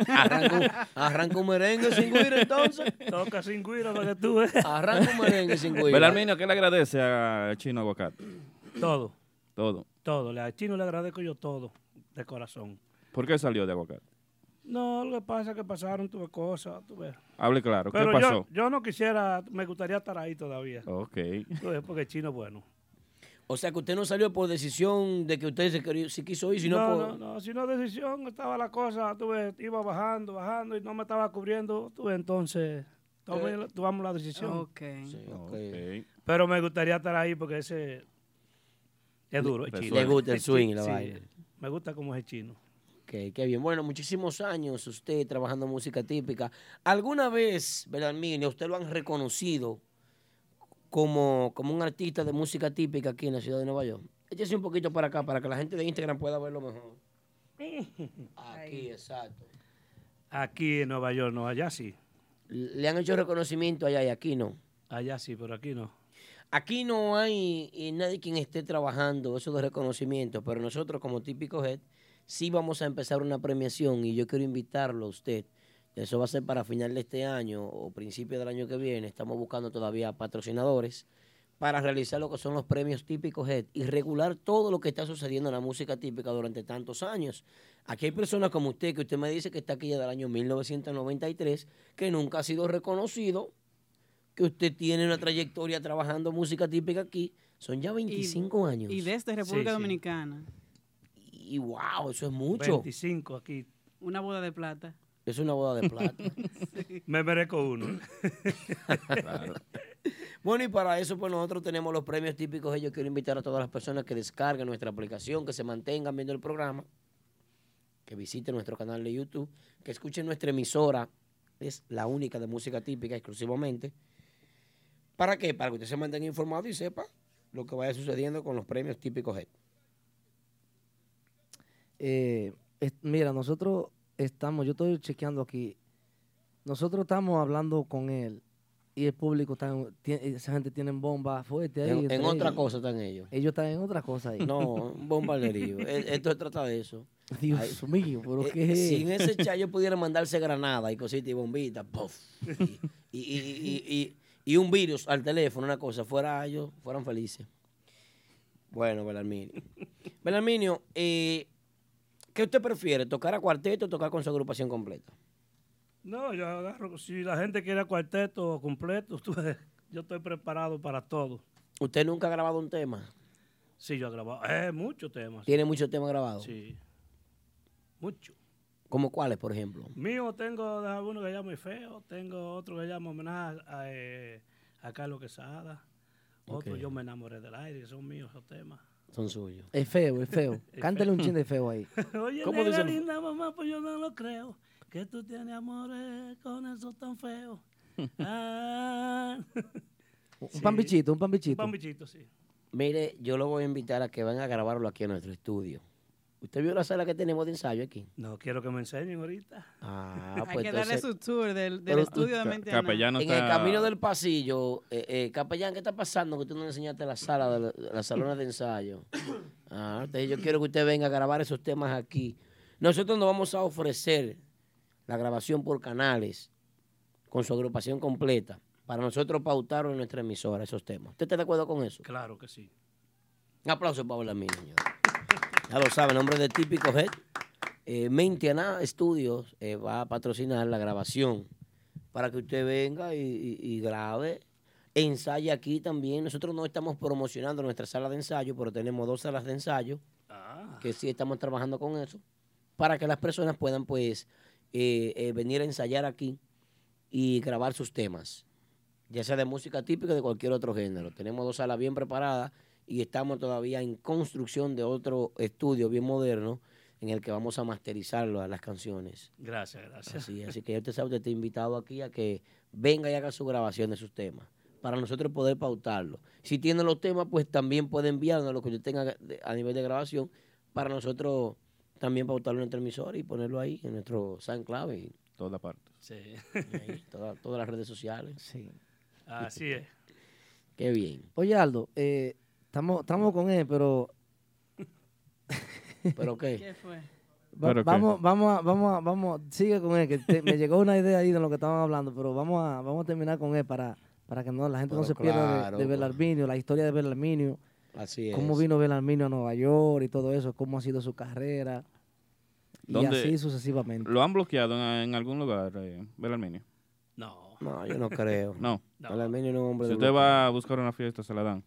Speaker 5: Arranca, arranca un merengue sin guiro, entonces.
Speaker 15: Toca sin guiro para que tú veas.
Speaker 5: Arranca un merengue sin guiro.
Speaker 3: Belarmino, ¿qué le agradece a Chino Aguacate?
Speaker 15: Todo.
Speaker 3: Todo.
Speaker 15: Todo. Le- Al chino le agradezco yo todo, de corazón.
Speaker 3: ¿Por qué salió de Aguacate?
Speaker 15: No, lo que pasa es que pasaron, tuve cosas, tú ves.
Speaker 3: Hable claro, ¿qué
Speaker 15: Pero yo-
Speaker 3: pasó?
Speaker 15: Yo, no quisiera, me gustaría estar ahí todavía.
Speaker 3: Ok.
Speaker 15: Tú ves, Porque el chino es bueno.
Speaker 5: O sea que usted no salió por decisión de que usted se, quería- se quiso ir, sino
Speaker 15: no,
Speaker 5: por.
Speaker 15: no, no, sino decisión, estaba la cosa, tú ves, iba bajando, bajando y no me estaba cubriendo, tú ves, entonces
Speaker 5: Eh,
Speaker 15: tomé la- tomamos la decisión.
Speaker 4: Ok.
Speaker 15: Pero me gustaría estar ahí porque ese es duro, el
Speaker 5: Le-
Speaker 15: chino.
Speaker 5: le gusta el
Speaker 15: chi-
Speaker 5: swing y la
Speaker 15: sí,
Speaker 5: vaina.
Speaker 15: Me gusta cómo es el chino.
Speaker 5: Ok, qué bien. Bueno, muchísimos años usted trabajando música típica. ¿Alguna vez, Belarminio, usted lo han reconocido como, como un artista de música típica aquí en la ciudad de Nueva York? Échese un poquito para acá, para que la gente de Instagram pueda verlo mejor. Aquí, exacto.
Speaker 15: Aquí en Nueva York, no, allá sí.
Speaker 5: Le han hecho reconocimiento allá y aquí no.
Speaker 15: Allá sí, pero aquí no.
Speaker 5: Aquí no hay eh, nadie quien esté trabajando eso de reconocimiento, pero nosotros como típico head sí vamos a empezar una premiación y yo quiero invitarlo a usted. Eso va a ser para final de este año o principio del año que viene. Estamos buscando todavía patrocinadores para realizar lo que son los premios típicos head y regular todo lo que está sucediendo en la música típica durante tantos años. Aquí hay personas como usted que usted me dice que está aquí ya del año 1993 que nunca ha sido reconocido que usted tiene una trayectoria trabajando música típica aquí, son ya 25 años.
Speaker 4: Y desde República Dominicana.
Speaker 5: Y wow, eso es mucho.
Speaker 15: 25 aquí.
Speaker 4: Una boda de plata.
Speaker 5: Es una boda de plata.
Speaker 15: Me merezco uno.
Speaker 5: Bueno, y para eso, pues nosotros tenemos los premios típicos. Yo quiero invitar a todas las personas que descarguen nuestra aplicación, que se mantengan viendo el programa, que visiten nuestro canal de YouTube, que escuchen nuestra emisora. Es la única de música típica exclusivamente. ¿Para qué? Para que usted se mantenga informado y sepa lo que vaya sucediendo con los premios típicos. Head.
Speaker 6: Eh, es- mira, nosotros estamos, yo estoy chequeando aquí, nosotros estamos hablando con él y el público está, en- tie- esa gente tiene bombas fuertes ahí.
Speaker 5: En-
Speaker 6: entre
Speaker 5: en otra
Speaker 6: ellos.
Speaker 5: cosa están ellos.
Speaker 6: Ellos están en otra cosa ahí.
Speaker 5: No, un bombarderío. E- Esto se trata de eso.
Speaker 6: Dios
Speaker 5: Ay,
Speaker 6: mío, pero
Speaker 5: eh,
Speaker 6: qué es.
Speaker 5: Si en ese chayo pudiera mandarse granada y cositas y bombitas, puff, y, y- y- y- y- y un virus al teléfono, una cosa, fuera ellos, fueran felices. Bueno, Belarminio. Belarminio, eh, ¿qué usted prefiere? ¿Tocar a cuarteto o tocar con su agrupación completa?
Speaker 15: No, yo agarro, si la gente quiere cuarteto o completo, tú ves, yo estoy preparado para todo.
Speaker 5: ¿Usted nunca ha grabado un tema?
Speaker 15: Sí, yo he grabado eh, muchos temas.
Speaker 5: ¿Tiene muchos temas grabados?
Speaker 15: Sí. Mucho.
Speaker 5: ¿Como cuáles, por ejemplo?
Speaker 15: Mío tengo deja uno que llamo El Feo, tengo otro que llamo Homenaje a, eh, a Carlos Quesada, otro
Speaker 5: Ok.
Speaker 15: Yo me enamoré del aire, que son míos esos temas.
Speaker 5: Son suyos.
Speaker 6: Es feo, es feo.
Speaker 15: Es
Speaker 6: Cántale un
Speaker 15: feo.
Speaker 6: chin de feo ahí.
Speaker 15: Oye,
Speaker 6: ¿Cómo
Speaker 15: negra
Speaker 6: dice?
Speaker 15: linda mamá, pues yo no lo creo, que tú tienes amores con esos tan feos. Ah.
Speaker 6: Un pambichito, un pambichito.
Speaker 15: Un pambichito, sí.
Speaker 5: Mire, yo lo voy a invitar a que van a grabarlo aquí en nuestro estudio. ¿Usted vio la sala que tenemos de ensayo aquí?
Speaker 15: No quiero que me enseñen ahorita.
Speaker 5: Ah,
Speaker 4: Hay que darle su tour del, del
Speaker 5: Pero-
Speaker 4: estudio de Mente Ana.
Speaker 5: En el camino del pasillo, eh, eh, Capellán, ¿qué está pasando? Que tú no enseñaste la sala, de la, la salona de ensayo. Ah, entonces yo quiero que usted venga a grabar esos temas aquí. Nosotros nos vamos a ofrecer la grabación por canales con su agrupación completa para nosotros pautarlo en nuestra emisora, esos temas. ¿Usted está de acuerdo con eso?
Speaker 15: Claro que sí.
Speaker 5: Un aplauso para Blamín, señor. Ya lo saben, nombre de típico Head. Eh, Mentiana Studios eh, va a patrocinar la grabación para que usted venga y, y- y grabe. Ensaye aquí también. Nosotros no estamos promocionando nuestra sala de ensayo, pero tenemos dos salas de ensayo que sí estamos trabajando con eso para que las personas puedan pues eh, eh, venir a ensayar aquí y grabar sus temas, ya sea de música típica o de cualquier otro género. Tenemos dos salas bien preparadas y estamos todavía en construcción de otro estudio bien moderno en el que vamos a masterizar lo- las canciones.
Speaker 15: Gracias, gracias.
Speaker 5: Así, así que ya usted sabe, usted está invitado aquí a que venga y haga su grabación de sus temas para nosotros poder pautarlo. Si tiene los temas, pues también puede enviarnos lo que usted tenga de- a nivel de grabación para nosotros también pautarlo en nuestro emisor y ponerlo ahí en nuestro SoundCloud y
Speaker 3: toda parte.
Speaker 15: Sí.
Speaker 5: toda- todas las redes sociales.
Speaker 6: Sí.
Speaker 15: Así es.
Speaker 5: Qué bien.
Speaker 6: Oye, Aldo, eh, estamos estamos con él, pero...
Speaker 5: ¿Pero qué?
Speaker 4: ¿Qué fue?
Speaker 6: Va-
Speaker 5: ¿Pero qué?
Speaker 6: vamos, vamos, a, vamos, a, vamos, a- sigue con él, que te- me llegó una idea ahí de lo que estaban hablando, pero vamos a, vamos a terminar con él para, para que no, la gente no
Speaker 5: Pero
Speaker 6: se pierda de-
Speaker 5: claro, pues.
Speaker 6: de, Belarminio, la historia de Belarminio,
Speaker 5: Así es.
Speaker 6: cómo vino Belarminio a Nueva York y todo eso, cómo ha sido su carrera, y
Speaker 3: ¿Dónde-
Speaker 6: así sucesivamente.
Speaker 3: ¿Lo han bloqueado en, en algún lugar, eh, Belarminio?
Speaker 15: No.
Speaker 5: No, yo no creo.
Speaker 3: No.
Speaker 5: Belarminio no es un hombre
Speaker 3: Si
Speaker 5: de
Speaker 3: usted
Speaker 5: bloqueo.
Speaker 3: va a buscar una fiesta, se la dan.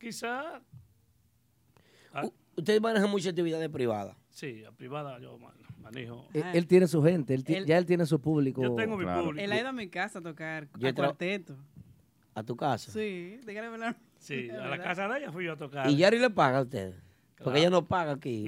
Speaker 15: Quizá,
Speaker 5: Ustedes manejan muchas actividades privadas.
Speaker 15: Ah. sí, a privada yo man- manejo.
Speaker 6: Él, E,
Speaker 5: Ah.
Speaker 6: él tiene su gente, él ti-
Speaker 4: Él-
Speaker 6: ya él tiene su público.
Speaker 4: Él ha ido a mi casa a tocar
Speaker 6: Yo
Speaker 4: a
Speaker 6: tra-
Speaker 4: cuarteto.
Speaker 5: ¿A tu casa?
Speaker 4: Sí, dígale hablar.
Speaker 15: Sí, a la casa de ella fui yo a tocar.
Speaker 5: ¿Y Yari le paga a usted? Porque ella no paga aquí.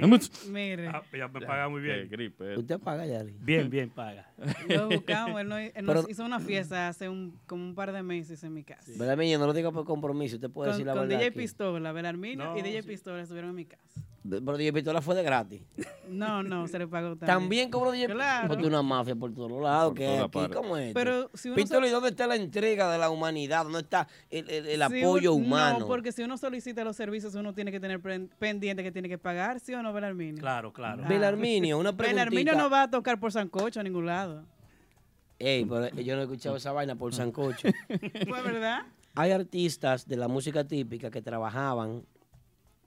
Speaker 4: Mire.
Speaker 15: Ah, ella me paga muy bien.
Speaker 5: ¿Usted paga, Yari?
Speaker 15: Bien, bien paga.
Speaker 4: Lo buscamos, él, no- él nos
Speaker 5: Pero-
Speaker 4: hizo una fiesta hace un, como un par de meses en mi casa.
Speaker 5: Belarminio, no lo diga por compromiso, usted puede
Speaker 4: Con,
Speaker 5: decir la
Speaker 4: con
Speaker 5: verdad.
Speaker 4: DJ
Speaker 5: aquí.
Speaker 4: Pistola, Belarmino
Speaker 5: No,
Speaker 4: y DJ Pistola estuvieron en mi casa.
Speaker 5: Pero DJ Pistola fue de gratis.
Speaker 4: No, no, se le pagó también.
Speaker 5: También cobró DJ Pistola. Porque una mafia por todos lados. que hay
Speaker 3: toda
Speaker 5: aquí,
Speaker 3: parte.
Speaker 5: ¿Cómo es?
Speaker 4: Pero
Speaker 5: Pero
Speaker 4: si uno
Speaker 5: Pistola,
Speaker 4: se-
Speaker 5: ¿y dónde está la entrega de la humanidad? ¿Dónde está el, el- el
Speaker 4: Si
Speaker 5: apoyo
Speaker 4: uno-
Speaker 5: humano?
Speaker 4: No, porque si uno solicita los servicios, uno tiene que tener pen- pendiente que tiene que pagar, ¿sí o no, Belarminio?
Speaker 15: Claro, claro.
Speaker 5: Belarminio, una preguntita.
Speaker 4: Belarminio Ah. no va a tocar por Sancocho a ningún lado.
Speaker 5: Ey, pero yo no he escuchado esa vaina por Sancocho.
Speaker 4: Fue verdad.
Speaker 5: Hay artistas de la música típica que trabajaban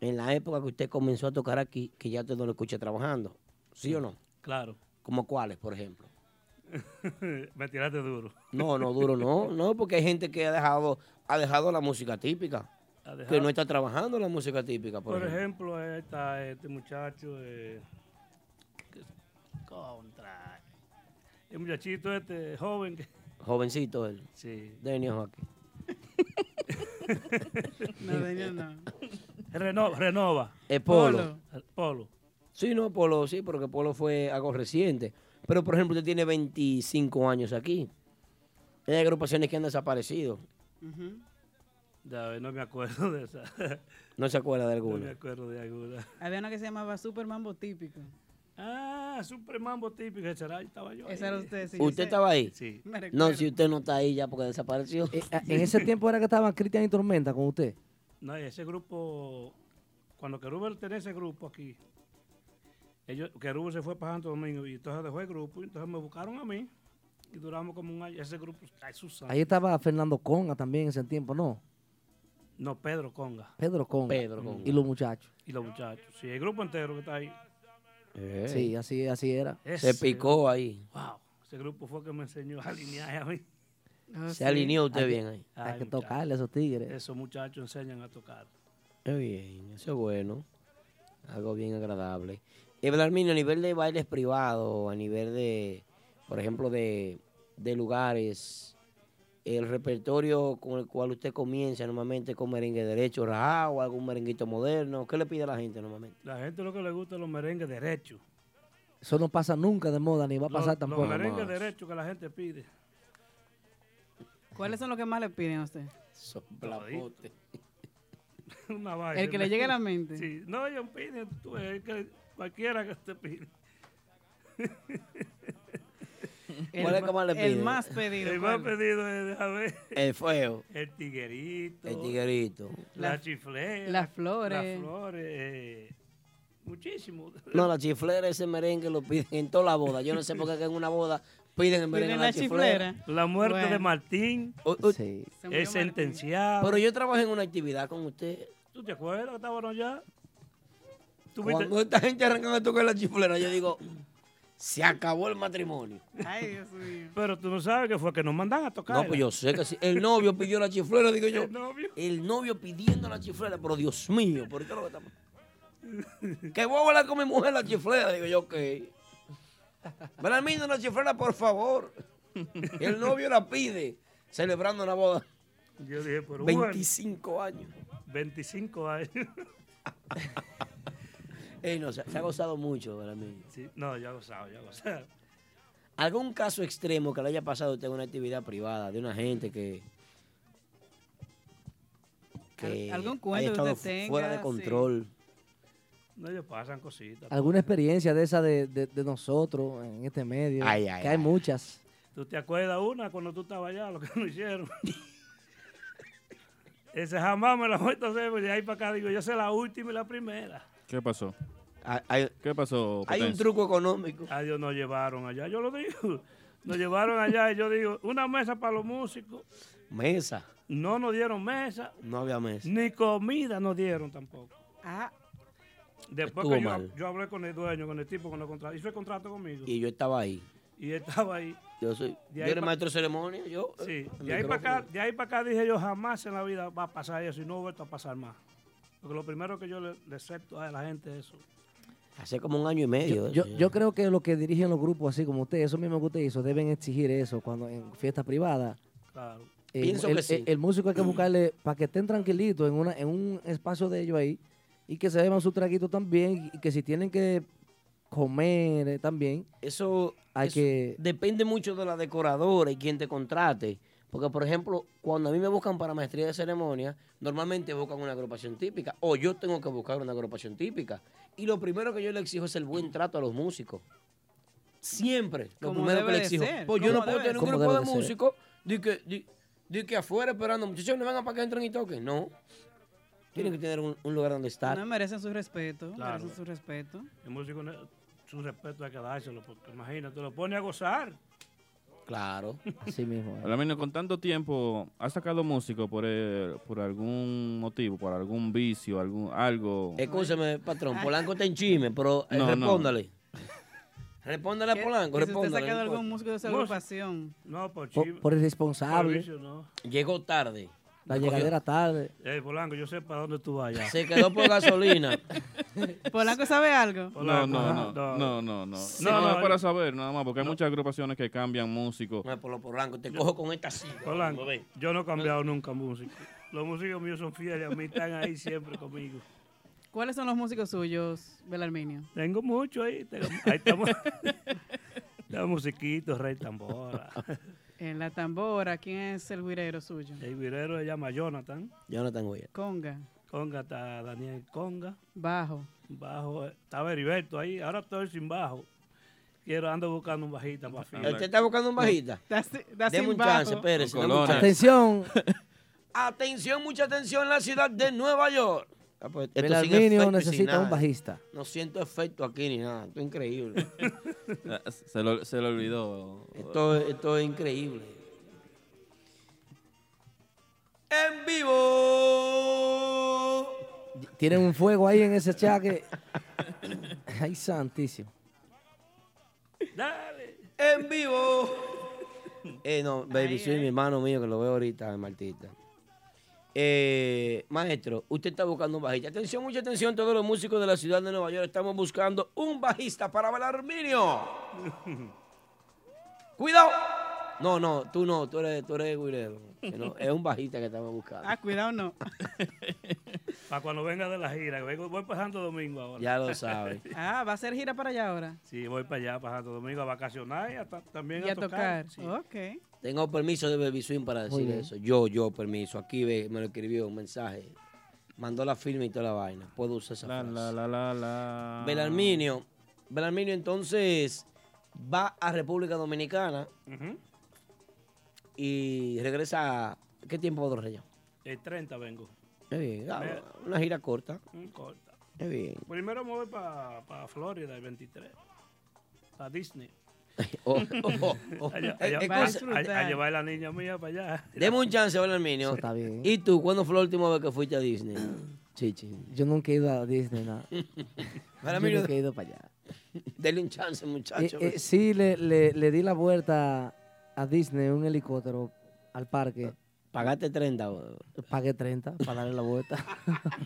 Speaker 5: en la época que usted comenzó a tocar aquí, que ya usted no lo escucha trabajando. ¿Sí o no?
Speaker 15: Claro.
Speaker 5: ¿Como cuáles, por ejemplo?
Speaker 15: me tiraste duro.
Speaker 5: No, no, duro no. No, porque hay gente que ha dejado, ha dejado la música típica.
Speaker 15: Ha
Speaker 5: Que
Speaker 15: dejado.
Speaker 5: no está trabajando la música típica, por,
Speaker 15: Por,
Speaker 5: ejemplo.
Speaker 15: ejemplo, ahí está este muchacho. eh, que- contra. El muchachito este joven. que-
Speaker 5: Jovencito él.
Speaker 15: Sí.
Speaker 5: Denio Joaquín.
Speaker 4: No, Daniel, no.
Speaker 15: Renova. renova.
Speaker 5: Es Polo.
Speaker 15: Polo.
Speaker 5: Sí, no, Polo, sí, porque Polo fue algo reciente. Pero, por ejemplo, usted tiene 25 años aquí. Hay agrupaciones que han desaparecido.
Speaker 4: Ujú.
Speaker 15: Ya ves, no me acuerdo de esa.
Speaker 5: No se acuerda de
Speaker 15: No me
Speaker 5: alguna.
Speaker 15: acuerdo de alguna.
Speaker 4: Había una que se llamaba Super Mambo Típico.
Speaker 15: Ah, Super Mambo típico. Ese era, estaba yo.
Speaker 4: Esa
Speaker 15: ahí.
Speaker 4: era usted, sí, yo
Speaker 5: ¿Usted
Speaker 4: sé.
Speaker 5: estaba ahí?
Speaker 15: Sí.
Speaker 4: Me
Speaker 5: No,
Speaker 4: recuerdo.
Speaker 5: si usted no está ahí ya porque desapareció.
Speaker 6: Eh, En ese tiempo era que estaban Cristian y Tormenta con usted.
Speaker 15: No, y ese grupo, cuando Querubel tenía ese grupo aquí, ellos, Querubel se fue para Santo Domingo y entonces dejó el grupo, y entonces me buscaron a mí y duramos como un año. Ese grupo, ay, Susana.
Speaker 6: Ahí estaba Fernando Conga también en ese tiempo, ¿no?
Speaker 15: No, Pedro Conga
Speaker 6: Pedro Conga.
Speaker 15: Pedro Conga.
Speaker 6: Y los muchachos.
Speaker 15: y los muchachos. Sí, el grupo entero que está ahí.
Speaker 6: Sí, así, así era.
Speaker 15: Ese-
Speaker 5: Eh. picó ahí.
Speaker 15: Wow, ese grupo fue que me enseñó a alinear a mí.
Speaker 5: Se sí. alineó usted
Speaker 6: Hay que-
Speaker 5: bien ahí.
Speaker 6: Hay
Speaker 15: Ay,
Speaker 6: que
Speaker 15: muchacho.
Speaker 6: tocarle a esos tigres.
Speaker 15: Esos muchachos enseñan a tocar.
Speaker 5: Qué bien, eso es bueno. Algo bien agradable. Eh, Belarmino, a nivel de bailes privados, a nivel de, por ejemplo, de, de lugares, el repertorio con el cual usted comienza normalmente con merengue derecho, rajado, algún merenguito moderno, ¿qué le pide a la gente normalmente?
Speaker 15: La gente lo que le gusta es los merengues derechos.
Speaker 6: Eso no pasa nunca de moda, ni va a
Speaker 15: Los,
Speaker 6: pasar tampoco.
Speaker 15: los merengues derechos que la gente pide.
Speaker 4: ¿Cuáles son los que más le piden a usted?
Speaker 5: Soplapote.
Speaker 15: una vaina.
Speaker 4: El que le llegue a la mente.
Speaker 15: Sí, no, ellos piden, tú ves, el que- cualquiera que te pide.
Speaker 5: ¿Cuál es que más le piden?
Speaker 15: El más pedido es, déjame ver.
Speaker 5: El fuego.
Speaker 15: El tiguerito.
Speaker 5: El tiguerito.
Speaker 15: La,
Speaker 5: Las-
Speaker 15: chiflera.
Speaker 4: las flores.
Speaker 15: Las flores. eh, muchísimo.
Speaker 5: No, la chiflera, ese merengue lo piden en toda la boda. Yo no sé por qué que en una boda piden el merengue a la, chiflera.
Speaker 15: La muerte de Martín. Es sentenciado.
Speaker 5: Pero yo trabajé en una actividad con usted.
Speaker 15: ¿Tú te acuerdas que estábamos ya? ¿Tú viste?
Speaker 5: Cuando esta gente arrancaba a tocar la chiflera, yo digo, se acabó el matrimonio.
Speaker 4: Ay, Dios mío.
Speaker 15: Pero tú no sabes que fue que nos mandan a tocar.
Speaker 5: No, pues yo sé que sí. El novio pidió la chiflera, digo yo.
Speaker 15: El novio.
Speaker 5: El novio pidiendo la chiflera, pero Dios mío, ¿por qué lo que estamos? Que voy a volar con mi mujer la chiflera, digo yo, ok. Ven mí una chiflera, por favor. El novio la pide, celebrando una boda.
Speaker 15: Yo dije, pero
Speaker 5: 25 años.
Speaker 15: 25 años.
Speaker 5: Ey, no, se, se ha gozado mucho para mí.
Speaker 15: Sí, no, ya lo sabes, ya lo sabes.
Speaker 5: ¿Algún caso extremo que le haya pasado a usted en una actividad privada de una gente que. que
Speaker 4: Al- algún
Speaker 5: haya
Speaker 4: cuento que usted
Speaker 5: estado fu- Fuera de
Speaker 4: tenga, sí.
Speaker 5: control.
Speaker 15: No, ellos pasan cositas.
Speaker 6: ¿Alguna experiencia de esa de, de- de nosotros en este medio?
Speaker 5: Ay, ay,
Speaker 6: que hay
Speaker 5: ay.
Speaker 6: muchas.
Speaker 15: ¿Tú te acuerdas una cuando tú estabas allá, lo que nos hicieron? Ese jamás me la voy a hacer, porque de ahí para acá digo, yo sé la última y la primera.
Speaker 3: ¿Qué pasó?
Speaker 5: Ah,
Speaker 3: ¿Qué pasó?
Speaker 15: hay un
Speaker 3: Potencia?
Speaker 5: truco económico.
Speaker 15: A Dios nos Ah, llevaron allá, yo lo digo. Nos llevaron allá y yo digo, una mesa para los músicos.
Speaker 5: Mesa.
Speaker 15: No nos dieron mesa,
Speaker 5: No había mesa.
Speaker 15: ni comida nos dieron tampoco.
Speaker 4: Ah.
Speaker 15: Después
Speaker 5: Estuvo
Speaker 15: que yo,
Speaker 5: mal.
Speaker 15: yo hablé con el dueño, con el tipo que nos contrató, hizo el contrato conmigo.
Speaker 5: Y yo estaba ahí.
Speaker 15: Y estaba ahí.
Speaker 5: Yo soy.
Speaker 15: De
Speaker 5: Yo
Speaker 15: ahí
Speaker 5: era
Speaker 15: pa-
Speaker 5: maestro de ceremonia, yo.
Speaker 15: Sí,
Speaker 5: el
Speaker 15: de ahí, para acá,
Speaker 5: micrófono.
Speaker 15: de ahí para acá dije yo jamás en la vida va a pasar eso y no ha vuelto a pasar más. Porque lo primero que yo le, le acepto a la gente es eso.
Speaker 5: Hace como un año y medio. eh.
Speaker 6: Yo,
Speaker 5: eso ya.
Speaker 6: yo creo que los que dirigen los grupos así como usted, eso mismo que usted hizo, deben exigir eso cuando en fiestas privadas.
Speaker 15: Claro.
Speaker 6: El,
Speaker 5: Pienso
Speaker 6: el-
Speaker 5: que sí. Mm.
Speaker 6: el- el músico hay que buscarle para que estén tranquilitos en, una, en un espacio de ellos ahí y que se beban su traguito también y que si tienen que comer eh, también.
Speaker 5: Eso,
Speaker 6: hay
Speaker 5: eso
Speaker 6: que...
Speaker 5: depende mucho de la decoradora y quien te contrate. Porque, por ejemplo, cuando a mí me buscan para maestría de ceremonia, normalmente buscan una agrupación típica. O yo tengo que buscar una agrupación típica. Y lo primero que yo le exijo es el buen trato a los músicos. Siempre. Lo
Speaker 2: Como
Speaker 5: primero
Speaker 2: debe
Speaker 5: que le
Speaker 2: de
Speaker 5: exijo.
Speaker 2: ser,
Speaker 5: Pues yo
Speaker 2: como
Speaker 5: no puedo
Speaker 2: debe de
Speaker 5: tener un
Speaker 2: ser.
Speaker 5: grupo
Speaker 2: Como
Speaker 5: de
Speaker 2: debe de ser.
Speaker 5: músicos de que, de- de que afuera esperando. Muchachos, no vengan para que entren y toquen. No. Tienen
Speaker 2: Mm.
Speaker 5: que tener un, un lugar donde estar.
Speaker 4: No merecen su respeto.
Speaker 15: Claro.
Speaker 4: Merecen su respeto.
Speaker 15: El músico, no- su respeto hay que dárselo, porque imagínate, lo pone a gozar.
Speaker 5: Claro.
Speaker 6: Así mismo. eh.
Speaker 3: Alamino, con tanto tiempo, ¿has sacado músico por, eh, por algún motivo, por algún vicio, algún algo?
Speaker 5: Escúchame, patrón, Polanco está en chisme, pero eh,
Speaker 3: No, no.
Speaker 5: respóndale. Respóndale a
Speaker 4: ¿Qué-
Speaker 5: Polanco,
Speaker 4: que si usted ha
Speaker 5: respóndale.
Speaker 4: sacado
Speaker 5: no
Speaker 4: algún
Speaker 5: importa.
Speaker 4: músico de su
Speaker 5: Músico.
Speaker 4: agrupación.
Speaker 15: No, por
Speaker 6: Por, por irresponsable,
Speaker 5: Llegó tarde.
Speaker 6: la llegadera tarde.
Speaker 15: Eh, Polanco, yo sé para dónde tú vas ya.
Speaker 5: Se quedó por gasolina.
Speaker 4: Polanco sabe algo.
Speaker 3: No, no,
Speaker 15: Polanco,
Speaker 3: no,
Speaker 15: ajá,
Speaker 3: no,
Speaker 15: no.
Speaker 3: no, no. No,
Speaker 15: Sí.
Speaker 3: no,
Speaker 15: No,
Speaker 3: es
Speaker 15: no,
Speaker 3: para
Speaker 15: yo-
Speaker 3: saber, nada más, porque hay muchas agrupaciones que cambian músicos.
Speaker 5: No, por lo Polanco, te cojo con esta silla.
Speaker 15: Polanco,
Speaker 5: lo ve.
Speaker 15: yo no he cambiado nunca músico. Los músicos míos son fieles, a mí están ahí siempre conmigo.
Speaker 4: ¿Cuáles son los músicos suyos, Belarminio?
Speaker 15: Tengo mucho ahí. tengo- ahí estamos. Los musiquitos, rey tambora.
Speaker 4: En la tambora, ¿quién es el guirero suyo?
Speaker 15: El guirero se llama Jonathan.
Speaker 5: Jonathan Guía.
Speaker 4: Conga,
Speaker 15: Conga está Daniel Conga.
Speaker 4: bajo.
Speaker 15: Bajo, eh, estaba Heriberto ahí. Ahora estoy sin bajo. Quiero, ando buscando un bajista para fin.
Speaker 5: ¿Usted está buscando un bajista?
Speaker 4: Da- da
Speaker 5: Deme
Speaker 4: sin
Speaker 5: un chance,
Speaker 4: bajo.
Speaker 5: espérese.
Speaker 4: Con
Speaker 5: deme un
Speaker 4: colores.
Speaker 5: chance.
Speaker 6: Atención,
Speaker 5: Atención, mucha atención, la ciudad de Nueva York. Ah, pues, esto sin
Speaker 6: Belarminio
Speaker 5: efecto y sin
Speaker 6: necesita un
Speaker 5: nada.
Speaker 6: bajista.
Speaker 5: No siento efecto aquí ni nada. Esto es increíble.
Speaker 3: Eh, Se lo, se lo olvidó.
Speaker 5: Esto, esto es increíble. En vivo.
Speaker 6: Tienen un fuego ahí en ese chaque. Ay, santísimo.
Speaker 5: En vivo. Eh, no, Baby soy mi hermano mío que lo veo ahorita, el Martita. Eh, maestro, usted está buscando un bajista. Atención, mucha atención, todos los músicos de la ciudad de Nueva York. Estamos buscando un bajista para Belarminio. Cuidado. No, no, tú no, tú eres, tú eres guirero. Que no, es un bajista que estamos buscando.
Speaker 4: Ah, cuidado no.
Speaker 15: Para cuando venga de la gira. que vengo- voy para Santo Domingo ahora.
Speaker 5: Ya lo sabe.
Speaker 4: Ah, va a ser gira para allá ahora.
Speaker 15: Sí, voy para allá, para Santo Domingo, a vacacionar y hasta, también
Speaker 4: Y a tocar. Oh.
Speaker 15: Sí.
Speaker 4: Ok.
Speaker 5: Tengo permiso de Baby Swing para decir
Speaker 15: Muy bien.
Speaker 5: eso. Yo, yo, permiso. Aquí ve, me lo escribió un mensaje. Mandó la firma y toda la vaina. Puedo usar esa
Speaker 3: La,
Speaker 5: frase.
Speaker 3: la, la, la, la.
Speaker 5: Belarminio. Belarminio entonces va a República Dominicana y regresa. a- ¿Qué tiempo va Reyes?
Speaker 15: El 30 vengo.
Speaker 5: Qué bien. ah,
Speaker 15: Me-
Speaker 5: Una gira corta.
Speaker 15: Mm, corta.
Speaker 5: Qué bien.
Speaker 15: Primero me voy para Florida el 23. A Disney.
Speaker 5: Oh, oh, oh.
Speaker 15: a, lle- a
Speaker 5: Eh,
Speaker 15: lle-
Speaker 5: eh,
Speaker 15: a-
Speaker 5: cosa-
Speaker 15: a- a llevar la niña mía para allá.
Speaker 5: Deme un chance, Belarminio.
Speaker 6: Eso está bien.
Speaker 5: ¿Y tú, cuándo fue la última vez que fuiste a Disney? Chichi.
Speaker 6: Yo nunca he ido a Disney, nada. Eh,
Speaker 5: Para
Speaker 6: Yo
Speaker 5: mí no-
Speaker 6: nunca he ido para allá.
Speaker 5: Dele un chance, muchacho.
Speaker 6: Eh, eh, sí, le, le- le di la vuelta a Disney en un helicóptero al parque.
Speaker 5: Pagaste 30.
Speaker 6: Pagué 30 para darle la vuelta.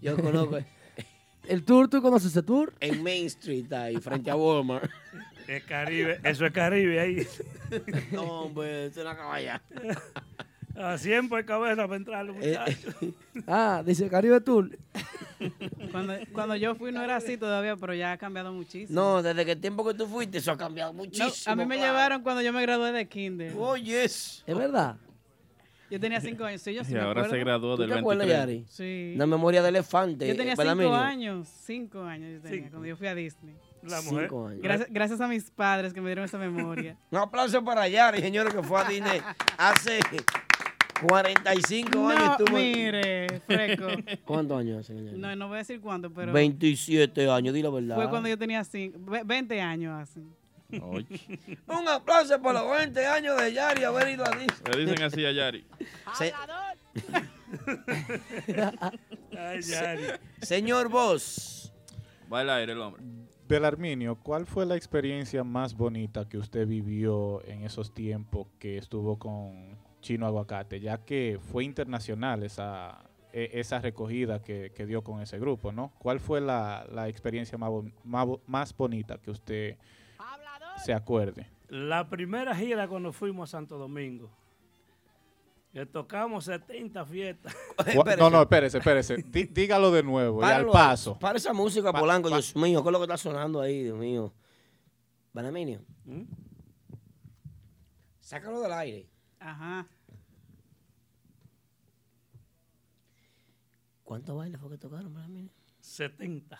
Speaker 5: Yo conozco.
Speaker 6: ¿El tour? ¿Tú conoces el tour?
Speaker 5: En Main Street, ahí, frente a Walmart.
Speaker 15: Es Caribe, eso es Caribe ahí.
Speaker 5: No, hombre, es una caballa. Eh,
Speaker 15: A 100 por cabeza para entrar, los muchachos.
Speaker 6: Ah, dice Caribe Tour.
Speaker 4: Cuando, cuando yo fui no era así todavía, pero ya ha cambiado muchísimo.
Speaker 5: No, desde que el tiempo que tú fuiste, eso ha cambiado
Speaker 4: No,
Speaker 5: muchísimo.
Speaker 4: a mí me
Speaker 5: claro.
Speaker 4: llevaron cuando yo me gradué de kinder.
Speaker 5: Oh, yes.
Speaker 6: ¿Es verdad?
Speaker 4: Yo tenía cinco años. Sí, yo sí
Speaker 5: Y
Speaker 4: me
Speaker 5: ahora se
Speaker 4: acuerdo.
Speaker 5: graduó ¿Tú del te acuerdas, 23? Yari?
Speaker 4: Sí.
Speaker 5: La memoria de elefante.
Speaker 4: Yo tenía
Speaker 5: eh,
Speaker 4: cinco
Speaker 5: Belarminio.
Speaker 4: años. Cinco años yo tenía cuando yo fui a Disney.
Speaker 5: La mujer. Cinco años.
Speaker 4: Gracias, gracias a mis padres que me dieron esa memoria.
Speaker 5: Un aplauso para Yari, señores, que fue a Disney hace 45
Speaker 4: No,
Speaker 5: años. Estuvo...
Speaker 4: mire, fresco.
Speaker 5: ¿Cuántos años hace, señor?
Speaker 4: No, no voy a decir cuánto, pero
Speaker 5: 27 años, di la verdad.
Speaker 4: fue cuando yo tenía cinco, ve- 20 años así.
Speaker 5: Un aplauso por los 20 años de Yari haber ido a Disney.
Speaker 3: Le dicen así a Yari.
Speaker 5: Se-
Speaker 15: Ay,
Speaker 5: Yari. Señor Vos.
Speaker 3: Va al aire el hombre.
Speaker 8: Belarminio, ¿cuál fue la experiencia más bonita que usted vivió en esos tiempos que estuvo con Chino Aguacate? Ya que fue internacional esa, e- esa recogida que, que dio con ese grupo, ¿no? ¿Cuál fue la, la experiencia más, bon- más, bo- más bonita que usted se acuerde?
Speaker 15: La primera gira cuando fuimos a Santo Domingo. Que tocamos 70 fiestas.
Speaker 8: Gua- No, no, espérese, espérese. Di- dígalo de nuevo y al
Speaker 5: Páralo ahí.
Speaker 8: paso.
Speaker 5: Para esa música,
Speaker 8: Pa-
Speaker 5: Polanco,
Speaker 8: pa-
Speaker 5: Dios mío, ¿qué es lo que está sonando ahí, Dios mío? Banaminio,
Speaker 15: ¿Mm?
Speaker 5: sácalo del aire.
Speaker 4: Ajá.
Speaker 5: ¿Cuántos bailes fue que tocaron, Banaminio?
Speaker 15: 70.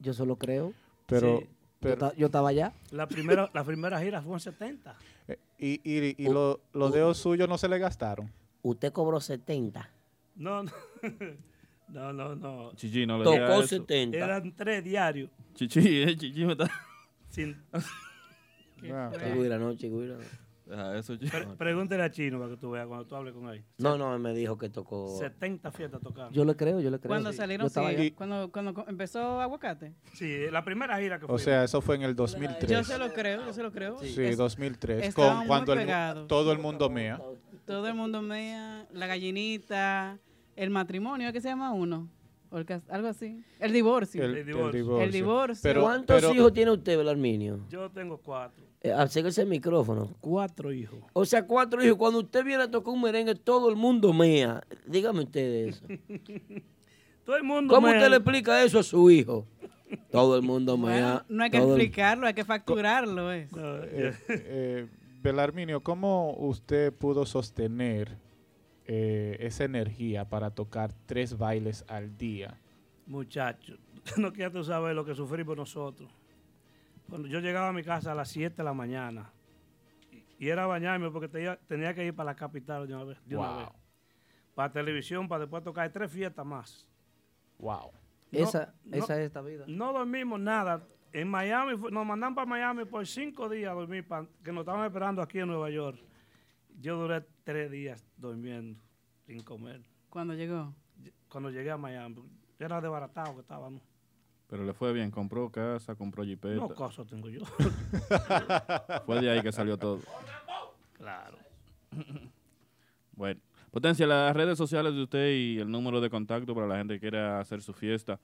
Speaker 6: Yo solo creo.
Speaker 8: Pero-
Speaker 6: Yo
Speaker 8: pero-
Speaker 6: ta- Yo estaba allá.
Speaker 15: La primera, la primera gira fue en 70.
Speaker 8: Eh, Y, y, y lo- los dedos suyos no se le gastaron.
Speaker 5: Usted cobró 70.
Speaker 15: No, no. No, no, no.
Speaker 3: Chichi, no le
Speaker 5: Tocó
Speaker 3: diga eso.
Speaker 5: 70.
Speaker 15: Eran tres diarios.
Speaker 3: Chichi, eh, Chichi me está.
Speaker 15: Sin...
Speaker 8: Ah,
Speaker 5: Chigüira, no, chigüira.
Speaker 3: Deja eso, Chichi.
Speaker 15: Pre- pregúntale a Chino para que tú veas cuando tú hables con él.
Speaker 5: No, no, él me dijo que tocó.
Speaker 15: 70 fiestas tocaron.
Speaker 6: Yo le creo, yo le creo.
Speaker 4: Cuando
Speaker 6: Sí.
Speaker 4: salieron,
Speaker 6: Yo estaba
Speaker 4: sí,
Speaker 6: allá.
Speaker 4: cuando, cuando co- empezó Aguacate.
Speaker 15: Sí, la primera gira que
Speaker 8: O
Speaker 15: fuimos.
Speaker 8: sea, eso fue en el 2003.
Speaker 4: Yo se lo creo, yo se lo creo.
Speaker 8: Sí,
Speaker 4: Es-
Speaker 8: 2003.
Speaker 4: estaban
Speaker 8: Con,
Speaker 4: muy
Speaker 8: cuando el mu-
Speaker 4: pegados.
Speaker 8: todo el mundo mea.
Speaker 4: Todo el mundo mea, la gallinita, el matrimonio, ¿qué se llama uno? O el cas- algo así. El divorcio.
Speaker 5: El- El divorcio.
Speaker 4: El
Speaker 5: el
Speaker 4: divorcio.
Speaker 5: ¿Cuántos hijos tiene usted, Belarminio?
Speaker 15: Yo tengo cuatro.
Speaker 5: Eh, acérquese el micrófono.
Speaker 15: Cuatro hijos.
Speaker 5: O sea, cuatro hijos. Cuando usted viene a tocar un merengue, todo el mundo mea. Dígame usted eso.
Speaker 15: Todo el mundo.
Speaker 5: ¿Cómo
Speaker 15: me-
Speaker 5: usted le explica eso a su hijo? Todo el mundo mea.
Speaker 4: No hay que
Speaker 5: todo el-
Speaker 4: explicarlo, hay que facturarlo. pues. Es.
Speaker 8: Eh, eh, Belarminio, ¿cómo usted pudo sostener eh, esa energía para tocar tres bailes al día?
Speaker 15: Muchachos, no quiero tú saber lo que sufrimos nosotros. Cuando yo llegaba a mi casa a las 7 de la mañana y- y era bañarme porque tenía, tenía que ir para la capital de una vez. de una
Speaker 6: Wow.
Speaker 15: vez. Para televisión, para después tocar tres fiestas más.
Speaker 8: Wow.
Speaker 6: Esa- esa es esta vida.
Speaker 15: No dormimos nada. En Miami, fu- nos mandan para Miami por cinco días a dormir, pa- que nos estaban esperando aquí en Nueva York. Yo duré tres días durmiendo, sin comer.
Speaker 4: ¿Cuándo llegó?
Speaker 15: Cuando llegué a Miami, yo era desbaratado que estábamos.
Speaker 3: Pero le fue bien, compró casa, compró jipeta.
Speaker 15: No cosa tengo yo.
Speaker 3: Fue de ahí que salió todo.
Speaker 15: Claro.
Speaker 3: Bueno, Potencia, las redes sociales de usted y el número de contacto para la gente que quiera hacer su fiesta.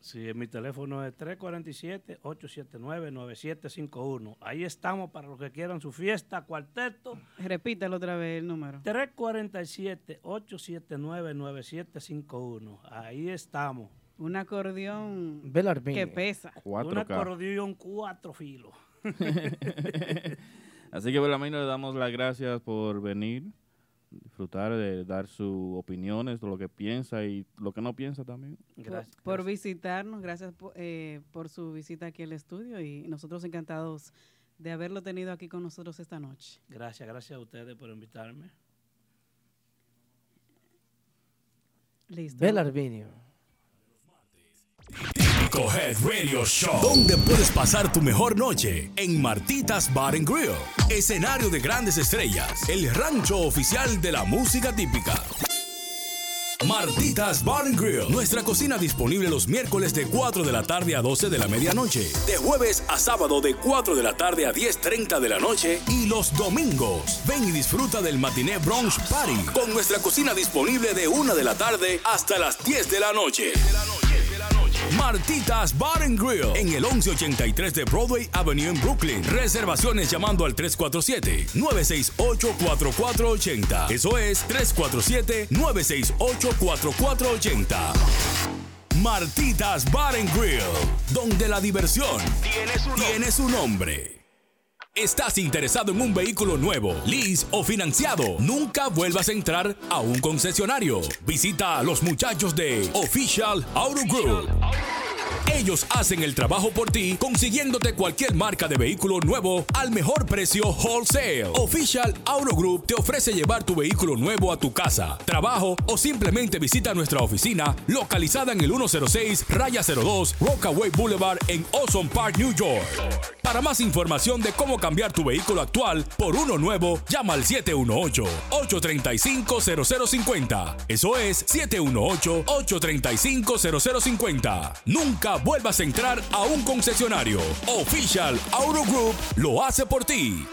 Speaker 15: Sí, mi teléfono es 347-879-9751. Ahí estamos para los que quieran su fiesta, cuarteto.
Speaker 4: Repítelo otra vez el número.
Speaker 15: 347-879-9751. Ahí estamos.
Speaker 4: Un acordeón
Speaker 6: Belarminio.
Speaker 4: que pesa.
Speaker 3: Cuatro
Speaker 15: Un
Speaker 3: K.
Speaker 15: acordeón cuatro filos.
Speaker 3: Así que, Belarmino, le damos las gracias por venir disfrutar de dar sus opiniones, lo que piensa y lo que no piensa también.
Speaker 4: Gracias. Por, visitarnos, gracias po- eh, por su visita aquí al estudio y nosotros encantados de haberlo tenido aquí con nosotros esta noche.
Speaker 16: Gracias, gracias a ustedes por invitarme.
Speaker 4: Listo.
Speaker 6: Bel Arvinio.
Speaker 1: Típico Head Radio Show, donde puedes pasar tu mejor noche en Martitas Bar and Grill, escenario de grandes estrellas, el rancho oficial de la música típica. Martitas Bar and Grill, nuestra cocina disponible los miércoles de 4 de la tarde a 12 de la medianoche, de jueves a sábado de 4 de la tarde a 10.30 de la noche y los domingos. Ven y disfruta del matiné brunch party con nuestra cocina disponible de 1 de la tarde hasta las 10 de la noche. Martitas Bar and Grill en el 1183 de Broadway Avenue en Brooklyn. Reservaciones llamando al 347-968-4480. Eso es 347-968-4480. Martitas Bar and Grill, donde la diversión tiene su nombre. ¿Estás interesado en un vehículo nuevo, lease o financiado? Nunca vuelvas a entrar a un concesionario. Visita a los muchachos de Official Auto Group. Ellos hacen el trabajo por ti, consiguiéndote cualquier marca de vehículo nuevo al mejor precio wholesale. Official Auto Group te ofrece llevar tu vehículo nuevo a tu casa, trabajo o simplemente visita nuestra oficina localizada en el 106 Raya 02 Rockaway Boulevard en Ozone Park, New York. Para más información de cómo cambiar tu vehículo actual por uno nuevo, llama al 718-835-0050. Eso es 718-835-0050. Nunca vuelvas a entrar a un concesionario. Official Auto Group lo hace por ti.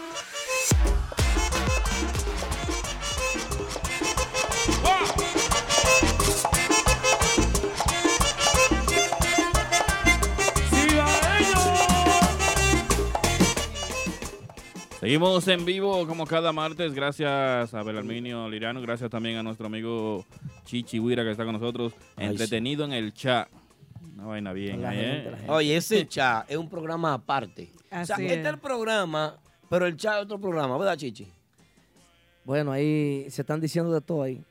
Speaker 3: Seguimos en vivo como cada martes, gracias a Belarminio Lirano, gracias también a nuestro amigo Chichi Huira que está con nosotros,
Speaker 5: Ay,
Speaker 3: entretenido en el chat. Una vaina bien.
Speaker 5: La
Speaker 3: ahí,
Speaker 5: gente,
Speaker 3: ¿eh?
Speaker 5: la gente. Oye, ese chat es un programa aparte. o
Speaker 6: Así
Speaker 5: sea, está
Speaker 6: es.
Speaker 5: el programa, pero el chat es otro programa, ¿verdad, Chichi?
Speaker 6: Bueno, ahí se están diciendo de todo ahí.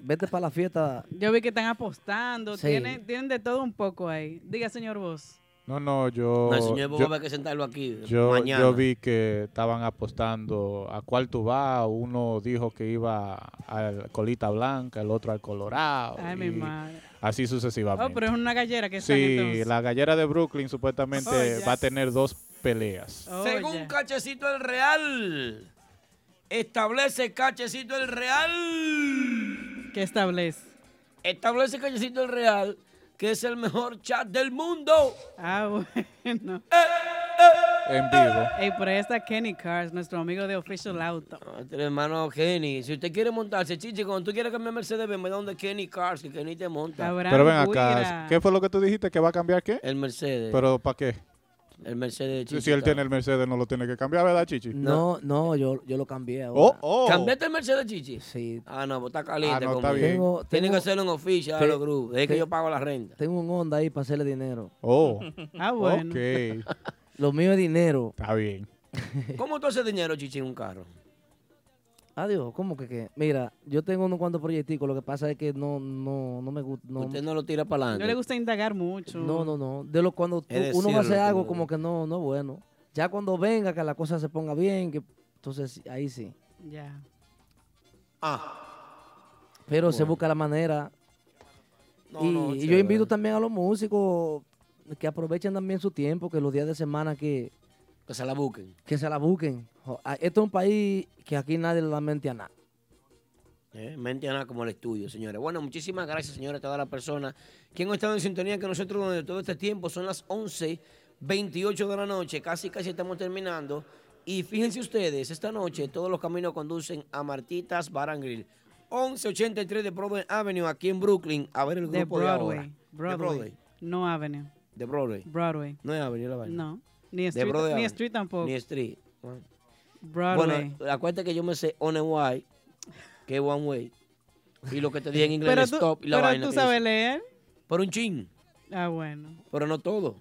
Speaker 6: Vete para la fiesta.
Speaker 4: Yo vi que están apostando,
Speaker 6: Sí.
Speaker 4: tienen, tienen de todo un poco ahí. Diga, señor Vos.
Speaker 8: No, no, yo.
Speaker 5: No, el señor Bobo
Speaker 8: Oh, yo-
Speaker 5: va a que sentarlo aquí eh,
Speaker 8: Yo,
Speaker 5: mañana.
Speaker 8: yo vi que estaban apostando a cuál tú vas. Uno dijo que iba al Colita Blanca, el otro al Colorado.
Speaker 4: Ay,
Speaker 8: y
Speaker 4: mi madre.
Speaker 8: Así sucesivamente.
Speaker 4: Oh, pero es una gallera que están
Speaker 8: sí,
Speaker 4: entonces.
Speaker 8: la gallera de Brooklyn supuestamente
Speaker 5: Oh, yes.
Speaker 8: va a tener dos peleas.
Speaker 5: Según Cachecito el Real, establece Cachecito el Real.
Speaker 4: ¿Qué establece?
Speaker 5: Establece Cachecito el Real, que es el mejor chat del mundo.
Speaker 4: Ah, bueno.
Speaker 8: En vivo.
Speaker 4: Ey, por ahí está Kenny Cars, nuestro amigo de Official Auto.
Speaker 5: Nuestro este hermano Kenny, si usted quiere montarse, Chichi, cuando tú quieras cambiar Mercedes, me da donde Kenny Cars, que Kenny te monta.
Speaker 8: pero ven acá, ¿qué fue lo que tú dijiste? ¿Que va a cambiar qué?
Speaker 5: El Mercedes.
Speaker 8: ¿Pero para qué?
Speaker 5: El Mercedes de
Speaker 8: Si,
Speaker 5: Chichi.
Speaker 8: si él tiene el Mercedes, no lo tiene que cambiar, ¿verdad, Chichi?
Speaker 6: No, no, yo, yo lo cambié
Speaker 8: Oh,
Speaker 6: ahora.
Speaker 8: oh.
Speaker 5: ¿Cambiaste el Mercedes, Chichi?
Speaker 6: Sí.
Speaker 5: Ah, no, pues está caliente.
Speaker 6: Ah, no, está
Speaker 5: conmigo.
Speaker 6: bien. Tengo-
Speaker 5: Tiene
Speaker 6: tengo-
Speaker 5: que hacerlo en oficial a
Speaker 6: Te-
Speaker 5: los grupos. Es que
Speaker 6: te-
Speaker 5: yo pago la renta.
Speaker 6: Tengo un Honda ahí para hacerle dinero.
Speaker 8: Oh.
Speaker 4: Ah, bueno.
Speaker 8: Ok.
Speaker 6: Lo mío es dinero.
Speaker 8: Está bien.
Speaker 5: ¿Cómo tú haces dinero, Chichi, en un carro?
Speaker 6: Adiós, ¿cómo que qué? Mira, yo tengo unos cuantos proyecticos, lo que pasa es que no, no, no me gusta. No,
Speaker 5: Usted no lo tira para
Speaker 4: No le gusta indagar mucho.
Speaker 6: No, no, no. De lo cuando tú-
Speaker 5: Es
Speaker 6: uno va a hacer
Speaker 5: decirlo,
Speaker 6: algo
Speaker 5: pero-
Speaker 6: como que no, no es bueno. Ya cuando venga, que la cosa se ponga bien, que entonces ahí sí.
Speaker 4: Ya.
Speaker 5: Ah.
Speaker 6: Pero se busca la manera.
Speaker 5: No,
Speaker 6: y
Speaker 5: no,
Speaker 6: y yo
Speaker 5: chévere.
Speaker 6: invito también a los músicos que aprovechen también su tiempo, que los días de semana que...
Speaker 5: Que se la busquen.
Speaker 6: Que se la busquen. Jo- a- Esto es un país que aquí nadie le da mente a nada.
Speaker 5: Eh, Mente nada como el estudio, señores. Bueno, muchísimas gracias, señores, a todas las personas que han estado en sintonía con nosotros durante todo este tiempo. Son las 11, 28 de la noche, casi casi estamos terminando. Y fíjense ustedes, esta noche todos los caminos conducen a Martitas Barangril. 1183 de Broadway Avenue, aquí en Brooklyn, a ver el
Speaker 4: De
Speaker 5: grupo de,
Speaker 4: Broadway.
Speaker 5: ahora.
Speaker 4: Broadway.
Speaker 5: De Broadway.
Speaker 4: No Avenue.
Speaker 5: De Broadway.
Speaker 4: Broadway.
Speaker 5: No es Avenue la vaina.
Speaker 4: No. Ni
Speaker 5: De
Speaker 4: Street-
Speaker 5: Broadway
Speaker 4: ni
Speaker 5: Avenue.
Speaker 4: Street tampoco.
Speaker 5: Ni Street. Bueno.
Speaker 4: Broadway.
Speaker 5: Bueno, acuérdate que yo me sé On and Way, que es One Way. Y lo que te dije en inglés
Speaker 4: Pero
Speaker 5: es
Speaker 4: tú-
Speaker 5: Stop y la
Speaker 4: pero
Speaker 5: vaina.
Speaker 4: tú
Speaker 5: que yo
Speaker 4: sabes
Speaker 5: sé.
Speaker 4: leer.
Speaker 5: Por un chin,
Speaker 4: Ah, bueno.
Speaker 5: pero no todo.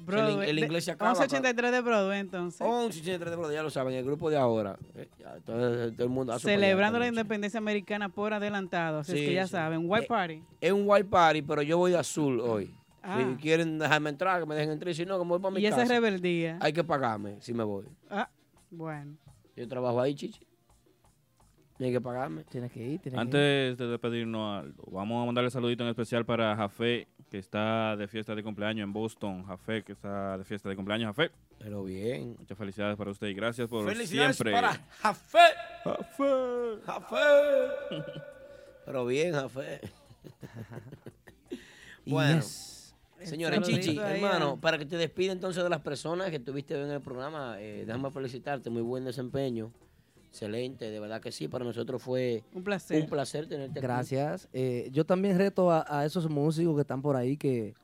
Speaker 4: Broadway.
Speaker 5: el
Speaker 4: De-
Speaker 5: inglés se acaba,
Speaker 4: 1183 de Broadway, entonces.
Speaker 5: 1183 de Broadway, ya lo saben, el grupo de ahora. Eh, ya, entonces, todo el mundo hace
Speaker 4: Celebrando
Speaker 5: para
Speaker 4: la
Speaker 5: allá.
Speaker 4: independencia americana por adelantado. Así es
Speaker 5: Sí,
Speaker 4: que ya
Speaker 5: sí.
Speaker 4: saben, White
Speaker 5: Eh,
Speaker 4: Party.
Speaker 5: Es un white party, pero yo voy de azul hoy.
Speaker 4: Ah.
Speaker 5: Si quieren dejarme entrar, que me dejen entrar. y Si no, que me voy para mi
Speaker 4: Y esa
Speaker 5: casa.
Speaker 4: es rebeldía.
Speaker 5: Hay que pagarme si me voy.
Speaker 4: Ah, bueno.
Speaker 5: Yo trabajo ahí, chichi. Tiene que pagarme.
Speaker 6: Tienes que ir, tienes
Speaker 3: Antes de despedirnos, Aldo, vamos a mandarle saludito en especial para Jafé, que está de fiesta de cumpleaños en Boston. Jafé, que está de fiesta de cumpleaños, Jafé.
Speaker 5: Pero bien.
Speaker 3: Muchas felicidades para usted y gracias por
Speaker 5: Felicidades
Speaker 3: siempre.
Speaker 5: para Jafé. Jafé. Jafé. Pero bien, Jafé. bueno. Señores,
Speaker 6: Saludito
Speaker 5: Chichi,
Speaker 6: ahí
Speaker 5: hermano,
Speaker 6: a-
Speaker 5: para que te despida entonces de las personas que tuviste hoy en el programa, eh, déjame felicitarte, muy buen desempeño, excelente, de verdad que sí, para nosotros fue
Speaker 4: un placer,
Speaker 5: un placer tenerte. aquí.
Speaker 6: Gracias. Eh, yo también reto a, a esos músicos que están por ahí que,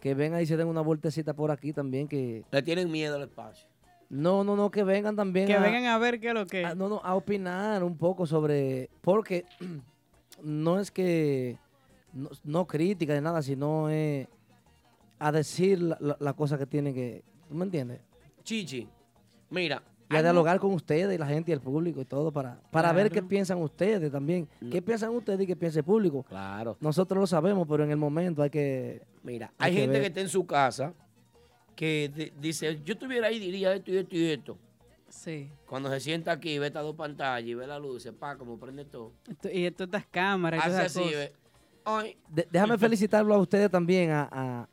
Speaker 6: que vengan y se den una vueltecita por aquí también. que
Speaker 5: Le tienen miedo al espacio.
Speaker 6: No, no, no, que vengan también.
Speaker 4: Que
Speaker 6: a-
Speaker 4: vengan a ver qué es lo que.
Speaker 6: no, no, a opinar un poco sobre. Porque no es que. No, no crítica ni nada, sino eh, a decir la, la- la cosa que tiene que. ¿Tú me entiendes?
Speaker 5: Chichi, mira.
Speaker 6: Y a
Speaker 5: hay
Speaker 6: dialogar con ustedes y la gente y el público y todo para, para ver qué
Speaker 5: Claro.
Speaker 6: piensan ustedes también. ¿Qué piensan ustedes y qué piensa el público?
Speaker 5: Claro.
Speaker 6: Nosotros lo sabemos, pero en el momento hay que.
Speaker 5: Mira, Hay gente
Speaker 6: ver.
Speaker 5: que está en su casa que di- dice, yo estuviera ahí diría esto y esto y esto.
Speaker 4: Sí.
Speaker 5: Cuando se sienta aquí, ve estas dos pantallas y ve las luces, pa, como prende todo.
Speaker 4: Esto- Y esto estas cámaras. y
Speaker 5: Hace
Speaker 4: todas
Speaker 5: así,
Speaker 4: Este esas cosas.
Speaker 5: ve. Ay,
Speaker 6: De- déjame felicitarlo a ustedes también, a, a-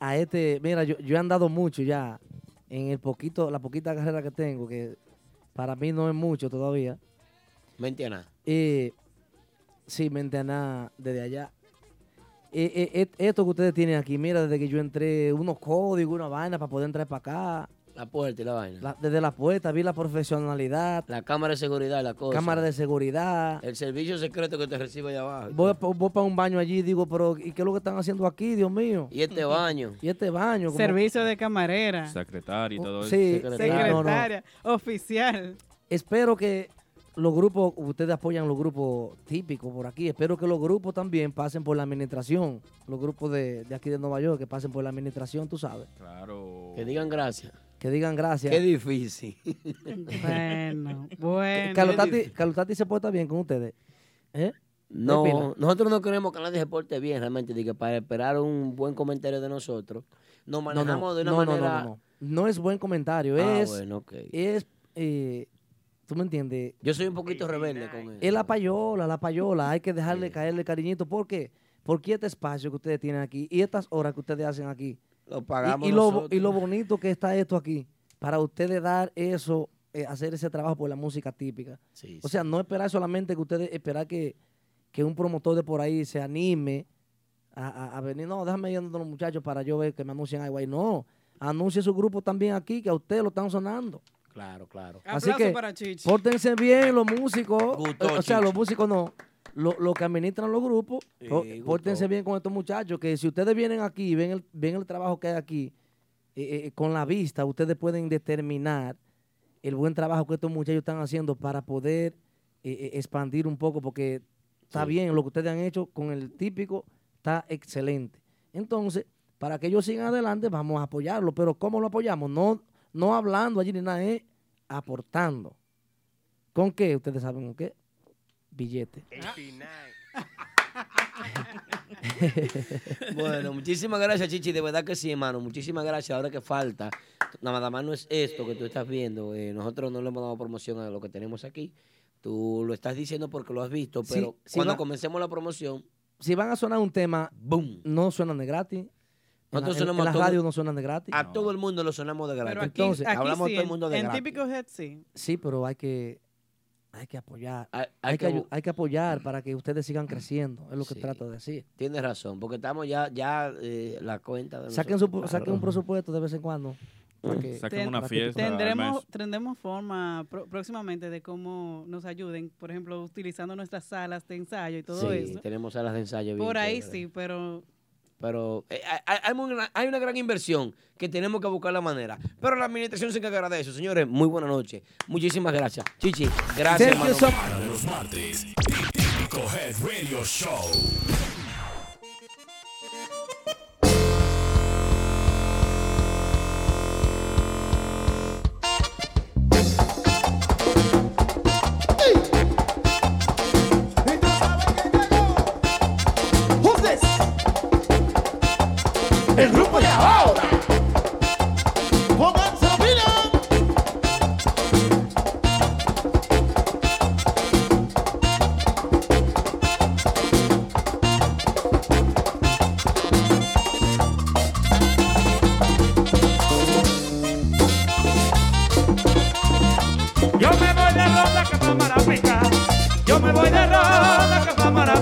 Speaker 6: a este. Mira, yo, yo he andado mucho ya en el poquito, la poquita carrera que tengo, que para mí no es mucho todavía.
Speaker 5: ¿me entiendes?
Speaker 6: Eh, sí, me nada desde allá. Eh, eh, et- esto que ustedes tienen aquí, mira, desde que yo entré, unos códigos, una vaina para poder entrar para acá.
Speaker 5: La puerta y la vaina.
Speaker 6: La- desde la puerta vi la profesionalidad,
Speaker 5: La cámara de seguridad, la cosa. Eh,
Speaker 6: cámara de seguridad.
Speaker 5: El servicio secreto que te recibe allá abajo.
Speaker 6: Voy, pa- voy para un baño allí y digo, pero ¿y qué es lo que están haciendo aquí, Dios mío?
Speaker 5: Y este baño.
Speaker 6: Y este baño. como-
Speaker 4: Servicio de camarera.
Speaker 3: Secretario y
Speaker 5: Oh,
Speaker 3: todo eso.
Speaker 6: Sí,
Speaker 4: Secretaria, oficial.
Speaker 6: Espero que los grupos, ustedes apoyan los grupos típicos por aquí, espero que los grupos también pasen por la administración, los grupos de, de aquí de Nueva York, que pasen por la administración, tú sabes.
Speaker 3: Claro.
Speaker 5: Que digan gracias.
Speaker 6: Que digan gracias.
Speaker 5: Qué difícil.
Speaker 4: Bueno, bueno.
Speaker 6: Carlos Tati- Carlos Tati se porta bien con ustedes. ¿Eh? ¿Qué
Speaker 5: No,
Speaker 6: opinan?
Speaker 5: nosotros no queremos que nadie se porte bien realmente, de que para esperar un buen comentario de nosotros, nos
Speaker 6: No,
Speaker 5: manejamos
Speaker 6: no,
Speaker 5: de una
Speaker 6: no, no,
Speaker 5: manera...
Speaker 6: no, no, no. No es buen comentario,
Speaker 5: Ah,
Speaker 6: es...
Speaker 5: bueno, ok.
Speaker 6: Es... eh, ¿Tú me entiendes?
Speaker 5: Yo soy un
Speaker 4: Eh,
Speaker 5: poquito rebelde con eso.
Speaker 6: Es la payola, la payola. Hay que dejarle caerle cariñito. ¿Por qué? Porque este espacio que ustedes tienen aquí y estas horas que ustedes hacen aquí.
Speaker 5: Lo pagamos
Speaker 6: y, y lo, bo-
Speaker 5: nosotros.
Speaker 6: y lo bonito que está esto aquí. Para ustedes dar eso, eh, hacer ese trabajo por la música típica.
Speaker 5: Sí,
Speaker 6: o sea, no esperar solamente que ustedes, esperar que, que un promotor de por ahí se anime a, a- a venir. No, déjame ir a los muchachos para yo ver que me anuncien algo ahí. No, anuncie su grupo también aquí, que a ustedes lo están sonando.
Speaker 5: Claro, claro.
Speaker 6: Así que pórtense bien los músicos.
Speaker 5: Gustó,
Speaker 6: eh, o sea,
Speaker 5: Chichi.
Speaker 6: los músicos no. lo- Los que administran los grupos,
Speaker 5: Sí,
Speaker 6: po-
Speaker 5: gustó.
Speaker 6: Oh, pórtense bien con estos muchachos, que si ustedes vienen aquí y ven el, ven el trabajo que hay aquí, eh, eh, con la vista, ustedes pueden determinar el buen trabajo que estos muchachos están haciendo para poder eh, eh, expandir un poco, porque está bien lo que ustedes han hecho con el típico, está excelente. Entonces, para que ellos sigan adelante, vamos a apoyarlo, pero ¿cómo lo apoyamos? No, no hablando allí ni nada, es aportando. ¿Con qué? Ustedes saben con qué. Billete.
Speaker 5: Ah. Bueno, muchísimas gracias, Chichi. De verdad que sí, hermano. Muchísimas gracias. Ahora que falta, nada más no es esto que tú estás viendo. eh, nosotros no le hemos dado promoción a lo que tenemos aquí. Tú lo estás diciendo porque lo has visto,
Speaker 6: Sí,
Speaker 5: pero
Speaker 6: sí
Speaker 5: cuando
Speaker 6: va-
Speaker 5: comencemos la promoción,
Speaker 6: Si van a sonar un tema,
Speaker 5: boom.
Speaker 6: no suenan de gratis. En la-
Speaker 5: Nosotros
Speaker 6: en, en
Speaker 5: sonamos
Speaker 6: las
Speaker 5: todo-
Speaker 6: radios no suenan de gratis.
Speaker 5: a todo el mundo lo sonamos de gratis.
Speaker 6: Pero aquí- Entonces,
Speaker 4: Aquí
Speaker 5: hablamos
Speaker 4: sí,
Speaker 5: todo el mundo de
Speaker 4: en,
Speaker 5: gratis.
Speaker 4: en típico head sí.
Speaker 6: Sí, pero hay que, hay que
Speaker 5: Pues
Speaker 6: apoyar.
Speaker 5: Hay,
Speaker 6: hay que,
Speaker 5: que
Speaker 6: ayu-
Speaker 5: bu-
Speaker 6: hay que apoyar para que ustedes sigan creciendo. Es lo que trato de decir.
Speaker 5: Tienes razón, porque estamos ya, ya eh, la cuenta de
Speaker 6: Saquen, su,
Speaker 5: nosotros. Claro.
Speaker 6: saquen un presupuesto de vez en cuando. para que-
Speaker 5: Saquen una
Speaker 6: para que-
Speaker 5: fiesta. al
Speaker 4: Tendremos,
Speaker 5: mes.
Speaker 4: tendremos forma pro- próximamente de cómo nos ayuden, por ejemplo, utilizando nuestras salas de ensayo y todo
Speaker 5: Sí,
Speaker 4: eso.
Speaker 5: tenemos salas de ensayo. bien
Speaker 4: Por ahí
Speaker 5: chévere.
Speaker 4: sí, pero
Speaker 5: Pero eh, hay, hay una gran- hay una gran inversión que tenemos que buscar la manera. Pero la administración se encargará de eso, señores. Muy buena noche. Muchísimas gracias. Chichi, gracias,
Speaker 1: Thank you
Speaker 5: hermano.
Speaker 1: so much. Para los martes, Típico Head Radio Show.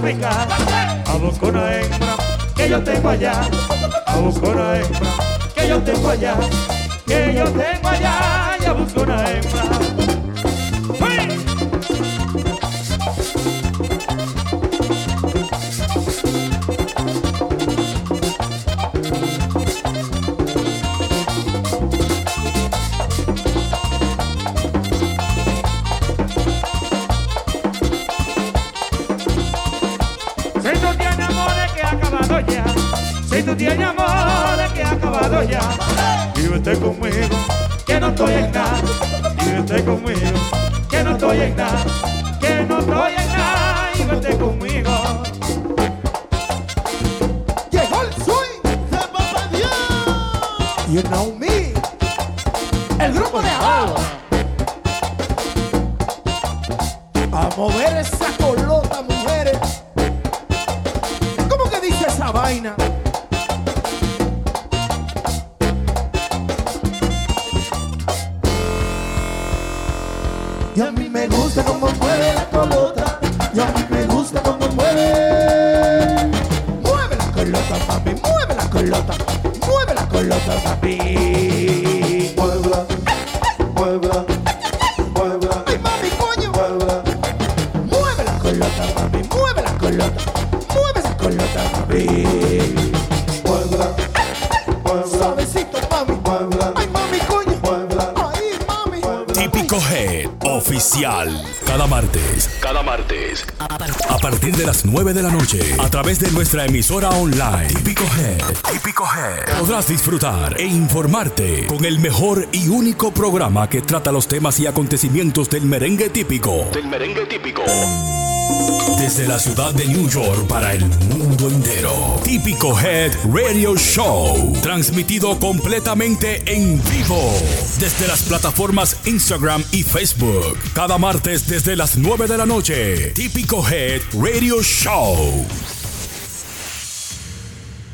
Speaker 2: picar. A buscar una hembra que yo tengo allá. A buscar una hembra que yo tengo allá. Que yo tengo allá. Y a buscar una hembra.
Speaker 17: Si tú tienes amores que ha acabado ya, si tú tienes amores que ha acabado ya,
Speaker 2: Y vete conmigo,
Speaker 17: que no estoy en nada,
Speaker 2: y vete conmigo,
Speaker 17: que no estoy en nada, que no estoy en nada, y vete conmigo.
Speaker 18: Llegó el swing de Papá Dios. You know me. El grupo de abajo. A mover esa colota, mujeres. ¿Cómo que dice esa vaina?
Speaker 2: Y a mí me gusta como mueve la colota. Y a mí me gusta como mueve. Mueve la colota, papi. Mueve la colota. Mueve la colota, papi. Muévela. Muévela. Muévela. Ay, mami, coño. Muévela. Mueve la colota, papi. Mueve la colota. Mueve esa colota, papi. Muévela. Muévela. Suavecito, mami. Muévela. Ay, mami, coño. Muévela. Ay, mami.
Speaker 1: Típico Head Oficial. Cada martes. Cada martes. A partir de las 9 de la noche. A través de nuestra emisora online. Típico Head. Típico Head. Podrás disfrutar e informarte con el mejor y único programa que trata los temas y acontecimientos del merengue típico.
Speaker 19: Del merengue típico.
Speaker 1: Desde la ciudad de New York para el mundo entero. Típico Head Radio Show. Transmitido completamente en vivo. Desde las plataformas Instagram y Facebook. Cada martes desde las 9 de la noche. Típico Head Radio Show.